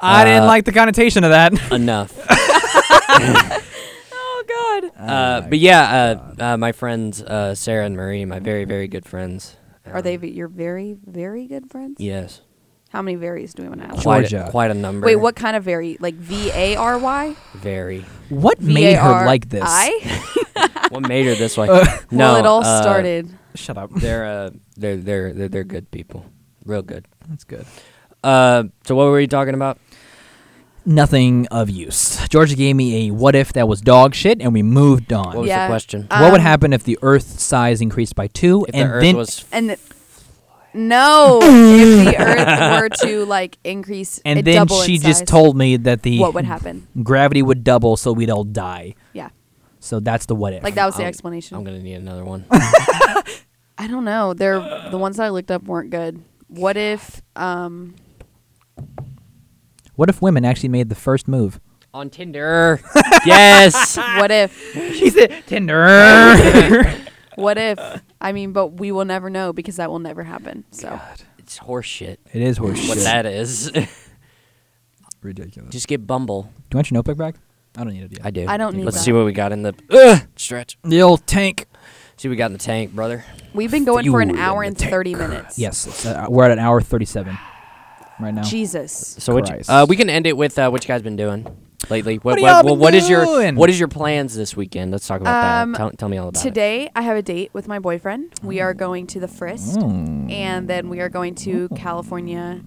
Speaker 1: I didn't
Speaker 2: Uh,
Speaker 1: like the connotation of that.
Speaker 2: enough.
Speaker 3: Oh God.
Speaker 2: Uh, but yeah, uh, uh, my friends uh, Sarah and Marie, my very very good friends.
Speaker 3: Are they v- your very very good friends?
Speaker 2: Yes,
Speaker 3: How many varies do we want to have?
Speaker 2: quite
Speaker 1: Georgia.
Speaker 2: a, quite a number.
Speaker 3: Wait, what kind of very? Like V A R Y?
Speaker 2: Very.
Speaker 1: What made her like this?
Speaker 3: I.
Speaker 2: What made her this way? no,
Speaker 3: Well, it all
Speaker 2: uh,
Speaker 3: started.
Speaker 1: Shut up.
Speaker 2: They're uh, they're they're they're they're good people, real good.
Speaker 1: That's good.
Speaker 2: Uh, so what were you talking about?
Speaker 1: Nothing of use. Georgia gave me a what if that was dog shit, and we moved on.
Speaker 2: What was
Speaker 3: Yeah,
Speaker 2: the question?
Speaker 1: What would
Speaker 3: Um,
Speaker 1: happen if the Earth size increased by two,
Speaker 2: if
Speaker 1: and
Speaker 2: the Earth
Speaker 1: then
Speaker 2: was
Speaker 3: And th- no, if the Earth were to like increase
Speaker 1: and
Speaker 3: it
Speaker 1: then
Speaker 3: double in
Speaker 1: she just
Speaker 3: size,
Speaker 1: told me that the
Speaker 3: what would happen.
Speaker 1: gravity would double, so we'd all die.
Speaker 3: Yeah,
Speaker 1: So that's the what if.
Speaker 3: like that was the
Speaker 2: I'll-
Speaker 3: explanation.
Speaker 2: I'm gonna need another one.
Speaker 3: I don't know. They're the ones that I looked up weren't good. What if? Um,
Speaker 1: What if women actually made the first move?
Speaker 2: On Tinder. yes.
Speaker 3: what if?
Speaker 1: She said Tinder.
Speaker 3: What if? I mean, but we will never know because that will never happen. So
Speaker 2: It's horseshit.
Speaker 1: it is horseshit.
Speaker 2: What that is.
Speaker 1: Ridiculous.
Speaker 2: Just get Bumble.
Speaker 1: do you want your notebook back? I don't need it yet.
Speaker 2: I do.
Speaker 3: I don't need
Speaker 2: Let's
Speaker 3: that.
Speaker 2: see what we got in the Ugh, stretch.
Speaker 1: the old tank.
Speaker 2: See what we got in the tank, brother.
Speaker 3: we've been going for an
Speaker 1: Fuel
Speaker 3: hour
Speaker 1: in
Speaker 3: and
Speaker 1: the tank.
Speaker 3: thirty minutes.
Speaker 1: Yes, it's, uh, we're at an hour thirty-seven right now.
Speaker 3: Jesus.
Speaker 2: So what? you-
Speaker 1: Christ.
Speaker 2: uh, we can end it with uh, what you guys been doing lately. What
Speaker 1: What y'all
Speaker 2: well,
Speaker 1: been
Speaker 2: what is your
Speaker 1: doing?
Speaker 2: what is your plans this weekend? Let's talk about
Speaker 3: Um,
Speaker 2: that. Tell, tell me all about it. Oh.
Speaker 3: Today I have a date with my boyfriend. We are going to the Frist,
Speaker 2: Hmm.
Speaker 3: and then we are going to California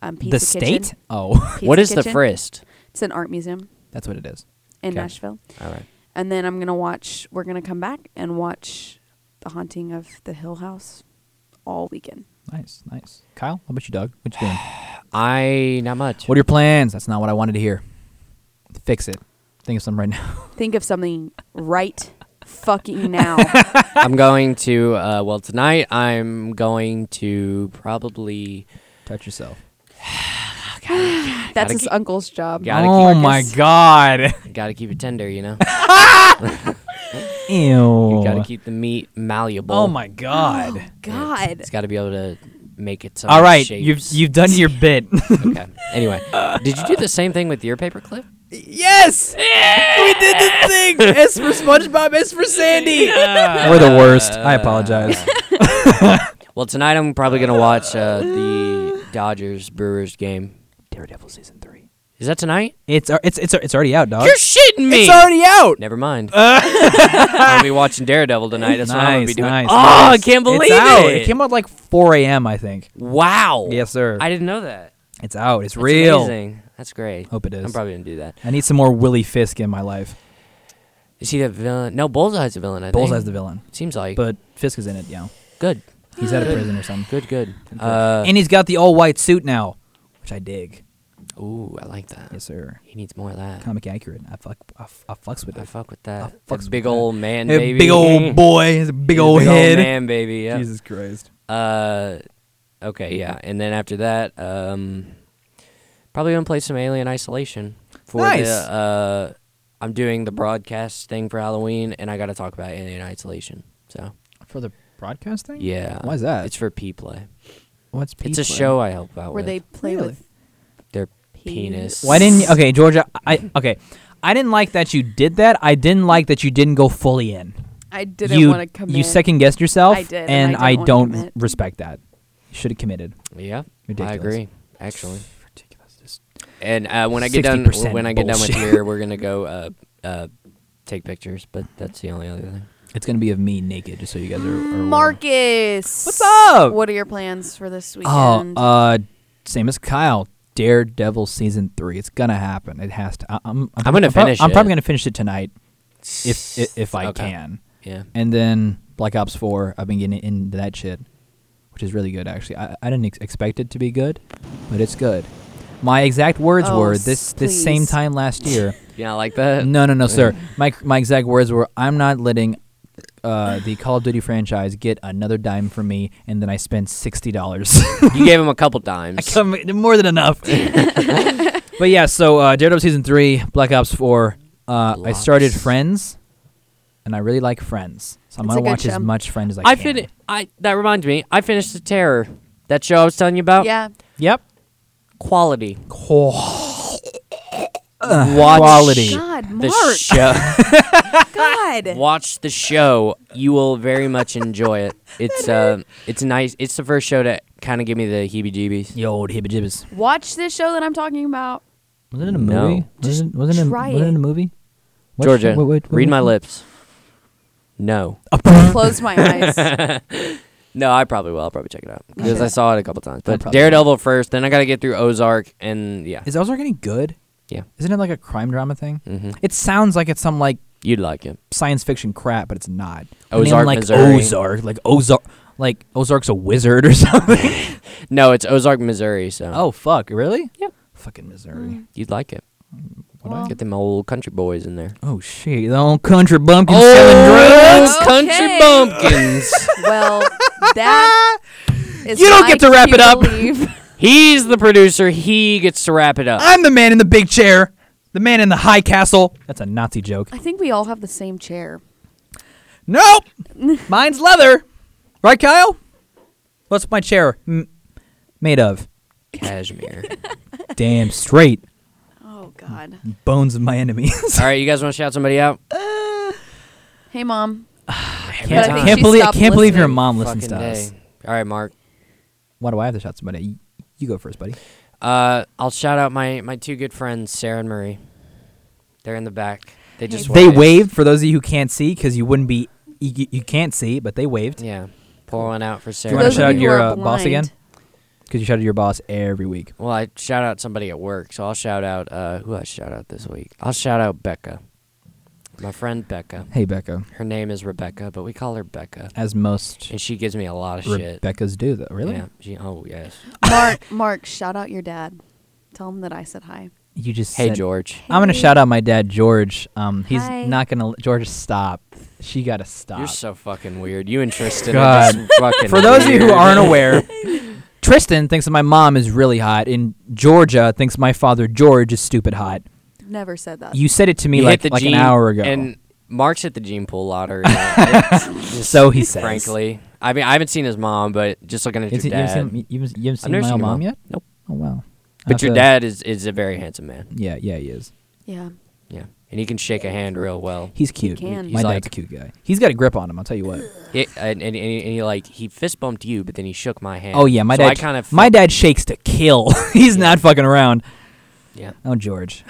Speaker 3: um, Pizza
Speaker 1: the state?
Speaker 3: Kitchen.
Speaker 1: Oh,
Speaker 3: Pizza
Speaker 2: What is the
Speaker 3: Kitchen.
Speaker 2: frist?
Speaker 3: It's an art museum
Speaker 1: that's what it is.
Speaker 3: in
Speaker 2: Okay.
Speaker 3: Nashville.
Speaker 2: All right.
Speaker 3: And then I'm gonna watch. We're gonna come back and watch The Haunting of the Hill House all weekend.
Speaker 1: Nice, nice. Kyle, how about you, Doug? What you doing?
Speaker 2: I not much.
Speaker 1: what are your plans? That's not what I wanted to hear. Fix it. Think of something right now.
Speaker 3: Think of something right fucking now.
Speaker 2: I'm going to uh, well tonight. I'm going to probably
Speaker 1: Touch yourself.
Speaker 3: That's
Speaker 2: Gotta
Speaker 3: his
Speaker 2: keep-
Speaker 3: uncle's job.
Speaker 2: Gotta
Speaker 1: oh
Speaker 2: keep-
Speaker 1: my
Speaker 3: Marcus.
Speaker 1: God.
Speaker 2: gotta keep it tender, you know.
Speaker 1: Ew.
Speaker 2: you gotta keep the meat malleable.
Speaker 1: Oh my God.
Speaker 3: God.
Speaker 2: It's got to be able to make it. Some
Speaker 1: All right,
Speaker 2: shapes.
Speaker 1: you've you've done your bit.
Speaker 2: okay. Anyway, did you do the same thing with your paperclip?
Speaker 1: yes, we did the thing. S for SpongeBob, S for Sandy. We're the worst. I apologize.
Speaker 2: Well, tonight I'm probably gonna watch uh, the Dodgers Brewers game.
Speaker 1: Daredevil season three.
Speaker 2: Is that tonight?
Speaker 1: It's ar- it's it's it's already out, dog.
Speaker 2: You're shitting me.
Speaker 1: It's already out.
Speaker 2: Never mind. I'll be watching Daredevil tonight. That's what I'm gonna be
Speaker 1: Nice,
Speaker 2: doing.
Speaker 1: nice,
Speaker 2: oh, I
Speaker 1: nice.
Speaker 2: can't believe
Speaker 1: it's out.
Speaker 2: it.
Speaker 1: It came out like 4 a.m. I think.
Speaker 2: wow.
Speaker 1: Yes, sir.
Speaker 2: I didn't know that.
Speaker 1: it's out. It's
Speaker 2: That's
Speaker 1: real.
Speaker 2: Amazing. That's great.
Speaker 1: Hope it is.
Speaker 2: I'm probably gonna do that.
Speaker 1: I need some more Willie Fisk in my life.
Speaker 2: Is he the villain? No, Bullseye's the villain. I think.
Speaker 1: Bullseye's the villain,
Speaker 2: Seems like.
Speaker 1: but Fisk is in it. Yeah,
Speaker 2: good,
Speaker 1: he's out of
Speaker 2: Good.
Speaker 1: prison or something.
Speaker 2: good, good. Uh,
Speaker 1: and he's got the all white suit now, which I dig.
Speaker 2: ooh, I like that.
Speaker 1: Yes, sir.
Speaker 2: He needs more of that.
Speaker 1: Comic accurate. I fuck. I, f- I fucks with
Speaker 2: I
Speaker 1: it.
Speaker 2: fuck with that.
Speaker 1: I fucks
Speaker 2: That
Speaker 1: with
Speaker 2: big
Speaker 1: that.
Speaker 2: old man,
Speaker 1: A
Speaker 2: baby.
Speaker 1: big old boy. He's a big
Speaker 2: He's a
Speaker 1: old head.
Speaker 2: man, baby. Yeah.
Speaker 1: Jesus Christ.
Speaker 2: Uh, okay, yeah. And then after that, um, probably gonna play some Alien Isolation for
Speaker 1: Nice.
Speaker 2: the. Uh, I'm doing the broadcast thing for Halloween, and I got to talk about Alien Isolation. So
Speaker 1: For the broadcast thing.
Speaker 2: yeah,
Speaker 1: Why is that?
Speaker 2: It's for P play.
Speaker 1: What's
Speaker 2: It's a show I help out
Speaker 3: where
Speaker 2: with.
Speaker 3: they play
Speaker 1: Really?
Speaker 3: with
Speaker 2: their
Speaker 3: Pe-
Speaker 2: penis.
Speaker 1: Why didn't you, okay Georgia? I okay. I didn't like that you did that. I didn't like that you didn't go fully in.
Speaker 3: I didn't
Speaker 1: you
Speaker 3: want to commit.
Speaker 1: you second guessed yourself,
Speaker 3: I did, and
Speaker 1: and,
Speaker 3: I
Speaker 1: I,
Speaker 3: didn't wanna
Speaker 1: don't
Speaker 3: commit.
Speaker 1: respect that. You should have committed.
Speaker 2: Yeah, I
Speaker 1: Ridiculous.
Speaker 2: agree. Actually,
Speaker 1: Ridiculous.
Speaker 2: and uh, when I get done,
Speaker 1: 60%
Speaker 2: when I get done with
Speaker 1: bullshit.
Speaker 2: here, we're gonna go uh, uh, take pictures. But that's the only other thing.
Speaker 1: It's gonna be of me naked, just so you guys are.
Speaker 3: Mm,
Speaker 1: are aware.
Speaker 3: Marcus.
Speaker 1: What's up?
Speaker 3: What are your plans for this
Speaker 1: Oh,
Speaker 3: weekend?
Speaker 1: uh, same as Kyle. Daredevil season three. It's gonna happen. It has to. I, I'm.
Speaker 2: I'm gonna
Speaker 1: prob-
Speaker 2: finish
Speaker 1: I'm probably
Speaker 2: it.
Speaker 1: gonna finish it tonight, if if, if I
Speaker 2: Okay.
Speaker 1: can.
Speaker 2: Yeah.
Speaker 1: And then Black Ops Four. I've been getting into that shit, which is really good actually. I, I didn't ex- expect it to be good, but it's good. My exact words
Speaker 3: Oh,
Speaker 1: were
Speaker 3: s-
Speaker 1: this this same
Speaker 3: please. Uh,
Speaker 1: time last year.
Speaker 2: Yeah, like that.
Speaker 1: No, no, no, sir. My my exact words were, "I'm not letting uh, the Call of Duty franchise get another dime from me," and then I spent sixty dollars,
Speaker 2: you gave him a couple times.
Speaker 1: more than enough. but yeah, so uh, Daredevil season three, Black Ops four. Uh, I started
Speaker 2: Blocks.
Speaker 1: Friends, and I really like Friends, so I'm
Speaker 3: It's a
Speaker 1: gonna
Speaker 3: good
Speaker 1: watch as
Speaker 3: show.
Speaker 1: much Friends as I,
Speaker 2: I
Speaker 1: can.
Speaker 2: fin- I that reminds me. I finished the terror. That show I was telling you about.
Speaker 3: yeah.
Speaker 1: Yep.
Speaker 2: Quality.
Speaker 1: Watch Uh, quality.
Speaker 3: God,
Speaker 2: The
Speaker 3: Mark.
Speaker 2: show.
Speaker 3: God.
Speaker 2: Watch the show. You will very much enjoy it. It's uh, it's nice. It's the first show that kind of gave me the heebie-jeebies.
Speaker 1: Yo, old hibba jibbas.
Speaker 3: Watch this show that I'm talking about.
Speaker 1: Was it in a
Speaker 2: No.
Speaker 1: movie? Was it, was it, in,
Speaker 3: try
Speaker 1: was it in
Speaker 3: it.
Speaker 1: a movie? What
Speaker 2: Georgia,
Speaker 1: show- what- what- what-
Speaker 2: read my
Speaker 1: what-
Speaker 2: lips. No.
Speaker 3: Close my eyes.
Speaker 2: No, I probably will. I'll probably check it out because I saw it a couple times. But
Speaker 1: probably will.
Speaker 2: Daredevil first, then I got to get through Ozark, and yeah,
Speaker 1: Is Ozark any good?
Speaker 2: yeah,
Speaker 1: Isn't it like a crime drama thing?
Speaker 2: hmm
Speaker 1: It sounds like it's some like
Speaker 2: you'd like it.
Speaker 1: science fiction crap, but it's not. The
Speaker 2: Ozark,
Speaker 1: like
Speaker 2: Missouri.
Speaker 1: Ozark, like Ozark, like Ozark's a wizard or something.
Speaker 2: No, it's Ozark, Missouri. So
Speaker 1: oh fuck, really?
Speaker 2: Yep.
Speaker 1: Fucking Missouri.
Speaker 3: Mm.
Speaker 2: you'd like it.
Speaker 3: Well,
Speaker 2: Get them old country boys in there.
Speaker 1: Oh shit, the old country bumpkin
Speaker 2: Oh,
Speaker 3: drugs.
Speaker 2: country
Speaker 3: Okay.
Speaker 2: bumpkins.
Speaker 3: well, that is
Speaker 1: You don't
Speaker 3: my
Speaker 1: get to wrap
Speaker 3: cue
Speaker 1: it up.
Speaker 3: leave.
Speaker 2: He's the producer. He gets to wrap it up.
Speaker 1: I'm the man in the big chair. The man in the high castle. That's a Nazi joke.
Speaker 3: I think we all have the same chair.
Speaker 1: Nope. Mine's leather. Right, Kyle? What's my chair m- made of?
Speaker 2: Cashmere.
Speaker 1: Damn straight.
Speaker 3: Oh God.
Speaker 1: Bones of my enemies.
Speaker 2: All right, you guys want to shout somebody out?
Speaker 3: Hey, mom.
Speaker 1: I
Speaker 2: But I
Speaker 1: can't,
Speaker 2: think
Speaker 1: can't
Speaker 3: she
Speaker 1: believe I
Speaker 3: stopped
Speaker 1: can't believe your
Speaker 3: listening.
Speaker 1: mom
Speaker 2: Fucking
Speaker 1: listens to us.
Speaker 2: day. All right, Mark.
Speaker 1: Why do I have to shout somebody? You, you go first, buddy.
Speaker 2: Uh, I'll shout out my my two good friends, Sarah and Marie. They're in the back. They just
Speaker 1: They
Speaker 2: waved.
Speaker 1: waved for those of you who can't see because you wouldn't be you, you can't see, but they waved.
Speaker 2: Yeah, pour one out for Sarah.
Speaker 1: Do you want
Speaker 3: Those
Speaker 1: to
Speaker 3: of
Speaker 1: shout out
Speaker 3: you who
Speaker 1: your
Speaker 3: are
Speaker 1: uh, boss
Speaker 3: blind.
Speaker 1: again? Because you shouted your boss every week.
Speaker 2: Well, I shout out somebody at work, so I'll shout out uh, who I shout out this week. I'll shout out Becca, my friend Becca.
Speaker 1: Hey Becca,
Speaker 2: Her name is Rebecca, but we call her Becca,
Speaker 1: as most
Speaker 2: and she gives me a lot of shit.
Speaker 1: Rebecca's do though, really.
Speaker 2: Yeah. She, oh yes.
Speaker 3: Mark. Mark, shout out your dad. Tell him that I said hi.
Speaker 1: You just
Speaker 2: Hey
Speaker 1: said-
Speaker 2: George.
Speaker 1: I'm gonna
Speaker 3: Hey.
Speaker 1: shout out my dad George. Um, he's
Speaker 3: Hi.
Speaker 1: not gonna let- George stop. She gotta stop.
Speaker 2: You're so fucking weird. You and Tristan are
Speaker 1: God.
Speaker 2: just fucking.
Speaker 1: For those of you who
Speaker 2: weird.
Speaker 1: aren't aware, Tristan thinks that my mom is really hot, and Georgia thinks my father George is stupid hot.
Speaker 3: Never said that.
Speaker 1: You said it to me
Speaker 2: You hit
Speaker 1: like
Speaker 2: the
Speaker 1: like
Speaker 2: gene-
Speaker 1: an hour ago.
Speaker 2: and Mark's at the gene pool lottery. just,
Speaker 1: so he says.
Speaker 2: frankly, I mean, I haven't seen his mom, but just looking at
Speaker 1: Is it-
Speaker 2: your
Speaker 1: you haven't
Speaker 2: dad,
Speaker 1: seen, you haven't- you haven't
Speaker 2: I've
Speaker 1: seen
Speaker 2: never
Speaker 1: my
Speaker 2: seen
Speaker 1: own
Speaker 2: your
Speaker 1: mom
Speaker 2: mom.
Speaker 1: yet?
Speaker 2: Nope.
Speaker 1: Oh wow. I have
Speaker 2: but your
Speaker 1: to-
Speaker 2: dad is is a very handsome man.
Speaker 1: Yeah, yeah, he is.
Speaker 3: yeah.
Speaker 2: Yeah, and he can shake a hand real well.
Speaker 1: He's cute.
Speaker 3: can.
Speaker 1: my
Speaker 2: He's
Speaker 1: dad's
Speaker 2: like-
Speaker 1: a cute guy. He's got a grip on him. I'll tell you what.
Speaker 2: He- and, and, and, he, and he like he fist bumped you, but then he shook my hand.
Speaker 1: Oh yeah, my
Speaker 2: So
Speaker 1: dad.
Speaker 2: I kind of
Speaker 1: my dad shakes to kill. He's not fucking around.
Speaker 2: Yeah.
Speaker 1: Oh George,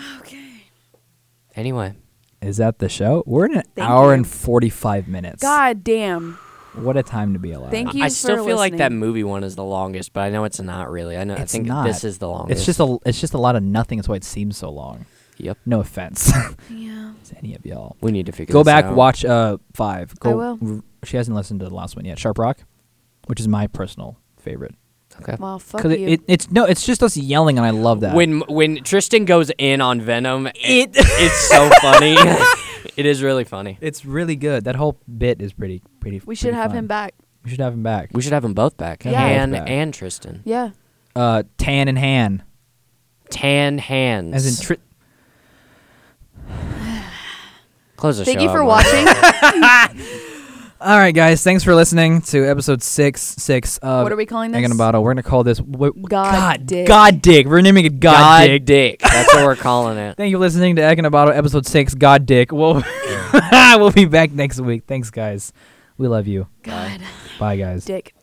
Speaker 2: Anyway,
Speaker 1: is that the show? We're in an
Speaker 3: Thank
Speaker 1: hour
Speaker 3: you.
Speaker 1: and forty five minutes.
Speaker 3: God damn.
Speaker 1: what a time to be alive.
Speaker 3: Thank you
Speaker 2: I
Speaker 3: for
Speaker 2: still feel like that
Speaker 3: listening.
Speaker 2: movie one is the longest, but I know it's not really. I know I
Speaker 1: It's
Speaker 2: think
Speaker 1: not.
Speaker 2: this is the longest.
Speaker 1: It's just a it's just a lot of nothing. That's why it seems so long.
Speaker 2: Yep.
Speaker 1: No offense
Speaker 3: Yeah.
Speaker 1: to any of y'all.
Speaker 2: We need to figure
Speaker 1: Go
Speaker 2: this
Speaker 1: back,
Speaker 2: out.
Speaker 1: watch uh five. Go,
Speaker 3: will.
Speaker 1: r- she hasn't listened to the last one yet. Sharp Rock, which is my personal favorite.
Speaker 2: Okay.
Speaker 3: Well, fuck
Speaker 1: Because
Speaker 3: you.
Speaker 1: it, it, it's no, it's just us yelling, and I love that.
Speaker 2: When when Tristan goes in on Venom, it,
Speaker 1: It-
Speaker 2: it's so funny. it is really funny.
Speaker 1: it's really good. That whole bit is pretty pretty.
Speaker 3: we should
Speaker 1: pretty
Speaker 3: have
Speaker 1: fun.
Speaker 3: him back.
Speaker 1: We should have him back.
Speaker 2: We should have them both back.
Speaker 1: Yeah.
Speaker 2: Han
Speaker 1: Both back.
Speaker 2: and Tristan.
Speaker 3: Yeah.
Speaker 1: uh, Tan and Han,
Speaker 2: Tan hands.
Speaker 1: as in tri-
Speaker 2: Close the
Speaker 3: Thank
Speaker 2: show
Speaker 3: you for
Speaker 2: out, Mom.
Speaker 3: watching.
Speaker 1: All right, guys. Thanks for listening to episode six. Six. Of
Speaker 3: What are we calling
Speaker 1: Egg in a
Speaker 3: this?
Speaker 1: bottle. We're gonna call this w-
Speaker 3: God Dig.
Speaker 1: God dig. We're naming it God,
Speaker 2: God
Speaker 1: dig.
Speaker 2: dick. That's what we're calling it.
Speaker 1: Thank you for listening to Egg in a Bottle, episode six. God dick. We'll we'll be back next week. Thanks, guys. We love you.
Speaker 3: God.
Speaker 1: Bye, guys.
Speaker 3: Dick.